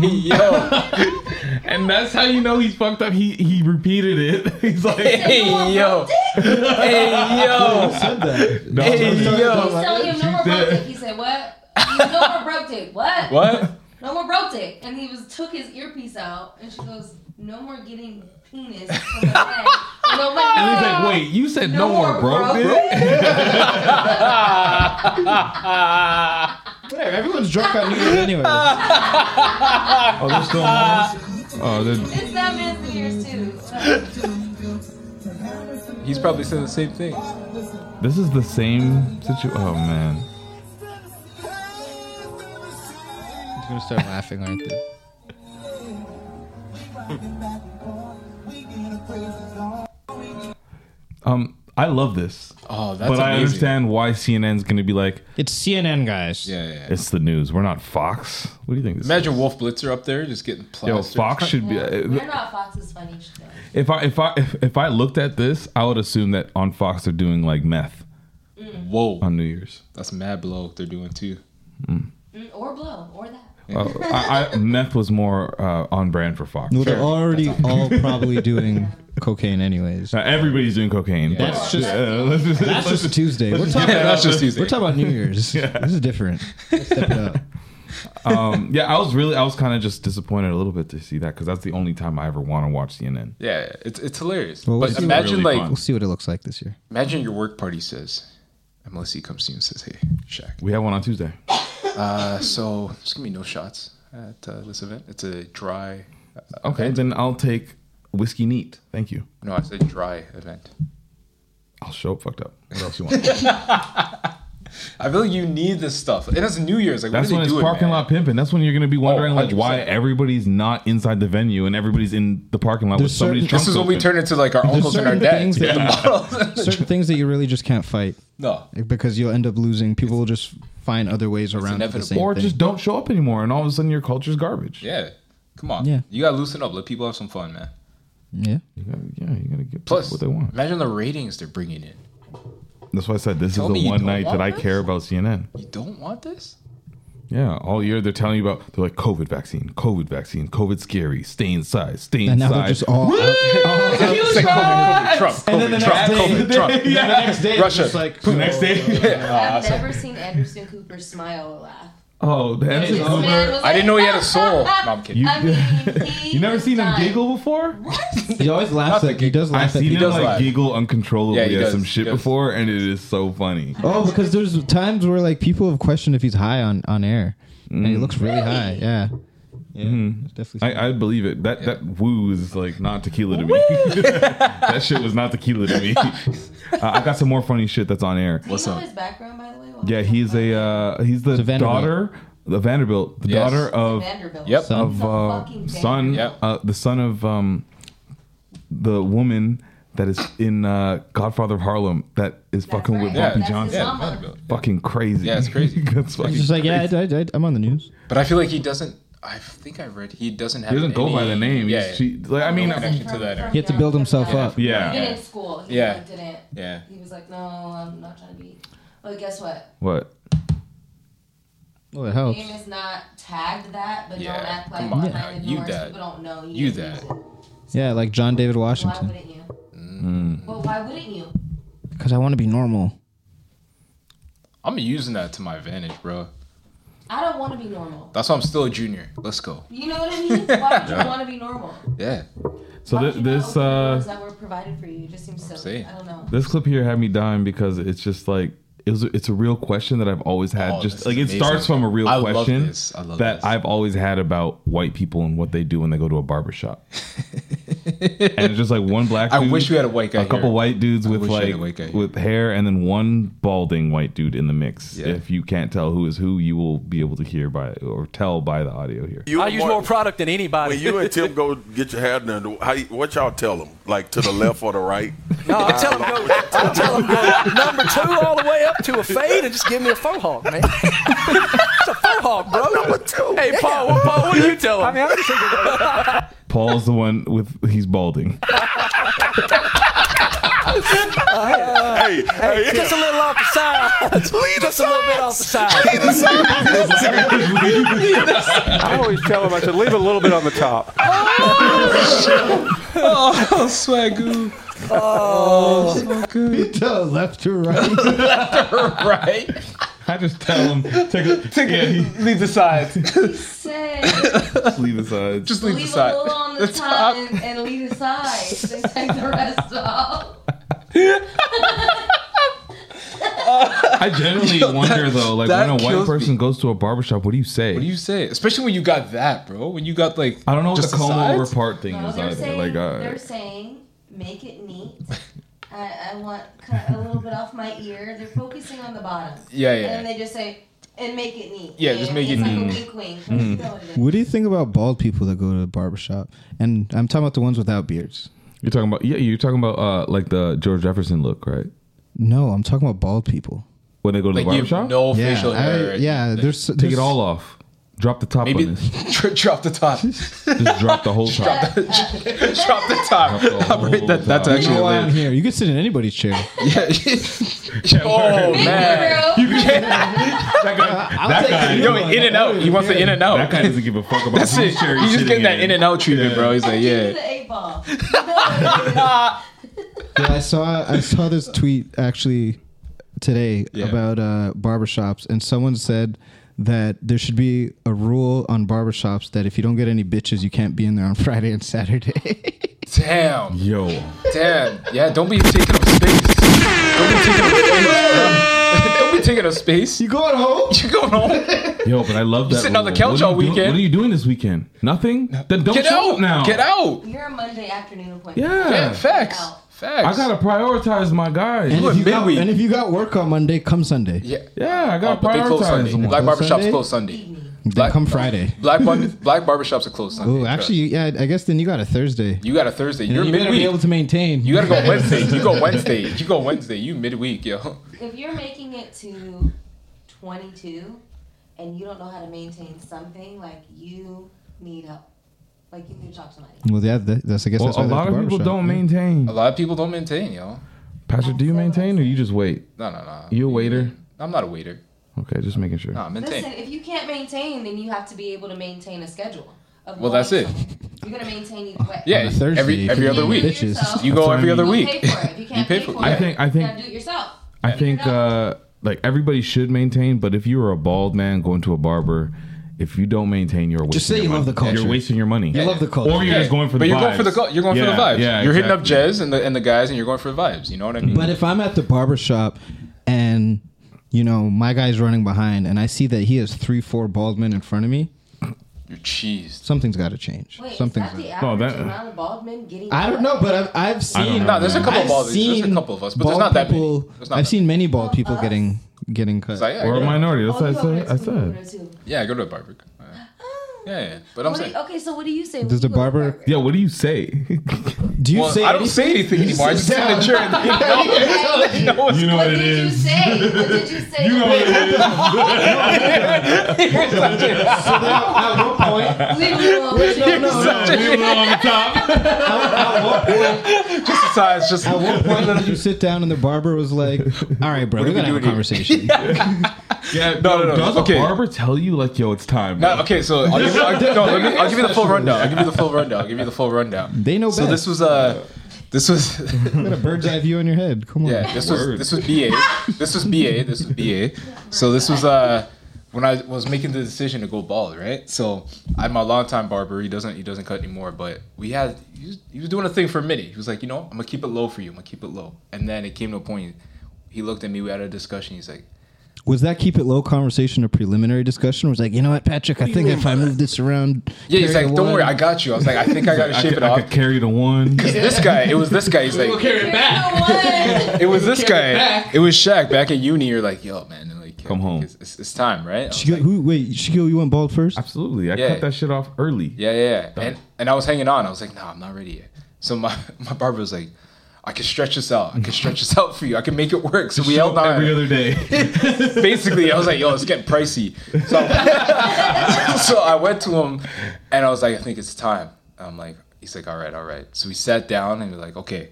[SPEAKER 1] Yo.
[SPEAKER 2] And that's how you know he's fucked up. He he repeated it. He's like,
[SPEAKER 1] Hey yo. Hey yo.
[SPEAKER 9] Said that.
[SPEAKER 2] hey,
[SPEAKER 3] He's telling him no more broke dick. He said what? He said, no more broke dick. What?
[SPEAKER 1] What?
[SPEAKER 3] No more broke dick. And he was took his earpiece out and she goes, no more getting penis from a man. And I'm like,
[SPEAKER 2] And he's like, wait, you said no, more, bro.
[SPEAKER 9] Whatever, everyone's drunk on New Year's anyway. That's
[SPEAKER 2] Oh, there's still more. Oh, they're-
[SPEAKER 3] It's that man's New Year's too.
[SPEAKER 1] He's probably saying the same thing.
[SPEAKER 2] this is the same situation. Oh man,
[SPEAKER 9] gonna start laughing, aren't they?
[SPEAKER 2] um, I love this.
[SPEAKER 1] Oh, Oh, that's
[SPEAKER 2] but I
[SPEAKER 1] amazing.
[SPEAKER 2] understand why CNN's going to be like,
[SPEAKER 9] it's CNN guys.
[SPEAKER 1] Yeah, yeah.
[SPEAKER 2] it's the news. We're not Fox. What do you think? This
[SPEAKER 1] Imagine Wolf Blitzer up there just getting
[SPEAKER 2] is? Yo,
[SPEAKER 1] plastered.
[SPEAKER 2] Fox should be. uh,
[SPEAKER 3] I know Fox is funny.
[SPEAKER 2] If I if I if, if I looked at this, I would assume that on Fox they're doing like meth Mm.
[SPEAKER 1] Whoa,
[SPEAKER 2] on New Year's.
[SPEAKER 1] that's mad blow they're doing too.
[SPEAKER 3] Mm, Or blow, or that.
[SPEAKER 2] Uh, I, I, meth was more uh, on brand for Fox.
[SPEAKER 9] No, they're already all probably doing cocaine anyways.
[SPEAKER 2] Now, everybody's doing cocaine. but-
[SPEAKER 9] That's just
[SPEAKER 2] Uh, let's just-
[SPEAKER 9] that's just Tuesday. We're talking,
[SPEAKER 1] Yeah, that's just easy.
[SPEAKER 9] we're talking about New Year's. This is different. Step it up.
[SPEAKER 2] um, yeah, I was really, I was kind of just disappointed a little bit to see that because that's the only time I ever want to watch CNN.
[SPEAKER 1] Yeah, it's it's hilarious.
[SPEAKER 9] Well,
[SPEAKER 1] but
[SPEAKER 9] it's
[SPEAKER 1] imagine
[SPEAKER 2] really
[SPEAKER 1] like
[SPEAKER 2] fun.
[SPEAKER 9] We'll see what it looks like this year.
[SPEAKER 1] imagine your work party says, and Melissa comes to you and says, "Hey, Shaq,
[SPEAKER 2] We have one on Tuesday.
[SPEAKER 1] uh, so there's gonna be no shots at uh, this event. It's a dry.
[SPEAKER 2] Okay, then I'll take whiskey neat. Thank you.
[SPEAKER 1] No, I said dry event.
[SPEAKER 2] I'll show up fucked up. What else you want?
[SPEAKER 1] I feel like you need this stuff, and it's New Year's. Like,
[SPEAKER 2] That's
[SPEAKER 1] what
[SPEAKER 2] when
[SPEAKER 1] are they
[SPEAKER 2] it's
[SPEAKER 1] doing,
[SPEAKER 2] parking
[SPEAKER 1] man? Oh,
[SPEAKER 2] lot pimping. That's when you're gonna be wondering like why
[SPEAKER 1] 100%.
[SPEAKER 2] everybody's not inside the venue and everybody's in the parking lot
[SPEAKER 9] There's
[SPEAKER 2] with somebody's
[SPEAKER 9] certain-
[SPEAKER 2] trunk
[SPEAKER 1] This is when we
[SPEAKER 2] open.
[SPEAKER 1] turn into like our uncles and our
[SPEAKER 9] certain
[SPEAKER 1] dads.
[SPEAKER 9] things
[SPEAKER 1] with the bottles.
[SPEAKER 9] Certain things that you really just can't fight
[SPEAKER 1] no,
[SPEAKER 9] because you'll end up losing. People will just find other ways around the
[SPEAKER 1] inevitable.
[SPEAKER 9] same
[SPEAKER 2] or
[SPEAKER 9] thing.
[SPEAKER 2] just don't show up anymore, and all of a sudden your culture's garbage.
[SPEAKER 1] yeah, come on.
[SPEAKER 9] Yeah.
[SPEAKER 1] you gotta loosen up. Let people have some fun, man.
[SPEAKER 9] yeah.
[SPEAKER 2] You gotta, yeah, you gotta give
[SPEAKER 1] Plus,
[SPEAKER 2] Plus, what they want.
[SPEAKER 1] imagine the ratings they're bringing in.
[SPEAKER 2] That's why I said this is
[SPEAKER 1] Tell me
[SPEAKER 2] the
[SPEAKER 1] you
[SPEAKER 2] one
[SPEAKER 1] don't
[SPEAKER 2] night
[SPEAKER 1] want
[SPEAKER 2] that I
[SPEAKER 1] this?
[SPEAKER 2] care about CNN.
[SPEAKER 1] You don't want this?
[SPEAKER 2] Yeah, all year they're telling you about they're like COVID vaccine, COVID vaccine, COVID scary, stay inside, stay
[SPEAKER 9] And now
[SPEAKER 2] inside.
[SPEAKER 9] they're just all.
[SPEAKER 1] It's like COVID, COVID, Trump, COVID, Trump, COVID, Trump.
[SPEAKER 9] the next day,
[SPEAKER 1] Russia. just like,
[SPEAKER 2] the next day.
[SPEAKER 1] Oh,
[SPEAKER 3] I've never seen Anderson Cooper smile or laugh.
[SPEAKER 2] oh, that's
[SPEAKER 3] This man was
[SPEAKER 1] I didn't
[SPEAKER 3] like,
[SPEAKER 1] know he had a soul. No, I'm kidding.
[SPEAKER 2] You,
[SPEAKER 3] I mean, he
[SPEAKER 2] you never
[SPEAKER 3] was
[SPEAKER 2] seen him
[SPEAKER 3] dying.
[SPEAKER 2] giggle before?
[SPEAKER 9] He always laughs
[SPEAKER 1] Not
[SPEAKER 9] at.
[SPEAKER 1] the
[SPEAKER 9] He does
[SPEAKER 2] I've
[SPEAKER 9] laugh at.
[SPEAKER 2] seen
[SPEAKER 9] people.
[SPEAKER 2] him
[SPEAKER 1] does
[SPEAKER 2] like
[SPEAKER 1] laugh.
[SPEAKER 2] giggle uncontrollably
[SPEAKER 1] Yeah, he
[SPEAKER 2] at
[SPEAKER 1] does,
[SPEAKER 2] some
[SPEAKER 1] he
[SPEAKER 2] shit
[SPEAKER 1] does.
[SPEAKER 2] before, and it is so funny.
[SPEAKER 9] Oh, because there's times where like people have questioned if he's high on on air, and he looks really high. Yeah. Yeah, it's definitely.
[SPEAKER 2] I, I believe it. That that woo is like not tequila to me. that shit was not tequila to me. Uh, I got some more funny shit that's on air.
[SPEAKER 3] Do you know his background, by the way?
[SPEAKER 2] Yeah, he's a uh, he's the
[SPEAKER 9] It's a Vanderbilt.
[SPEAKER 2] daughter, the Vanderbilt, the
[SPEAKER 1] Yes.
[SPEAKER 2] daughter of
[SPEAKER 3] Vanderbilt.
[SPEAKER 1] Yep.
[SPEAKER 9] Son.
[SPEAKER 2] of uh,
[SPEAKER 3] fucking
[SPEAKER 2] son,
[SPEAKER 1] Yep.
[SPEAKER 2] uh, the son of um, the woman that is in uh, Godfather of Harlem that is fucking with
[SPEAKER 3] right. Yeah,
[SPEAKER 2] Bumpy
[SPEAKER 3] that's his
[SPEAKER 2] Johnson.
[SPEAKER 3] mom. Mama.
[SPEAKER 1] Vanderbilt.
[SPEAKER 2] Fucking crazy.
[SPEAKER 1] Yeah, it's crazy.
[SPEAKER 2] That's fucking
[SPEAKER 9] He's just like, yeah, I, I, I, I'm on the news.
[SPEAKER 1] But I feel like he doesn't. I think I read he doesn't have.
[SPEAKER 2] he doesn't go
[SPEAKER 1] any-
[SPEAKER 2] by the name.
[SPEAKER 1] Yeah,
[SPEAKER 2] Yeah, she, like I mean,
[SPEAKER 1] connection to that.
[SPEAKER 9] He had to build himself up.
[SPEAKER 3] Even
[SPEAKER 2] yeah.
[SPEAKER 3] in school, he
[SPEAKER 1] Yeah.
[SPEAKER 3] like, didn't.
[SPEAKER 1] Yeah.
[SPEAKER 3] He was like, no, I'm not trying to be. But guess what?
[SPEAKER 2] What?
[SPEAKER 9] Well, it helps.
[SPEAKER 3] Game is not tagged that, but
[SPEAKER 1] Yeah,
[SPEAKER 3] don't act like
[SPEAKER 1] come on now.
[SPEAKER 3] behind the
[SPEAKER 1] You
[SPEAKER 3] doors
[SPEAKER 1] that.
[SPEAKER 3] people don't know
[SPEAKER 1] You
[SPEAKER 3] didn't
[SPEAKER 1] that.
[SPEAKER 3] use it.
[SPEAKER 9] Yeah, like John David
[SPEAKER 3] Why
[SPEAKER 9] Washington.
[SPEAKER 3] wouldn't you?
[SPEAKER 2] Mm.
[SPEAKER 3] Well, why wouldn't you?
[SPEAKER 9] Because I want to be normal.
[SPEAKER 1] I'm using that to my advantage, bro.
[SPEAKER 3] I don't want to be normal.
[SPEAKER 1] That's why I'm still a junior. Let's go.
[SPEAKER 3] You know what I mean? Why would you want to be normal?
[SPEAKER 1] Yeah.
[SPEAKER 2] So
[SPEAKER 3] Why
[SPEAKER 2] th-
[SPEAKER 3] would you not
[SPEAKER 2] this
[SPEAKER 3] open the
[SPEAKER 2] uh,
[SPEAKER 3] doors that were provided for you It just seems silly.
[SPEAKER 1] saying.
[SPEAKER 3] I don't know.
[SPEAKER 2] this clip here had me dying because it's just like it was. It's a real question that I've always had.
[SPEAKER 1] Oh, this
[SPEAKER 2] just
[SPEAKER 1] is
[SPEAKER 2] like it
[SPEAKER 1] amazing.
[SPEAKER 2] starts from a real
[SPEAKER 1] I love
[SPEAKER 2] question
[SPEAKER 1] this. I love
[SPEAKER 2] that
[SPEAKER 1] this.
[SPEAKER 2] I've always had about white people and what they do when they go to a barber shop. and it's just like one black.
[SPEAKER 1] I
[SPEAKER 2] dude,
[SPEAKER 1] wish we had a white guy
[SPEAKER 2] A couple
[SPEAKER 1] here.
[SPEAKER 2] white dudes
[SPEAKER 1] I
[SPEAKER 2] with
[SPEAKER 1] wish we had
[SPEAKER 2] like
[SPEAKER 1] a white guy here.
[SPEAKER 2] with hair, and then one balding white dude in the mix.
[SPEAKER 1] Yeah.
[SPEAKER 2] If you can't tell who is who, you will be able to hear by or tell by the audio here.
[SPEAKER 11] I use more product than anybody.
[SPEAKER 12] When you and Tim go get your hair done, how, you- what y'all tell them? Like to the left or the right?
[SPEAKER 11] no, I Uh, tell them go. I tell them go number two all the way up to a fade and just give me a faux hawk, man. it's a faux hawk, bro. Number two. Hey, Paul. What, Paul, what do you tell them? I mean, I'm just
[SPEAKER 2] Paul's the one with he's
[SPEAKER 12] hey,
[SPEAKER 2] balding.
[SPEAKER 12] hey,
[SPEAKER 11] just a little off the side. just a little bit off the side.
[SPEAKER 7] I always tell them, I said, leave a little bit on the top.
[SPEAKER 1] Oh, swagoo.
[SPEAKER 9] left to right.
[SPEAKER 1] right.
[SPEAKER 2] I just tell him take a, take yeah, he,
[SPEAKER 1] Leave the sides.
[SPEAKER 3] Say,
[SPEAKER 2] leave aside.
[SPEAKER 1] Just leave the
[SPEAKER 3] leave a little
[SPEAKER 1] side.
[SPEAKER 3] on the, top and, and leave the side. Then take the rest off.
[SPEAKER 2] I generally wonder though, like
[SPEAKER 1] that
[SPEAKER 2] when a white
[SPEAKER 1] kills
[SPEAKER 2] person
[SPEAKER 1] me.
[SPEAKER 2] goes to a barbershop, what do you say?
[SPEAKER 1] What do you say? Especially when you got that, bro. When you got like
[SPEAKER 2] I don't know what the comb
[SPEAKER 1] sides?
[SPEAKER 2] over part thing
[SPEAKER 3] No,
[SPEAKER 2] is
[SPEAKER 3] they're
[SPEAKER 2] either.
[SPEAKER 3] saying,
[SPEAKER 2] like,
[SPEAKER 3] they're
[SPEAKER 2] uh,
[SPEAKER 3] saying, make it neat. Uh, I, I want cut a little bit off my ear. They're focusing on the bottom.
[SPEAKER 1] Yeah,
[SPEAKER 3] And
[SPEAKER 1] yeah.
[SPEAKER 3] then they just say, and make it neat.
[SPEAKER 1] Yeah, just make
[SPEAKER 3] it's
[SPEAKER 1] it
[SPEAKER 3] like
[SPEAKER 1] neat. Hmm.
[SPEAKER 3] a wink, wink. You know what it is.
[SPEAKER 9] what do you think about bald people that go to the barber shop? And I'm talking about the ones without beards.
[SPEAKER 2] you're talking about yeah, you're talking about uh, like the George Jefferson look, right?
[SPEAKER 9] No, I'm talking about bald people.
[SPEAKER 2] When they go to
[SPEAKER 1] Like
[SPEAKER 2] the
[SPEAKER 1] you have
[SPEAKER 2] barbershop?
[SPEAKER 1] no Yeah, facial hair. I-
[SPEAKER 9] yeah, there's-
[SPEAKER 2] Take
[SPEAKER 9] there's-
[SPEAKER 2] it all off. Drop the top
[SPEAKER 1] Maybe
[SPEAKER 2] on this.
[SPEAKER 1] drop the top.
[SPEAKER 2] Just drop the whole top.
[SPEAKER 1] drop, the, drop the top.
[SPEAKER 2] Oh,
[SPEAKER 1] That- that's
[SPEAKER 9] You
[SPEAKER 1] actually
[SPEAKER 9] know why
[SPEAKER 1] hilarious.
[SPEAKER 9] I'm here. You could sit in anybody's chair.
[SPEAKER 1] Oh
[SPEAKER 9] Big
[SPEAKER 1] man,
[SPEAKER 9] girl.
[SPEAKER 1] you can't. That guy, that
[SPEAKER 9] take
[SPEAKER 1] guy,
[SPEAKER 9] it.
[SPEAKER 1] yo, in and out. He wants the in and out.
[SPEAKER 2] That guy doesn't give a fuck about
[SPEAKER 1] That's
[SPEAKER 2] whose
[SPEAKER 1] it.
[SPEAKER 2] chair
[SPEAKER 1] He's
[SPEAKER 2] he's
[SPEAKER 1] just
[SPEAKER 2] sitting
[SPEAKER 1] getting that in and out treatment, bro. He's like, yeah.
[SPEAKER 13] The eight ball.
[SPEAKER 9] Yeah, I saw I saw this tweet actually today
[SPEAKER 1] Yeah.
[SPEAKER 9] about uh, barbershops, and someone said that there should be a rule on barbershops that if you don't get any bitches, you can't be in there on Friday and Saturday.
[SPEAKER 1] Damn,
[SPEAKER 2] Yo.
[SPEAKER 1] damn. Yeah, don't be taking up space. Don't be taking up space. bro. don't be taking up space. You
[SPEAKER 9] going home?
[SPEAKER 1] You going home?
[SPEAKER 2] Yo, but I love
[SPEAKER 1] You
[SPEAKER 2] that.
[SPEAKER 1] sitting on the
[SPEAKER 2] rule.
[SPEAKER 1] couch
[SPEAKER 2] What are
[SPEAKER 1] all
[SPEAKER 2] you doing-
[SPEAKER 1] weekend.
[SPEAKER 2] What are you doing this weekend? Nothing? Then don't
[SPEAKER 1] Get
[SPEAKER 2] show up
[SPEAKER 1] out.
[SPEAKER 2] now.
[SPEAKER 1] Get out.
[SPEAKER 13] You're a Monday afternoon appointment.
[SPEAKER 2] Yeah.
[SPEAKER 1] facts. Facts.
[SPEAKER 2] I gotta prioritize my guys.
[SPEAKER 9] and, if you got, and if you got work on Monday, come Sunday.
[SPEAKER 1] Yeah.
[SPEAKER 2] Yeah, I gotta
[SPEAKER 1] Oh, but they close
[SPEAKER 2] prioritize
[SPEAKER 1] Sunday.
[SPEAKER 2] them.
[SPEAKER 1] Black
[SPEAKER 9] Close
[SPEAKER 1] barbershops
[SPEAKER 9] Sunday?
[SPEAKER 1] close Sunday.
[SPEAKER 9] Then come Friday.
[SPEAKER 1] Black bun- black barbershops are closed Sunday.
[SPEAKER 9] Oh,
[SPEAKER 1] trust.
[SPEAKER 9] actually, yeah. I guess then you got a Thursday.
[SPEAKER 1] you got a Thursday.
[SPEAKER 9] And
[SPEAKER 1] You're
[SPEAKER 9] you better
[SPEAKER 1] midweek.
[SPEAKER 9] be able to maintain.
[SPEAKER 1] You gotta go Wednesday. You go Wednesday. You go Wednesday. You midweek, yo.
[SPEAKER 13] If you're making it to 22 and you don't know how to maintain something, like you need help. Like you need to talk to somebody.
[SPEAKER 9] Well, yeah, that, that's I guess
[SPEAKER 2] Well,
[SPEAKER 9] that's why
[SPEAKER 2] a
[SPEAKER 9] they're at
[SPEAKER 2] lot
[SPEAKER 9] the
[SPEAKER 2] of people
[SPEAKER 9] barbershop,
[SPEAKER 2] don't
[SPEAKER 9] yeah.
[SPEAKER 2] maintain.
[SPEAKER 1] A lot of people don't maintain, yo.
[SPEAKER 2] Patrick, do you maintain or you just wait?
[SPEAKER 1] No, no, no.
[SPEAKER 2] You a waiter?
[SPEAKER 1] I'm not a waiter.
[SPEAKER 2] Okay, just making sure.
[SPEAKER 1] Nah, maintain.
[SPEAKER 13] Listen, if you can't maintain, then you have to be able to maintain a schedule. Of
[SPEAKER 1] Well,
[SPEAKER 13] going
[SPEAKER 1] that's it.
[SPEAKER 13] somewhere. You're gonna maintain either way.
[SPEAKER 1] Yeah,
[SPEAKER 9] On a Thursday,
[SPEAKER 1] every
[SPEAKER 9] you
[SPEAKER 1] every
[SPEAKER 9] can
[SPEAKER 1] other
[SPEAKER 9] eat
[SPEAKER 1] week.
[SPEAKER 9] bitches.
[SPEAKER 1] You
[SPEAKER 9] That's
[SPEAKER 1] go
[SPEAKER 9] what
[SPEAKER 1] every
[SPEAKER 9] I
[SPEAKER 1] other week.
[SPEAKER 9] mean.
[SPEAKER 13] Pay for it. If you can't
[SPEAKER 1] pay
[SPEAKER 13] pay,
[SPEAKER 1] for
[SPEAKER 13] for
[SPEAKER 1] it.
[SPEAKER 13] it,
[SPEAKER 2] I think- I think-
[SPEAKER 13] you gotta do it yourself.
[SPEAKER 2] I think uh, like everybody should maintain, but if you're a bald man going to a barber, if you don't maintain, you're wasting
[SPEAKER 9] Just say
[SPEAKER 2] your
[SPEAKER 9] you
[SPEAKER 2] money.
[SPEAKER 9] love the culture.
[SPEAKER 2] You're wasting your money.
[SPEAKER 9] You love the culture.
[SPEAKER 2] or you're just going for
[SPEAKER 1] but
[SPEAKER 2] the
[SPEAKER 1] you're going
[SPEAKER 2] vibes.
[SPEAKER 1] for the go- you're going for the
[SPEAKER 2] Yeah,
[SPEAKER 1] vibes.
[SPEAKER 2] Yeah,
[SPEAKER 1] you're hitting up
[SPEAKER 2] exactly.
[SPEAKER 1] Jez and the and the guys, and you're going for the vibes. You know what I mean?
[SPEAKER 9] But if I'm at the barbershop and you know my guy's running behind and I see that he has three, four bald men in front of me,
[SPEAKER 1] you're cheesed.
[SPEAKER 9] something's got to change.
[SPEAKER 13] Wait,
[SPEAKER 9] something's.
[SPEAKER 13] is that the
[SPEAKER 9] gotta-
[SPEAKER 13] average amount of bald men getting?
[SPEAKER 9] I don't know, but I've, I've
[SPEAKER 2] I don't
[SPEAKER 9] seen.
[SPEAKER 2] know, No, there's a man.
[SPEAKER 1] couple
[SPEAKER 9] I've
[SPEAKER 1] bald- there's a
[SPEAKER 9] seen
[SPEAKER 1] couple of us, but there's not
[SPEAKER 9] bald
[SPEAKER 1] that many.
[SPEAKER 9] people,
[SPEAKER 1] There's not
[SPEAKER 9] I've
[SPEAKER 1] that
[SPEAKER 9] seen many bald people getting getting cut.
[SPEAKER 1] So, yeah,
[SPEAKER 2] Or
[SPEAKER 1] I
[SPEAKER 2] a
[SPEAKER 1] go to-
[SPEAKER 2] minority. That's
[SPEAKER 13] Oh,
[SPEAKER 2] what
[SPEAKER 13] you
[SPEAKER 2] I
[SPEAKER 13] go over
[SPEAKER 2] said.
[SPEAKER 13] to
[SPEAKER 2] I
[SPEAKER 13] school, you
[SPEAKER 2] said.
[SPEAKER 13] go to school.
[SPEAKER 1] Yeah, I go to a barber. Uh, Yeah, yeah, but I'm
[SPEAKER 13] Oh. What do
[SPEAKER 1] saying.
[SPEAKER 13] you- okay, so what do you say? when
[SPEAKER 9] Does the
[SPEAKER 13] you go to
[SPEAKER 9] barber?
[SPEAKER 2] Yeah, what do you say?
[SPEAKER 9] Do you
[SPEAKER 1] Well,
[SPEAKER 9] say?
[SPEAKER 1] I don't say anything anymore. I just sit in the chair. And, you know,
[SPEAKER 2] You know what it
[SPEAKER 13] Did you
[SPEAKER 2] is.
[SPEAKER 13] say? What did you say?
[SPEAKER 2] You know what
[SPEAKER 13] Leave me alone.
[SPEAKER 1] just size, just
[SPEAKER 9] At what point did you sit down and the barber was like, "All right, bro,
[SPEAKER 1] What are
[SPEAKER 9] we
[SPEAKER 1] we
[SPEAKER 9] gotta have
[SPEAKER 1] doing here?"
[SPEAKER 9] a conversation."
[SPEAKER 2] Yeah,
[SPEAKER 1] No, no, no.
[SPEAKER 2] Does
[SPEAKER 1] Okay.
[SPEAKER 2] a barber tell you like, yo, it's time?
[SPEAKER 1] No, okay, so I'll give, I'll, no, let me, I'll give you the full rundown. I'll give you the full rundown. I'll give you the full rundown.
[SPEAKER 9] They know
[SPEAKER 1] So
[SPEAKER 9] best.
[SPEAKER 1] this was uh this was
[SPEAKER 9] You got a bird's eye view in your head. Come on.
[SPEAKER 1] yeah, this was this was BA. This was BA. This was BA. So this was uh when I was making the decision to go bald, right? So I had my longtime barber. He doesn't he doesn't cut anymore, but we had he was, he was doing a thing for a minute. He was like, you know, I'm gonna keep it low for you. I'm gonna keep it low. And then it came to a point. He looked at me. We had a discussion. He's like,
[SPEAKER 9] Was that keep it low conversation or preliminary discussion? Was like, you know what, Patrick, I think if I move this around,
[SPEAKER 1] yeah, he's
[SPEAKER 9] carry
[SPEAKER 1] like,
[SPEAKER 9] the
[SPEAKER 1] don't
[SPEAKER 9] one-
[SPEAKER 1] worry, I got you. I was like, I think I gotta
[SPEAKER 2] I
[SPEAKER 1] shape
[SPEAKER 2] could,
[SPEAKER 1] it off.
[SPEAKER 2] I could carry the one.
[SPEAKER 1] Cause this guy, it was this guy. He's like, it was this guy. It was Shaq back at uni. You're like, yo, man, and like,
[SPEAKER 2] Come home.
[SPEAKER 1] It's, it's, it's time, right? I was
[SPEAKER 9] She go,
[SPEAKER 1] like,
[SPEAKER 9] who, wait, Shigo, you went bald first?
[SPEAKER 2] Absolutely. I
[SPEAKER 1] Yeah.
[SPEAKER 2] cut that shit off early.
[SPEAKER 1] yeah, yeah, yeah. And and I was hanging on. I was like, nah, I'm not ready yet. So my my barber was like, I can stretch this out. I can stretch this out for you. I can make it work. So we
[SPEAKER 2] Show
[SPEAKER 1] held
[SPEAKER 2] up every
[SPEAKER 1] on.
[SPEAKER 2] other day.
[SPEAKER 1] Basically, I was like, yo, it's getting pricey. So so I went to him, and I was like, I think it's time. I'm like, he's like, all right, all right. So we sat down, and we're like, okay.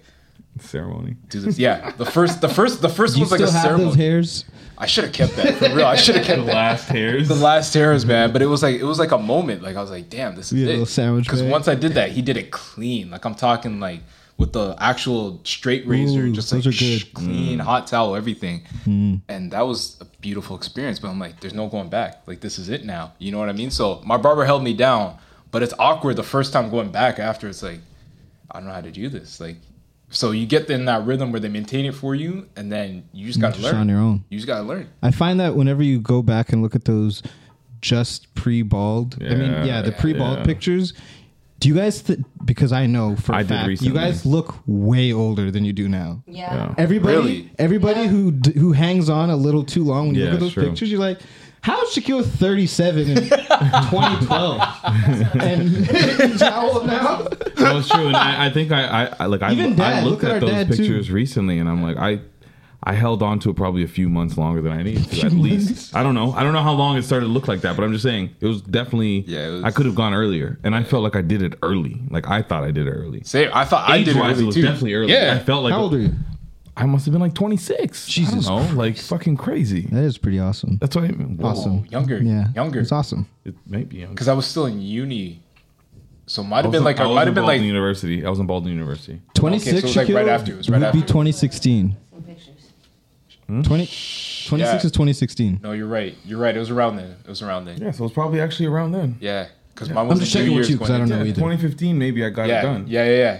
[SPEAKER 2] Ceremony.
[SPEAKER 1] Do this. Yeah, the first, the first, the first
[SPEAKER 9] Do you
[SPEAKER 1] was like
[SPEAKER 9] still
[SPEAKER 1] a
[SPEAKER 9] have
[SPEAKER 1] ceremony.
[SPEAKER 9] those hairs?
[SPEAKER 1] I should have kept that for real. I should have
[SPEAKER 2] The
[SPEAKER 1] kept that.
[SPEAKER 2] last hairs.
[SPEAKER 1] The last terrors, man. But it was like it was like a moment. Like I was like, damn, this is
[SPEAKER 9] Yeah,
[SPEAKER 1] it.
[SPEAKER 9] little sandwich
[SPEAKER 1] Because
[SPEAKER 9] bag.
[SPEAKER 1] once I did that, he did it clean. Like I'm talking like with the actual straight razor,
[SPEAKER 9] Ooh,
[SPEAKER 1] just like
[SPEAKER 9] those are good. Mm.
[SPEAKER 1] shh,
[SPEAKER 2] Mm.
[SPEAKER 1] clean, hot towel, everything. And that was a beautiful experience. But I'm like, there's no going back. Like this is it now. You know what I mean? So my barber held me down, but it's awkward the first time going back after. It's like I don't know how to do this. Like. So you get in that rhythm where they maintain it for you, and then you just gotta
[SPEAKER 9] Just
[SPEAKER 1] learn
[SPEAKER 9] on your own.
[SPEAKER 1] You just gotta learn.
[SPEAKER 9] I find that whenever you go back and look at those just pre-bald, I mean,
[SPEAKER 2] Yeah,
[SPEAKER 9] yeah, the pre-bald
[SPEAKER 2] yeah.
[SPEAKER 9] pictures. Do you guys? Th- because I know for
[SPEAKER 2] I
[SPEAKER 9] a
[SPEAKER 2] did
[SPEAKER 9] fact, you
[SPEAKER 2] recently.
[SPEAKER 9] guys look way older than you do now.
[SPEAKER 13] Yeah.
[SPEAKER 9] Everybody,
[SPEAKER 1] Really?
[SPEAKER 9] everybody who d- who hangs on a little too long when you
[SPEAKER 2] Yeah,
[SPEAKER 9] look at those
[SPEAKER 2] true.
[SPEAKER 9] pictures, you're like, how is Shaquille 37 in 2012? and he's how old now?
[SPEAKER 2] That was true, and I, I think I, I, I like I,
[SPEAKER 9] Even
[SPEAKER 2] I
[SPEAKER 9] dad,
[SPEAKER 2] looked
[SPEAKER 9] look at
[SPEAKER 2] at,
[SPEAKER 9] our
[SPEAKER 2] those
[SPEAKER 9] dad, too.
[SPEAKER 2] pictures recently, and I'm like I. I held on to it probably a few months longer than I needed to, at least. I don't know. I don't know how long it started to look like that, but I'm just saying it was definitely. Yeah, I could have gone earlier, and I felt like I did it early. Like I thought I did it early.
[SPEAKER 1] Same. I thought I did it
[SPEAKER 2] Age-wise,
[SPEAKER 1] early,
[SPEAKER 2] was
[SPEAKER 1] too.
[SPEAKER 2] definitely early.
[SPEAKER 1] Yeah.
[SPEAKER 2] I felt like
[SPEAKER 1] How old are
[SPEAKER 9] you?
[SPEAKER 2] I must have been like 26.
[SPEAKER 9] Jesus
[SPEAKER 2] I don't know, like fucking crazy.
[SPEAKER 9] That is pretty awesome.
[SPEAKER 2] That's what I mean. Whoa.
[SPEAKER 9] Awesome.
[SPEAKER 1] Younger.
[SPEAKER 9] Yeah.
[SPEAKER 1] Younger.
[SPEAKER 9] It's awesome.
[SPEAKER 2] It may be younger.
[SPEAKER 1] Because I was still in uni, so might
[SPEAKER 2] I
[SPEAKER 1] have
[SPEAKER 2] was in-
[SPEAKER 1] been like
[SPEAKER 2] I
[SPEAKER 1] I
[SPEAKER 2] was
[SPEAKER 1] might
[SPEAKER 2] in
[SPEAKER 1] have been
[SPEAKER 2] Baldwin
[SPEAKER 1] like
[SPEAKER 2] University. I was in Baldwin University.
[SPEAKER 9] 26
[SPEAKER 1] Okay, so it was like
[SPEAKER 9] Shaquille
[SPEAKER 1] right after. It was right
[SPEAKER 9] would be
[SPEAKER 1] after.
[SPEAKER 9] 2016.
[SPEAKER 2] Hmm?
[SPEAKER 9] 20, 26 is 2016.
[SPEAKER 1] No, you're right. You're right. It was around then. It was around then.
[SPEAKER 2] Yeah, so it was probably actually around then.
[SPEAKER 1] Yeah, because
[SPEAKER 2] Yeah.
[SPEAKER 1] mine
[SPEAKER 2] I'm
[SPEAKER 1] was
[SPEAKER 2] just
[SPEAKER 1] in New
[SPEAKER 2] checking with
[SPEAKER 1] Year's
[SPEAKER 2] you 'cause
[SPEAKER 1] going
[SPEAKER 2] I don't
[SPEAKER 1] into-
[SPEAKER 2] know either. 2015, maybe I got it
[SPEAKER 1] Yeah,
[SPEAKER 2] done.
[SPEAKER 1] Yeah, yeah, yeah.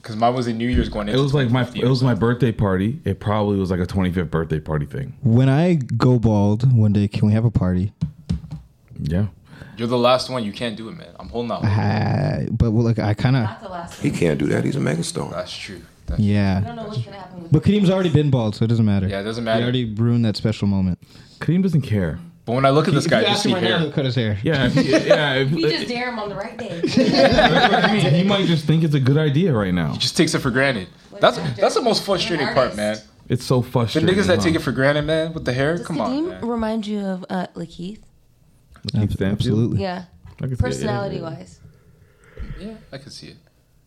[SPEAKER 1] Because mine was in New Year's going.
[SPEAKER 2] It was like my it was my birthday party. It probably was like a 25th birthday party thing.
[SPEAKER 9] When I go bald one day, can we have a party?
[SPEAKER 2] Yeah.
[SPEAKER 1] You're the last one. You can't do it, man. I'm holding out.
[SPEAKER 9] I, but well, like I kind of.
[SPEAKER 1] He
[SPEAKER 9] can't do that. He's a
[SPEAKER 1] megastar. That's true. That's
[SPEAKER 9] Yeah.
[SPEAKER 1] True. That's true.
[SPEAKER 9] But Kadeem's already been bald, so it doesn't matter.
[SPEAKER 1] Yeah, it doesn't
[SPEAKER 9] He
[SPEAKER 1] matter.
[SPEAKER 9] already ruined that special moment.
[SPEAKER 2] Kadeem doesn't care.
[SPEAKER 1] But when I look at this guy, I just
[SPEAKER 9] ask him
[SPEAKER 1] see
[SPEAKER 9] right now,
[SPEAKER 1] hair.
[SPEAKER 9] he'll cut his hair.
[SPEAKER 2] Yeah. if- yeah. if-
[SPEAKER 13] You just dare him on the right day.
[SPEAKER 2] I mean, he might just think it's a good idea right now.
[SPEAKER 1] Just takes it for granted. That's that's the most frustrating part, man.
[SPEAKER 2] It's so
[SPEAKER 1] The
[SPEAKER 2] frustrating.
[SPEAKER 1] niggas that
[SPEAKER 2] huh?
[SPEAKER 1] take it for granted, man, with the hair.
[SPEAKER 13] Does
[SPEAKER 1] Come on, man.
[SPEAKER 13] Kadeem remind you of uh, Lakeith?
[SPEAKER 2] Absolutely.
[SPEAKER 13] Yeah.
[SPEAKER 2] I can see it, yeah.
[SPEAKER 13] Personality wise.
[SPEAKER 1] Yeah, I could see it.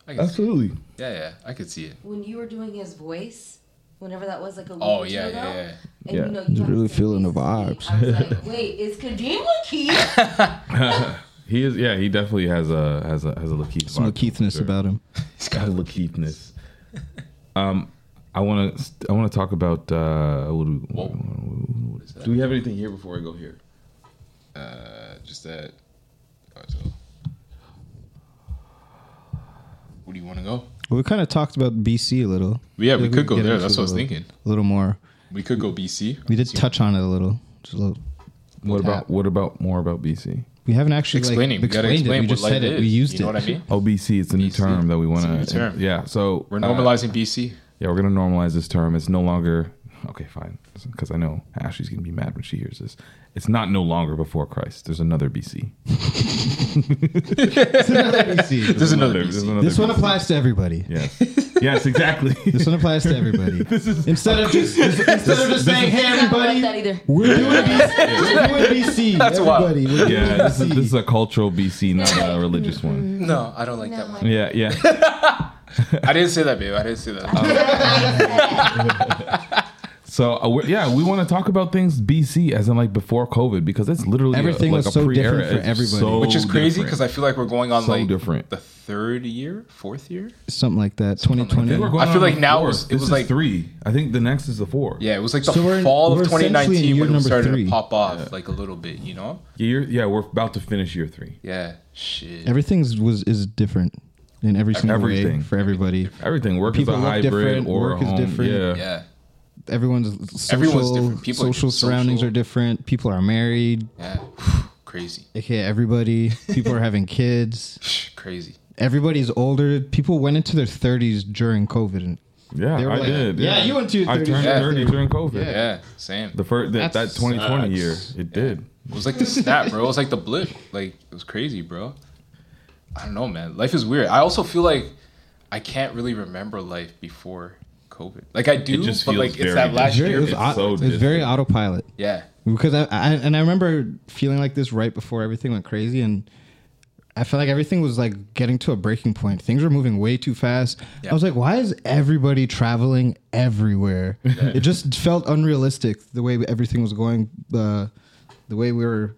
[SPEAKER 1] I could see it.
[SPEAKER 2] Absolutely.
[SPEAKER 1] Yeah, yeah, I could see it.
[SPEAKER 13] When you were doing his voice, whenever that was like a week
[SPEAKER 1] Oh,
[SPEAKER 13] or two
[SPEAKER 1] yeah,
[SPEAKER 13] ago,
[SPEAKER 1] yeah, yeah.
[SPEAKER 13] and
[SPEAKER 2] Yeah.
[SPEAKER 13] you know,
[SPEAKER 9] He's
[SPEAKER 13] you
[SPEAKER 9] really feeling the vibes.
[SPEAKER 13] wait, is Kadeem Lakeith?
[SPEAKER 2] he is. Yeah. He definitely has a has a has a Lakeith.
[SPEAKER 9] Some
[SPEAKER 2] vibe, for
[SPEAKER 9] Lakeithness
[SPEAKER 2] sure.
[SPEAKER 9] about him.
[SPEAKER 2] He's got a Lakeithness. Um, I want to I want to talk about uh. What do, we- what is that? do we have anything here before I go here?
[SPEAKER 1] Uh, just that. Where do you want to go?
[SPEAKER 9] Well, we kind of talked about BC a little.
[SPEAKER 1] Yeah, we
[SPEAKER 9] Like,
[SPEAKER 1] could go
[SPEAKER 9] get
[SPEAKER 1] there.
[SPEAKER 9] into
[SPEAKER 1] That's what I
[SPEAKER 9] a
[SPEAKER 1] was
[SPEAKER 9] little-
[SPEAKER 1] thinking.
[SPEAKER 9] A little more.
[SPEAKER 1] We could go BC.
[SPEAKER 9] We did touch on it a little. Just a little.
[SPEAKER 2] What about what about more about BC?
[SPEAKER 9] We haven't actually like,
[SPEAKER 1] Explaining. We gotta
[SPEAKER 9] explained it.
[SPEAKER 1] explain
[SPEAKER 9] We
[SPEAKER 1] what
[SPEAKER 9] just
[SPEAKER 1] life
[SPEAKER 9] said it.
[SPEAKER 1] is.
[SPEAKER 9] We used
[SPEAKER 1] You know
[SPEAKER 9] it.
[SPEAKER 1] what I mean?
[SPEAKER 2] OBC. It's a new term that we want
[SPEAKER 1] new
[SPEAKER 2] to.
[SPEAKER 1] term.
[SPEAKER 2] Yeah. So
[SPEAKER 1] We're
[SPEAKER 2] uh,
[SPEAKER 1] normalizing BC.
[SPEAKER 2] Yeah, we're gonna normalize this term. It's no longer okay, fine, because I know Ashley's gonna be mad when she hears this. It's not no longer before Christ. There's another BC.
[SPEAKER 1] There's another
[SPEAKER 2] There's
[SPEAKER 1] BC.
[SPEAKER 2] another
[SPEAKER 9] This one
[SPEAKER 2] BC.
[SPEAKER 9] applies to everybody.
[SPEAKER 2] Yes. Yes, exactly.
[SPEAKER 9] This one applies to everybody. instead of just instead of just saying, "Hey, everybody,
[SPEAKER 13] that either.
[SPEAKER 9] we're doing BC, we're doing BC,
[SPEAKER 1] That's wild.
[SPEAKER 9] everybody." We're doing
[SPEAKER 2] Yeah, this is,
[SPEAKER 9] BC."
[SPEAKER 2] this is a cultural BC, not a religious one.
[SPEAKER 1] No, I don't like that one.
[SPEAKER 2] Yeah, yeah.
[SPEAKER 1] I didn't say that, babe. I didn't say that.
[SPEAKER 2] So uh, we're- yeah, we want to talk about things BC, as in like before COVID, because it's literally a-
[SPEAKER 9] Everything
[SPEAKER 2] like
[SPEAKER 9] was
[SPEAKER 2] a
[SPEAKER 9] so
[SPEAKER 2] pre-era.
[SPEAKER 9] different for
[SPEAKER 2] It's
[SPEAKER 9] everybody.
[SPEAKER 2] so
[SPEAKER 1] Which is crazy
[SPEAKER 2] different.
[SPEAKER 1] because I feel like we're going on
[SPEAKER 2] So
[SPEAKER 1] like
[SPEAKER 2] different.
[SPEAKER 1] the third year, fourth year.
[SPEAKER 9] something like that. Twenty
[SPEAKER 2] I
[SPEAKER 9] twenty.
[SPEAKER 2] think we're going
[SPEAKER 1] I feel
[SPEAKER 2] on
[SPEAKER 1] like
[SPEAKER 2] the
[SPEAKER 1] now it
[SPEAKER 2] fourth.
[SPEAKER 1] was- it
[SPEAKER 2] This
[SPEAKER 1] was
[SPEAKER 2] is
[SPEAKER 1] like-
[SPEAKER 2] three. I think the next is the four.
[SPEAKER 1] Yeah, it was like the
[SPEAKER 9] So we're in-
[SPEAKER 1] fall
[SPEAKER 9] we're
[SPEAKER 1] of
[SPEAKER 9] essentially in
[SPEAKER 1] 2019 when
[SPEAKER 9] year
[SPEAKER 1] it
[SPEAKER 9] number
[SPEAKER 1] started
[SPEAKER 9] three.
[SPEAKER 1] to pop off like a little bit. You know?
[SPEAKER 2] Yeah, you're, yeah, we're about to finish year three.
[SPEAKER 1] Yeah. Shit.
[SPEAKER 9] Everything's was is different in every single
[SPEAKER 2] Everything.
[SPEAKER 9] way for everybody.
[SPEAKER 2] Everything work
[SPEAKER 9] People
[SPEAKER 2] is a
[SPEAKER 9] look
[SPEAKER 2] hybrid
[SPEAKER 9] different.
[SPEAKER 2] or
[SPEAKER 9] Work
[SPEAKER 2] a
[SPEAKER 9] is
[SPEAKER 2] home.
[SPEAKER 9] different.
[SPEAKER 2] Yeah.
[SPEAKER 1] yeah.
[SPEAKER 9] Everyone's social,
[SPEAKER 1] Everyone's different. People are
[SPEAKER 9] social
[SPEAKER 1] different.
[SPEAKER 9] surroundings
[SPEAKER 1] Social.
[SPEAKER 9] are different. People are married.
[SPEAKER 1] Yeah. crazy.
[SPEAKER 9] Okay, everybody. People are having kids.
[SPEAKER 1] Crazy.
[SPEAKER 9] Everybody's older. People went into their thirties during COVID. And
[SPEAKER 2] Yeah,
[SPEAKER 9] They were
[SPEAKER 2] I
[SPEAKER 9] like,
[SPEAKER 2] did.
[SPEAKER 9] "Yeah, you went to your
[SPEAKER 2] I
[SPEAKER 9] 30s
[SPEAKER 2] turned
[SPEAKER 9] after
[SPEAKER 2] thirty
[SPEAKER 9] you-"
[SPEAKER 2] during COVID.
[SPEAKER 1] Yeah. yeah same.
[SPEAKER 2] The first that, that
[SPEAKER 9] That
[SPEAKER 2] 2020 year,
[SPEAKER 9] sucks.
[SPEAKER 2] it did.
[SPEAKER 1] It was like the snap, bro. It was like the blip. Like it was crazy, bro. I don't know, man. Life is weird. I also feel like I can't really remember life before COVID. Like I do,
[SPEAKER 2] It just
[SPEAKER 1] but
[SPEAKER 2] feels
[SPEAKER 1] like it's
[SPEAKER 2] very
[SPEAKER 1] that last
[SPEAKER 9] Very-
[SPEAKER 1] year.
[SPEAKER 9] it was,
[SPEAKER 2] It's
[SPEAKER 9] au-
[SPEAKER 2] so
[SPEAKER 9] it was very
[SPEAKER 2] different.
[SPEAKER 9] autopilot.
[SPEAKER 1] Yeah.
[SPEAKER 9] because I, I and I remember feeling like this right before everything went crazy, and I felt like everything was like getting to a breaking point. Things were moving way too fast. I was like, why is everybody traveling everywhere? it just felt unrealistic the way everything was going, uh, the way we were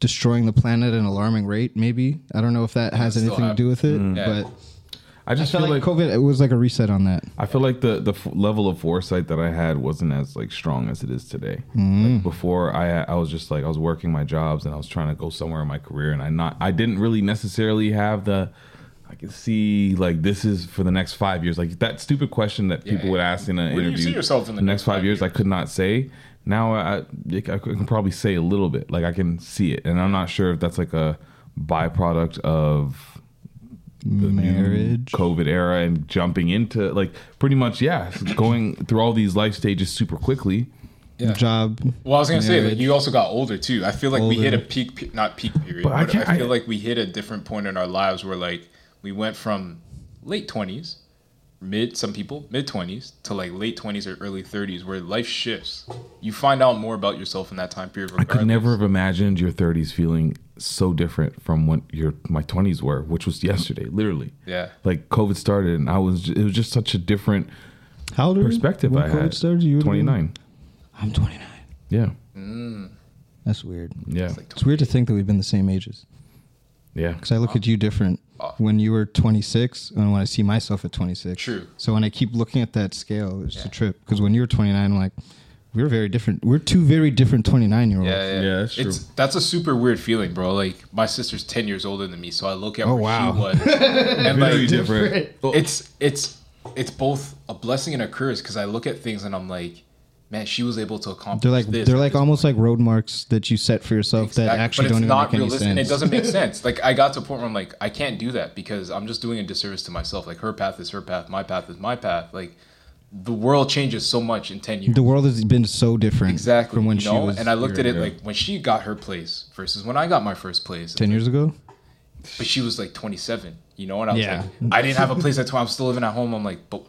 [SPEAKER 9] destroying the planet at an alarming rate. Maybe I don't know if that has
[SPEAKER 1] still
[SPEAKER 9] anything to do with it,
[SPEAKER 1] Yeah.
[SPEAKER 9] but
[SPEAKER 2] I
[SPEAKER 9] I
[SPEAKER 2] just
[SPEAKER 9] felt
[SPEAKER 2] Mm. feel
[SPEAKER 9] like
[SPEAKER 2] like,
[SPEAKER 9] COVID. It was like a reset on that.
[SPEAKER 2] I feel like the the f- level of foresight that I had wasn't as like strong as it is today. Like, before I I was just like I was working my jobs and I was trying to go somewhere in my career and I not I didn't really necessarily have the I can see like this is for the next five years like that stupid question that people would ask in an
[SPEAKER 1] Where do you
[SPEAKER 2] interview.
[SPEAKER 1] see yourself in the
[SPEAKER 2] next five years? I could not say. Now I I I can probably say a little bit like I can see it and I'm not sure if that's like a byproduct of the new
[SPEAKER 9] Marriage.
[SPEAKER 2] COVID era and jumping into like pretty much yeah, going through all these life stages super quickly.
[SPEAKER 1] Yeah.
[SPEAKER 9] Job.
[SPEAKER 1] Well, I was gonna say like
[SPEAKER 9] marriage.
[SPEAKER 1] you also got older too. I feel like we hit a
[SPEAKER 9] Older.
[SPEAKER 1] peak, pe- not peak period,
[SPEAKER 2] But
[SPEAKER 1] but,
[SPEAKER 2] I
[SPEAKER 1] I,
[SPEAKER 2] can't-
[SPEAKER 1] feel like we hit a different point in our lives where like we went from late twenties mid some people mid 20s to like late 20s or early 30s where life shifts you find out more about yourself in that time period
[SPEAKER 2] I could never have imagined your 30s feeling so different from what your my 20s were, which was yesterday, literally.
[SPEAKER 1] Yeah.
[SPEAKER 2] Like COVID started, and I was it was just such a different
[SPEAKER 9] How old are you
[SPEAKER 2] perspective
[SPEAKER 9] when
[SPEAKER 2] I
[SPEAKER 9] COVID
[SPEAKER 2] had.
[SPEAKER 9] started? You were
[SPEAKER 2] 29.
[SPEAKER 9] I'm 29.
[SPEAKER 2] Yeah.
[SPEAKER 9] That's weird.
[SPEAKER 2] Yeah.
[SPEAKER 9] It's,
[SPEAKER 2] It's
[SPEAKER 9] weird to think that we've been the same ages.
[SPEAKER 2] Yeah.
[SPEAKER 9] Because I look
[SPEAKER 1] Uh,
[SPEAKER 9] at you different when you were 26 and when I see myself at 26.
[SPEAKER 1] True.
[SPEAKER 9] So when I keep looking at that scale, it's a trip. Because when you were 29, I'm like, we we're very different. We're two very different 29 year olds.
[SPEAKER 1] yeah, yeah,
[SPEAKER 2] that's true.
[SPEAKER 1] It's, that's a super weird feeling, bro. Like my sister's ten years older than me, so I look at
[SPEAKER 9] Oh,
[SPEAKER 1] where
[SPEAKER 9] wow.
[SPEAKER 1] she was, and
[SPEAKER 2] Very
[SPEAKER 1] like
[SPEAKER 2] different.
[SPEAKER 1] It's it's it's both a blessing and a curse because I look at things and I'm like, man, she was able to accomplish
[SPEAKER 9] They're like
[SPEAKER 1] this.
[SPEAKER 9] they're like almost like road marks that you set for yourself that
[SPEAKER 1] Exact- but
[SPEAKER 9] actually don't
[SPEAKER 1] it's
[SPEAKER 9] even
[SPEAKER 1] not
[SPEAKER 9] make any
[SPEAKER 1] realistic.
[SPEAKER 9] sense.
[SPEAKER 1] And it doesn't make sense. Like I got to a point where I'm like, I can't do that because I'm just doing a disservice to myself. Like her path is her path, my path is my path. Like the world changes so much in ten years.
[SPEAKER 9] the world has been so different
[SPEAKER 1] Exactly.
[SPEAKER 9] from when
[SPEAKER 1] you
[SPEAKER 9] she
[SPEAKER 1] know?
[SPEAKER 9] was.
[SPEAKER 1] and I looked at
[SPEAKER 9] here.
[SPEAKER 1] it like when she got her place versus when I got my first place.
[SPEAKER 9] ten years ago.
[SPEAKER 1] But she was like 27, you know, and I was
[SPEAKER 9] Yeah.
[SPEAKER 1] like, I didn't have a place at 12. I'm still living at home. I'm like, but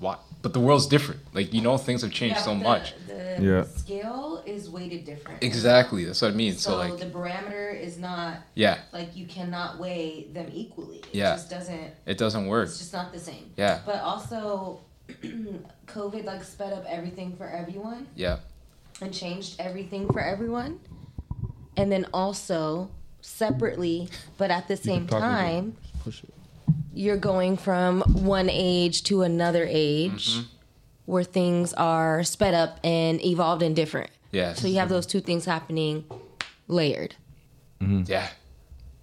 [SPEAKER 1] why? But the world's different. Like you know, things have changed
[SPEAKER 3] Yeah,
[SPEAKER 1] so
[SPEAKER 3] but the-
[SPEAKER 1] much.
[SPEAKER 3] The
[SPEAKER 1] Yeah.
[SPEAKER 3] scale is weighted different.
[SPEAKER 1] Exactly. That's what I mean. So,
[SPEAKER 3] So,
[SPEAKER 1] like,
[SPEAKER 3] the parameter is not.
[SPEAKER 1] Yeah.
[SPEAKER 3] Like you cannot weigh them equally. It
[SPEAKER 1] Yeah.
[SPEAKER 3] just doesn't.
[SPEAKER 1] it doesn't work.
[SPEAKER 3] It's just not the same.
[SPEAKER 1] Yeah.
[SPEAKER 3] But also, COVID like sped up everything for everyone
[SPEAKER 1] Yeah.
[SPEAKER 3] and changed everything for everyone. And then also separately, but at the same
[SPEAKER 4] talk a little.
[SPEAKER 3] time, you're going from one age to another age where things are sped up and evolved and different.
[SPEAKER 1] Yeah.
[SPEAKER 3] So you have those two things happening layered.
[SPEAKER 1] Yeah.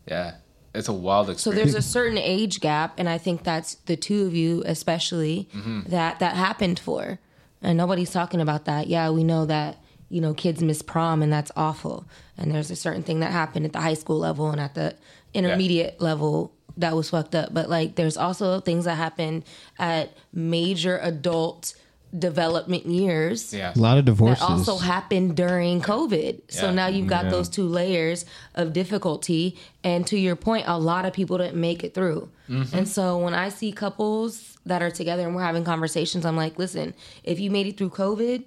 [SPEAKER 1] Yeah. It's a wild
[SPEAKER 3] So
[SPEAKER 1] experience.
[SPEAKER 3] there's a certain age gap, and I think that's the two of you especially
[SPEAKER 1] Mhm.
[SPEAKER 3] that that happened for, and nobody's talking about that. Yeah, we know that you know kids miss prom, and that's awful. And there's a certain thing that happened at the high school level and at the intermediate level that was fucked up. But like, there's also things that happened at major adult development years.
[SPEAKER 1] Yeah,
[SPEAKER 9] A lot of divorces.
[SPEAKER 3] That also happened during COVID. So
[SPEAKER 9] Yeah.
[SPEAKER 3] now you've got
[SPEAKER 9] Yeah.
[SPEAKER 3] those two layers of difficulty. And to your point, a lot of people didn't make it through.
[SPEAKER 4] Mhm.
[SPEAKER 1] Mm-hmm.
[SPEAKER 3] And so when I see couples that are together and we're having conversations, I'm like, listen, if you made it through COVID,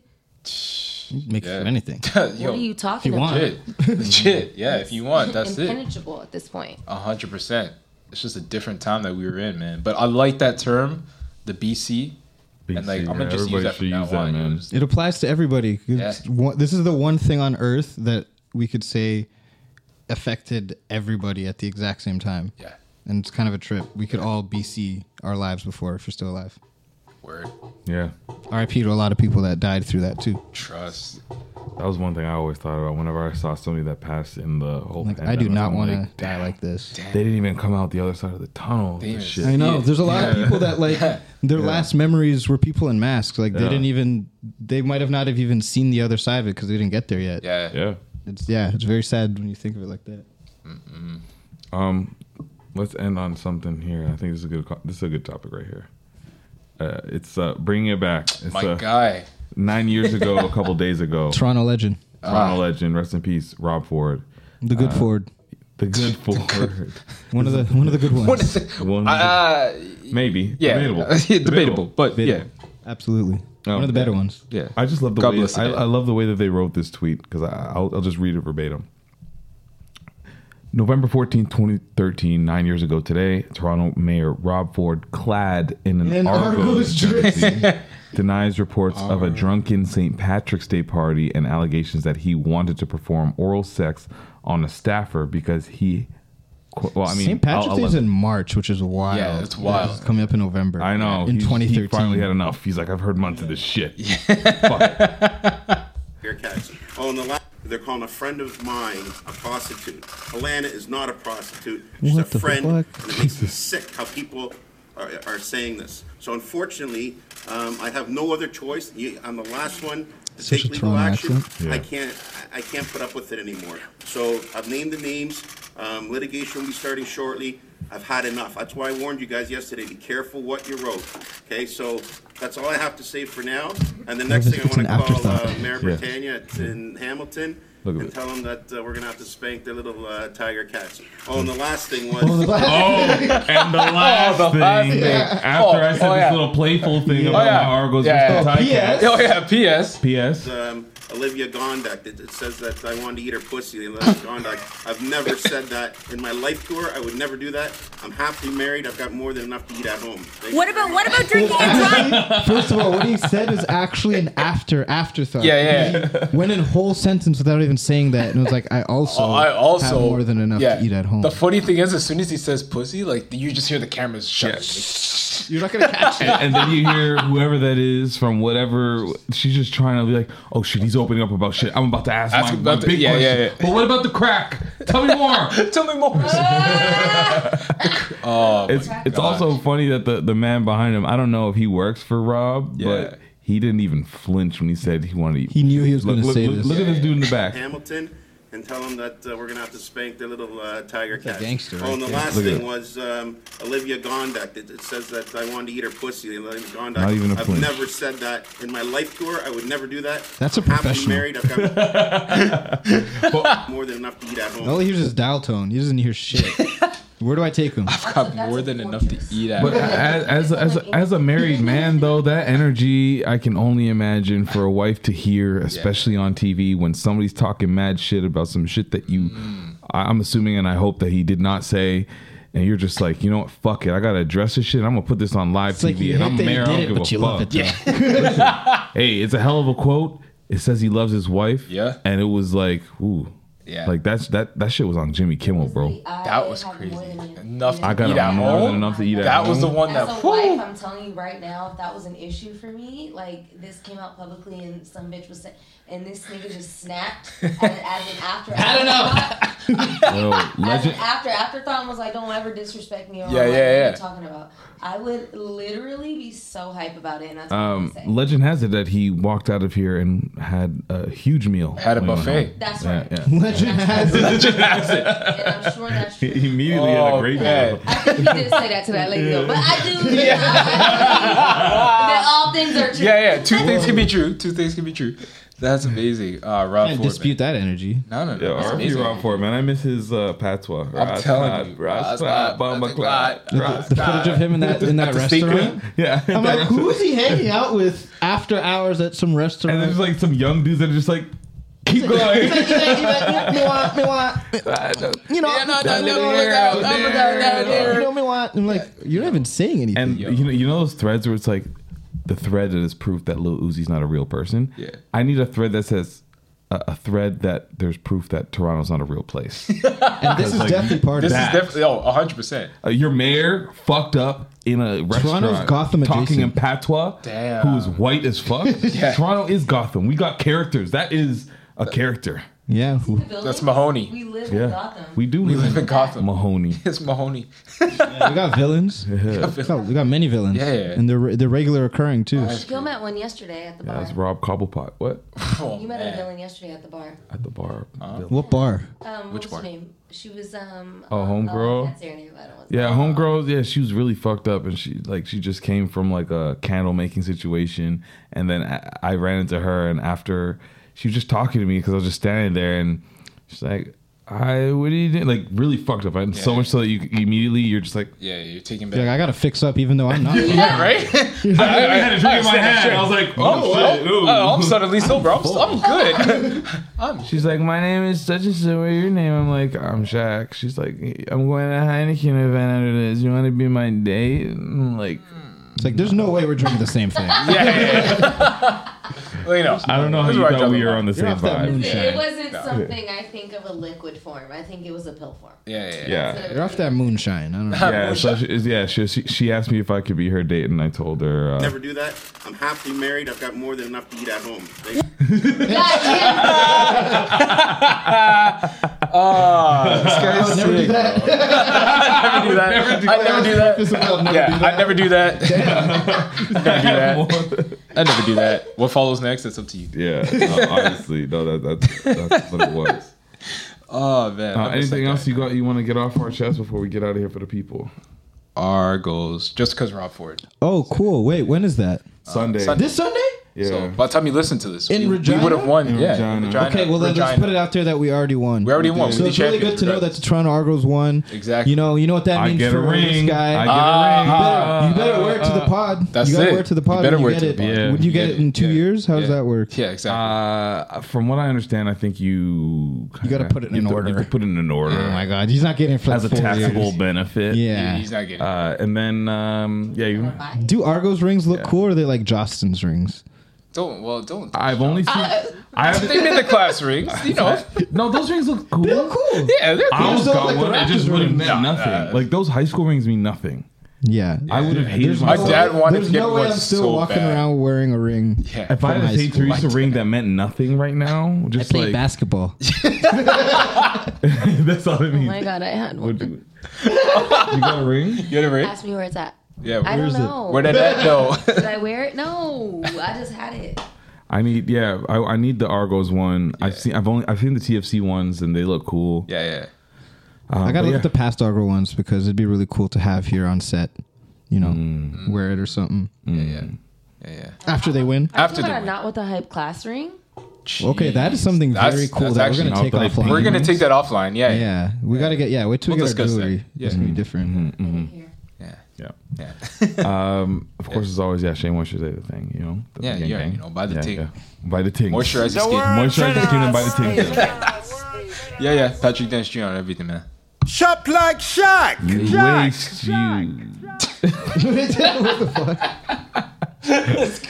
[SPEAKER 9] Make it for anything.
[SPEAKER 3] what are you talking
[SPEAKER 1] If you
[SPEAKER 3] about?
[SPEAKER 1] want. Legit. Legit. Yeah, if you want, that's it.
[SPEAKER 3] impenetrable at this point.
[SPEAKER 1] A hundred percent. It's just a different time that we were in, man. But I like that term, the BC. and like, I'm gonna
[SPEAKER 2] yeah,
[SPEAKER 1] just
[SPEAKER 2] everybody
[SPEAKER 1] use that from
[SPEAKER 2] should
[SPEAKER 1] now
[SPEAKER 2] use that,
[SPEAKER 1] on.
[SPEAKER 2] man.
[SPEAKER 9] It applies to everybody. It's one- This is the one thing on earth that we could say affected everybody at the exact same time.
[SPEAKER 1] Yeah.
[SPEAKER 9] And it's kind of a trip. We could all BC our lives before if you're still alive.
[SPEAKER 1] Word.
[SPEAKER 2] Yeah.
[SPEAKER 9] RIP to a lot of people that died through that too.
[SPEAKER 1] Trust.
[SPEAKER 2] That was one thing I always thought about whenever I saw somebody that passed in the whole.
[SPEAKER 9] Like, I
[SPEAKER 2] pandemic,
[SPEAKER 9] do not
[SPEAKER 2] I'm
[SPEAKER 9] want
[SPEAKER 2] like,
[SPEAKER 9] to die like this.
[SPEAKER 2] They didn't even come out the other side of the tunnel.
[SPEAKER 1] They
[SPEAKER 2] This shit.
[SPEAKER 1] didn't
[SPEAKER 9] I know. There's a lot of people that like their
[SPEAKER 2] Yeah.
[SPEAKER 9] last memories were people in masks. Like they
[SPEAKER 2] Yeah.
[SPEAKER 9] didn't even they might have not have even seen the other side of it because they didn't get there yet.
[SPEAKER 1] Yeah.
[SPEAKER 2] Yeah.
[SPEAKER 9] It's yeah. It's very sad when you think of it like that.
[SPEAKER 2] Um, let's end on something here. I think this is a good. co- This is a good topic right here. Uh, it's uh, bringing it back. It's,
[SPEAKER 1] My
[SPEAKER 2] uh,
[SPEAKER 1] guy.
[SPEAKER 2] Nine years ago, a couple days ago,
[SPEAKER 9] Toronto legend.
[SPEAKER 1] Ah.
[SPEAKER 2] Toronto legend, rest in peace, Rob Ford.
[SPEAKER 9] The good Ford.
[SPEAKER 2] The good Ford.
[SPEAKER 9] One of the one of the good ones.
[SPEAKER 1] What is it?
[SPEAKER 2] One of the-
[SPEAKER 1] Uh,
[SPEAKER 2] maybe.
[SPEAKER 1] yeah.
[SPEAKER 2] Debatable.
[SPEAKER 1] Debatable, but yeah.
[SPEAKER 9] Absolutely. One of the better ones.
[SPEAKER 1] Yeah.
[SPEAKER 2] I just love the
[SPEAKER 1] God
[SPEAKER 2] way
[SPEAKER 1] bless the
[SPEAKER 2] I,
[SPEAKER 1] dead.
[SPEAKER 2] I love the way that they wrote this tweet because I'll, I'll just read it verbatim. November 14, 2013, nine years ago today, Toronto Mayor Rob Ford, clad in an,
[SPEAKER 9] In Argos
[SPEAKER 2] Argos
[SPEAKER 9] dress.
[SPEAKER 2] jersey, denies reports of a drunken St. Patrick's Day party and allegations that he wanted to perform oral sex on a staffer because he. qu- Well, I mean,
[SPEAKER 9] St.
[SPEAKER 2] I'll-
[SPEAKER 9] Patrick's
[SPEAKER 2] I'll
[SPEAKER 9] Day's
[SPEAKER 2] let-
[SPEAKER 9] in March, which is wild.
[SPEAKER 2] Yeah, it's wild.
[SPEAKER 9] It's coming up in November.
[SPEAKER 2] I know.
[SPEAKER 9] In
[SPEAKER 2] He- He
[SPEAKER 9] 2013.
[SPEAKER 2] finally had enough. He's like, I've heard months of this shit.
[SPEAKER 14] Bearcats. Oh, and the la- they're calling a friend of mine a prostitute. Alana is not a prostitute. She's
[SPEAKER 9] What
[SPEAKER 14] a
[SPEAKER 9] the
[SPEAKER 14] friend.
[SPEAKER 9] fuck?
[SPEAKER 14] And it makes me sick how people are, are saying this. So unfortunately, um, I have no other choice. You, I'm the last one to
[SPEAKER 9] Such a
[SPEAKER 14] take legal
[SPEAKER 9] Toronto
[SPEAKER 14] action.
[SPEAKER 9] accent.
[SPEAKER 14] I
[SPEAKER 9] Yeah.
[SPEAKER 14] can't. I I can't put up with it anymore. So I've named the names. Um, litigation will be starting shortly. I've had enough. That's why I warned you guys yesterday. Be careful what you wrote. Okay, so that's all I have to say for now. And the next
[SPEAKER 9] it's-
[SPEAKER 14] thing I
[SPEAKER 9] it's
[SPEAKER 14] want to
[SPEAKER 9] an
[SPEAKER 14] call uh,
[SPEAKER 9] afterthought.
[SPEAKER 14] Mayor
[SPEAKER 9] Yeah.
[SPEAKER 14] Britannia in Hamilton
[SPEAKER 2] Look at
[SPEAKER 14] and
[SPEAKER 2] it.
[SPEAKER 14] tell them that uh, we're gonna have to spank their little uh, tiger cats. Oh, and the last thing was.
[SPEAKER 2] Oh, the last- Oh, and the last Oh, the last thing. thing. After I
[SPEAKER 1] Oh,
[SPEAKER 2] said this little playful thing about my Argos versus the Tiger Cats. Oh, yeah, P.S.. P.S..
[SPEAKER 14] Um, Olivia Gondak. It, it says that I wanted to eat her pussy. Olivia Gondak. I've never said that in my life tour. I would never do that. I'm happily married. I've got more than enough to eat at home. Thank
[SPEAKER 15] What
[SPEAKER 14] you
[SPEAKER 15] about
[SPEAKER 14] very
[SPEAKER 15] what
[SPEAKER 14] much.
[SPEAKER 15] about drinking and driving?
[SPEAKER 9] First of all, what he said is actually an after afterthought.
[SPEAKER 1] Yeah, yeah.
[SPEAKER 9] He went in whole sentence without even saying that, and was like, "I also,
[SPEAKER 1] Oh, I also
[SPEAKER 9] have more than enough
[SPEAKER 1] yeah.
[SPEAKER 9] to eat at home."
[SPEAKER 1] The funny thing is, as soon as he says pussy, like you just hear the cameras shut.
[SPEAKER 9] You're not gonna catch
[SPEAKER 2] and, and then you hear whoever that is from whatever she's just trying to be like, oh shit, he's opening up about shit. I'm about to ask
[SPEAKER 1] Ask
[SPEAKER 2] my,
[SPEAKER 1] about
[SPEAKER 2] my
[SPEAKER 1] the-
[SPEAKER 2] big
[SPEAKER 1] yeah,
[SPEAKER 2] question.
[SPEAKER 1] yeah, yeah.
[SPEAKER 2] But what about the crack? Tell me more.
[SPEAKER 1] Tell me more.
[SPEAKER 2] Oh, it's it's
[SPEAKER 1] gosh.
[SPEAKER 2] also funny that the the man behind him. I don't know if he works for Rob, but he didn't even flinch when he said he wanted to. Eat. He
[SPEAKER 9] knew he was
[SPEAKER 2] Look-
[SPEAKER 9] gonna
[SPEAKER 2] look-
[SPEAKER 9] say
[SPEAKER 2] look-
[SPEAKER 9] this.
[SPEAKER 2] Look at this dude in the back.
[SPEAKER 14] Hamilton and tell them that uh, we're gonna have to spank their little uh, tiger
[SPEAKER 9] a
[SPEAKER 14] cat.
[SPEAKER 9] gangster
[SPEAKER 14] Oh, and the
[SPEAKER 9] right there.
[SPEAKER 14] last
[SPEAKER 2] Look at
[SPEAKER 14] thing
[SPEAKER 2] that.
[SPEAKER 14] was um, Olivia Gondak. It, it says that I wanted to eat her pussy. Olivia Gondak.
[SPEAKER 2] Not even a
[SPEAKER 14] I've
[SPEAKER 2] flinch.
[SPEAKER 14] never said that in my life tour. I would never do that.
[SPEAKER 9] That's a
[SPEAKER 14] I'm happily
[SPEAKER 9] professional.
[SPEAKER 14] married. I've got more than enough to eat at home.
[SPEAKER 9] All he hears is dial tone. He doesn't hear shit. Where do I take him? I've
[SPEAKER 1] got more than enough to eat at.
[SPEAKER 2] But as as as, as a married man though, that energy I can only imagine for a wife to hear, especially on TV when somebody's talking mad shit about some shit that you,
[SPEAKER 1] Mm.
[SPEAKER 2] I, I'm assuming and I hope that he did not say. And you're just like, you know what? Fuck it. I gotta address this shit. I'm gonna put this on live
[SPEAKER 9] like
[SPEAKER 2] TV,
[SPEAKER 9] you
[SPEAKER 2] and
[SPEAKER 9] hate
[SPEAKER 2] I'm
[SPEAKER 9] that he
[SPEAKER 2] mayor. I
[SPEAKER 9] did
[SPEAKER 2] don't
[SPEAKER 9] it,
[SPEAKER 2] give
[SPEAKER 9] but
[SPEAKER 2] a
[SPEAKER 9] you love
[SPEAKER 2] fuck.
[SPEAKER 9] it, though.
[SPEAKER 2] hey, it's a hell of a quote. It says he loves his wife.
[SPEAKER 1] Yeah.
[SPEAKER 2] And it was like, ooh,
[SPEAKER 1] Yeah.
[SPEAKER 2] Like that's that that shit was on Jimmy Kimmel, bro.
[SPEAKER 1] that was crazy. Enough to
[SPEAKER 2] I got
[SPEAKER 1] eat at
[SPEAKER 2] more
[SPEAKER 1] home.
[SPEAKER 2] than enough to eat at
[SPEAKER 1] That was the
[SPEAKER 2] home.
[SPEAKER 1] one
[SPEAKER 13] As
[SPEAKER 1] that.
[SPEAKER 13] a wife, I'm telling you right now, if that was an issue for me, like this came out publicly and some bitch was saying, and this nigga just snapped as, as an after. I don't know.
[SPEAKER 2] Yo,
[SPEAKER 13] As an
[SPEAKER 2] legend.
[SPEAKER 13] after afterthought, and was like, don't ever disrespect me. Or
[SPEAKER 2] Yeah,
[SPEAKER 13] like,
[SPEAKER 2] yeah,
[SPEAKER 13] what are
[SPEAKER 2] yeah.
[SPEAKER 13] you talking about? I would literally be so hype about it, and that's what I'm
[SPEAKER 2] Um,
[SPEAKER 13] saying.
[SPEAKER 2] legend has it that he walked out of here and had a huge meal. Had
[SPEAKER 1] a buffet.
[SPEAKER 13] That's
[SPEAKER 2] right.
[SPEAKER 9] Legend has it.
[SPEAKER 1] Legend has it.
[SPEAKER 13] I'm sure that's
[SPEAKER 2] He he immediately had
[SPEAKER 1] Oh,
[SPEAKER 2] a great meal.
[SPEAKER 13] You did say that to that lady though, but I do. that all things are true.
[SPEAKER 1] Yeah, yeah. Two things can be true. Two things can be true. That's amazing. Uh, Rob
[SPEAKER 9] Can't
[SPEAKER 1] Ford,
[SPEAKER 9] dispute that energy.
[SPEAKER 1] No, no, no.
[SPEAKER 2] Yo,
[SPEAKER 1] That's
[SPEAKER 2] RP
[SPEAKER 1] amazing.
[SPEAKER 2] Rob Ford, man. I miss his uh, patois.
[SPEAKER 1] I'm telling you, Rasclad,
[SPEAKER 9] The, the footage of him in that in that restaurant.
[SPEAKER 2] Yeah.
[SPEAKER 9] I'm like, who is he hanging out with after hours at some restaurant?
[SPEAKER 2] And there's like some young dudes that are just like, keep
[SPEAKER 9] He's like, he's like, he's like, "Me want- me want-
[SPEAKER 2] going.
[SPEAKER 9] you know,
[SPEAKER 2] Yeah, no, no,
[SPEAKER 9] I'm
[SPEAKER 2] no,
[SPEAKER 9] going
[SPEAKER 2] no,
[SPEAKER 9] without-
[SPEAKER 2] no,
[SPEAKER 9] I'm
[SPEAKER 2] no,
[SPEAKER 9] going
[SPEAKER 2] no, no.
[SPEAKER 9] without- You know me want? I'm like, you're not even saying anything.
[SPEAKER 2] And you know, you know those threads where it's like the thread that is proof that Lil Uzi's not a real person. Yeah. I need a thread that says a, a thread that there's proof that Toronto's not a real place.
[SPEAKER 9] and this is
[SPEAKER 2] like,
[SPEAKER 9] definitely part of
[SPEAKER 1] This is
[SPEAKER 9] that.
[SPEAKER 1] definitely oh, 100 percent.
[SPEAKER 2] Uh, your mayor fucked up in a restaurant.
[SPEAKER 9] Gotham
[SPEAKER 2] talking
[SPEAKER 9] adjacent.
[SPEAKER 2] in patois.
[SPEAKER 1] Damn.
[SPEAKER 2] Who is white as fuck? Toronto is Gotham. We got characters. That is a character.
[SPEAKER 9] Yeah.
[SPEAKER 1] That's Mahoney.
[SPEAKER 13] We live
[SPEAKER 2] yeah. We do
[SPEAKER 1] We live in Gotham.
[SPEAKER 2] Mahoney.
[SPEAKER 1] It's Mahoney.
[SPEAKER 9] we got villains. We got, we got many villains.
[SPEAKER 1] Yeah, yeah.
[SPEAKER 9] and they're they're regular occurring too.
[SPEAKER 13] Gil met one yesterday at the
[SPEAKER 2] Yeah,
[SPEAKER 13] bar.
[SPEAKER 2] it's Rob Cobblepot. What?
[SPEAKER 13] you met a villain yesterday at the bar.
[SPEAKER 2] At the bar.
[SPEAKER 9] What bar?
[SPEAKER 13] Um, what
[SPEAKER 2] Which
[SPEAKER 13] was
[SPEAKER 2] bar?
[SPEAKER 13] her name? She was um.
[SPEAKER 2] Oh, homegirl.
[SPEAKER 13] I can't say her name. I don't want to.
[SPEAKER 2] Yeah, homegirls. Yeah, she was really fucked up, and she like she just came from like a candle making situation, and then I, I ran into her, and after she was just talking to me because I was just standing there, and she's like, "I what do you do?" Like really fucked up, and so much so that you immediately you're just like,
[SPEAKER 1] Yeah, you're taking
[SPEAKER 9] You're like, I gotta fix up, even though I'm not.
[SPEAKER 1] Yeah, right? I,
[SPEAKER 2] I had a drink in my
[SPEAKER 1] said that
[SPEAKER 2] hand.
[SPEAKER 1] shit.
[SPEAKER 2] I was like, oh, shit, ooh.
[SPEAKER 1] oh, I'm suddenly sober. I'm, I'm good.
[SPEAKER 2] She's like, my name is such and such. What's your name? I'm like, I'm Shaq. She's like, I'm going to Heineken event after this. You want to be my date? And I'm like,
[SPEAKER 9] It's like there's no way we're drinking the same thing.
[SPEAKER 1] yeah, Well, you know,
[SPEAKER 2] I don't know how
[SPEAKER 1] this is
[SPEAKER 2] you
[SPEAKER 1] what I
[SPEAKER 2] thought
[SPEAKER 1] tell
[SPEAKER 2] we
[SPEAKER 1] them.
[SPEAKER 2] were on the
[SPEAKER 1] You're
[SPEAKER 2] same
[SPEAKER 1] off that
[SPEAKER 2] vibe.
[SPEAKER 1] moonshine.
[SPEAKER 13] It wasn't
[SPEAKER 1] No.
[SPEAKER 13] something I think of a liquid form. I think it was a pill form.
[SPEAKER 1] Yeah,
[SPEAKER 2] Yeah.
[SPEAKER 9] You're off that moonshine. I don't know.
[SPEAKER 2] Yeah, so she, yeah, she, she she asked me if I could be her date, and I told her uh,
[SPEAKER 14] Never do that. I'm happily married. I've got more than enough to eat at home. Thank
[SPEAKER 1] Ah, this guy's
[SPEAKER 9] Never do
[SPEAKER 1] sick,
[SPEAKER 9] that.
[SPEAKER 1] bro. I never do that. I never do that. yeah, I never do that. I never do that. I never do that. What follows next? That's up to you.
[SPEAKER 2] Yeah, no, honestly, no, that, that's that's what it was.
[SPEAKER 1] Oh man.
[SPEAKER 2] Uh,
[SPEAKER 1] I miss that
[SPEAKER 2] anything
[SPEAKER 1] guy.
[SPEAKER 2] else you got? You want to get off our chest before we get out of here for the people?
[SPEAKER 1] Argos, just because Rob Ford.
[SPEAKER 9] Oh, cool. Wait, when is that?
[SPEAKER 2] Sunday.
[SPEAKER 1] Uh, Sunday.
[SPEAKER 9] This Sunday?
[SPEAKER 1] Yeah. So by the time you listen to this, we, we would have won. yeah. in Regina.
[SPEAKER 9] Okay, well then let's
[SPEAKER 1] Regina.
[SPEAKER 9] put it out there that we already won. We
[SPEAKER 1] already won.
[SPEAKER 9] So
[SPEAKER 1] We
[SPEAKER 9] it's
[SPEAKER 1] the
[SPEAKER 9] really good
[SPEAKER 1] champions,
[SPEAKER 9] to know that the Toronto Argos won.
[SPEAKER 1] Exactly.
[SPEAKER 9] You know, you know what that
[SPEAKER 1] I
[SPEAKER 9] means
[SPEAKER 1] get a
[SPEAKER 9] for this
[SPEAKER 1] ring.
[SPEAKER 9] guy.
[SPEAKER 1] I get a Ah, ring.
[SPEAKER 9] You better, you
[SPEAKER 1] ah,
[SPEAKER 9] better wear it to the
[SPEAKER 1] ah.
[SPEAKER 9] pod.
[SPEAKER 1] That's
[SPEAKER 9] you gotta
[SPEAKER 1] it.
[SPEAKER 9] wear it to the
[SPEAKER 1] You
[SPEAKER 9] pod.
[SPEAKER 1] better
[SPEAKER 9] when
[SPEAKER 1] wear
[SPEAKER 9] get
[SPEAKER 1] it to the pod. Yeah.
[SPEAKER 9] Would you
[SPEAKER 1] You
[SPEAKER 9] get
[SPEAKER 1] get
[SPEAKER 9] it in two years? How does that work?
[SPEAKER 1] Yeah, exactly.
[SPEAKER 2] Uh, from what I understand, I think you
[SPEAKER 9] You gotta put it in
[SPEAKER 2] you
[SPEAKER 9] an
[SPEAKER 2] have to-
[SPEAKER 9] order.
[SPEAKER 2] You have to put it in an order.
[SPEAKER 9] Oh my God, he's not getting it for
[SPEAKER 2] as a
[SPEAKER 9] four
[SPEAKER 2] taxable
[SPEAKER 9] years.
[SPEAKER 2] benefit.
[SPEAKER 9] Yeah. He- he's
[SPEAKER 1] not getting.
[SPEAKER 2] Uh, and then um, yeah, you.
[SPEAKER 9] Do Argos rings look cool or are they like Jostin's rings?
[SPEAKER 1] Don't well, don't.
[SPEAKER 2] I've only seen. I
[SPEAKER 1] Uh, I
[SPEAKER 2] have
[SPEAKER 1] they made the class rings, you know.
[SPEAKER 2] No, those rings look cool. They
[SPEAKER 9] look cool.
[SPEAKER 1] Yeah, they're cool.
[SPEAKER 2] I almost got one. It just would have
[SPEAKER 1] No,
[SPEAKER 2] meant nothing.
[SPEAKER 1] uh,
[SPEAKER 2] like those high school rings mean nothing.
[SPEAKER 9] Yeah.
[SPEAKER 2] I would have hated
[SPEAKER 9] There's
[SPEAKER 2] myself.
[SPEAKER 9] no way- There's no way I'm still walking around wearing a ring.
[SPEAKER 1] Yeah.
[SPEAKER 2] If I
[SPEAKER 9] from
[SPEAKER 2] had
[SPEAKER 9] high
[SPEAKER 2] a St.
[SPEAKER 9] school.
[SPEAKER 2] Teresa ring that meant nothing right now, just
[SPEAKER 9] played
[SPEAKER 2] like
[SPEAKER 9] basketball.
[SPEAKER 2] that's all it
[SPEAKER 13] Oh
[SPEAKER 2] means.
[SPEAKER 13] my god, I had one.
[SPEAKER 2] Would you, you got a ring? You
[SPEAKER 1] got a ring?
[SPEAKER 13] Ask me where it's at.
[SPEAKER 1] Yeah,
[SPEAKER 13] I don't
[SPEAKER 2] where's it?
[SPEAKER 13] know.
[SPEAKER 2] Where that at, though?
[SPEAKER 13] Did I wear it? No, I just had it.
[SPEAKER 2] I need yeah, I, I need the Argos one. I've seen I've only I've seen the TFC ones and they look cool.
[SPEAKER 1] Yeah, yeah.
[SPEAKER 9] I gotta
[SPEAKER 2] but
[SPEAKER 9] look
[SPEAKER 2] yeah.
[SPEAKER 9] at the past Argo ones because it'd be really cool to have here on set. You know,
[SPEAKER 1] Mm.
[SPEAKER 9] wear it or something.
[SPEAKER 1] Yeah,
[SPEAKER 2] Hmm.
[SPEAKER 1] yeah, yeah.
[SPEAKER 9] After they win.
[SPEAKER 13] Are you talking about not with the hype class ring?
[SPEAKER 9] Okay, that is something
[SPEAKER 1] That's-
[SPEAKER 9] very cool
[SPEAKER 1] that's
[SPEAKER 9] that we're
[SPEAKER 1] actually-
[SPEAKER 9] gonna take
[SPEAKER 1] I'll play-
[SPEAKER 9] offline.
[SPEAKER 1] We're gonna take that offline. Yeah, yeah.
[SPEAKER 9] Yeah, we gotta get. Yeah, wait till we
[SPEAKER 1] We'll
[SPEAKER 9] get our
[SPEAKER 1] discuss that.
[SPEAKER 9] jewelry.
[SPEAKER 1] Yeah. Mm-hmm.
[SPEAKER 9] It's gonna be different.
[SPEAKER 2] Mm-hmm. Yeah. Yeah. um, of course, it's always yeah. Shea Moisturizer thing, you know. The
[SPEAKER 1] Yeah,
[SPEAKER 2] yin
[SPEAKER 1] yeah,
[SPEAKER 2] yang.
[SPEAKER 1] you know, buy the ting.
[SPEAKER 2] Buy the ting.
[SPEAKER 1] Moisturize your skin.
[SPEAKER 2] Moisturize your skin and buy the ting.
[SPEAKER 1] Yeah, yeah. Patrick Dance Jr. on everything, man.
[SPEAKER 6] Shop like Shaq.
[SPEAKER 2] You
[SPEAKER 6] Shaq.
[SPEAKER 2] waste you.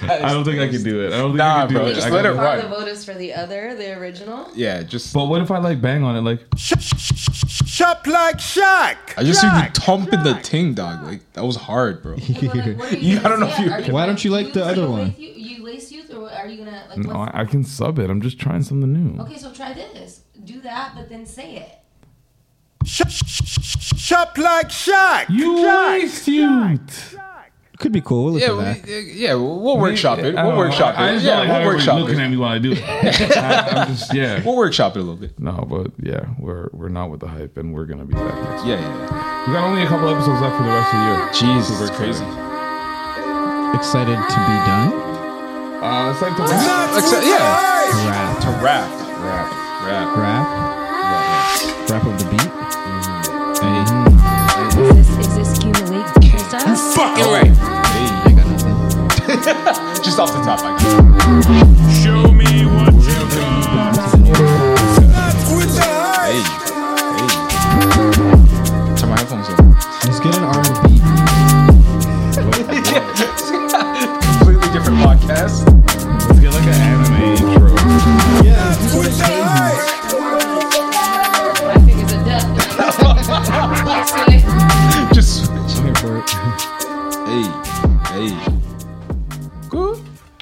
[SPEAKER 2] I don't think I could do it. I don't think I could do
[SPEAKER 1] bro,
[SPEAKER 2] it.
[SPEAKER 1] just
[SPEAKER 2] I
[SPEAKER 1] let
[SPEAKER 2] could-
[SPEAKER 1] it run.
[SPEAKER 13] Are the voters for the other, the original?
[SPEAKER 1] Yeah, just.
[SPEAKER 2] But what if I like bang on it? Like
[SPEAKER 6] Shop like Shaq.
[SPEAKER 1] I just see you thumping the ting, dog. Like that was hard, bro. you, I don't know if you.
[SPEAKER 9] Why don't you like the other one?
[SPEAKER 13] You, you lace youth, or are you gonna like?
[SPEAKER 2] no,
[SPEAKER 13] what's-
[SPEAKER 2] I, I can sub it. I'm just trying something new.
[SPEAKER 3] Oh,
[SPEAKER 13] Okay, so try this. Do that, but then say it.
[SPEAKER 6] Shop like Shaq.
[SPEAKER 2] You waste you.
[SPEAKER 9] Could be cool. We'll look
[SPEAKER 1] Yeah,
[SPEAKER 9] at that.
[SPEAKER 1] we, yeah, we'll we'll workshop it.
[SPEAKER 2] I don't
[SPEAKER 1] We'll
[SPEAKER 2] know.
[SPEAKER 1] workshop
[SPEAKER 2] I, I
[SPEAKER 1] it.
[SPEAKER 2] just
[SPEAKER 1] Yeah,
[SPEAKER 2] don't like how
[SPEAKER 1] we'll
[SPEAKER 2] everybody's
[SPEAKER 1] workshop
[SPEAKER 2] looking at
[SPEAKER 1] it.
[SPEAKER 2] me while I do it. I, I'm just yeah.
[SPEAKER 1] We'll workshop it a little bit.
[SPEAKER 2] No, but yeah, we're we're not with the hype, and we're gonna be back next.
[SPEAKER 1] Yeah, yeah.
[SPEAKER 2] We got only a couple episodes left for the rest of the year.
[SPEAKER 1] Jesus, it's crazy.
[SPEAKER 9] Excited to be done.
[SPEAKER 2] Uh, it's like the
[SPEAKER 1] Except, yeah.
[SPEAKER 9] Wrap.
[SPEAKER 1] To rap, rap, rap.
[SPEAKER 9] Wrap. Wrap up the beat.
[SPEAKER 1] Mm-hmm.
[SPEAKER 13] Is this, is this Q Malik freestyle?
[SPEAKER 1] Fucking right. Hey, you got nothing. just off the top, I guess.
[SPEAKER 8] Show me what you
[SPEAKER 1] Hey, hey. Turn my headphones off.
[SPEAKER 9] Let's get an R&B.
[SPEAKER 1] Completely different podcast.
[SPEAKER 2] Let's get like an anime intro.
[SPEAKER 13] My fingers are done.
[SPEAKER 1] Just switch.
[SPEAKER 9] I'm here for it.
[SPEAKER 1] Hey, hey. Cool.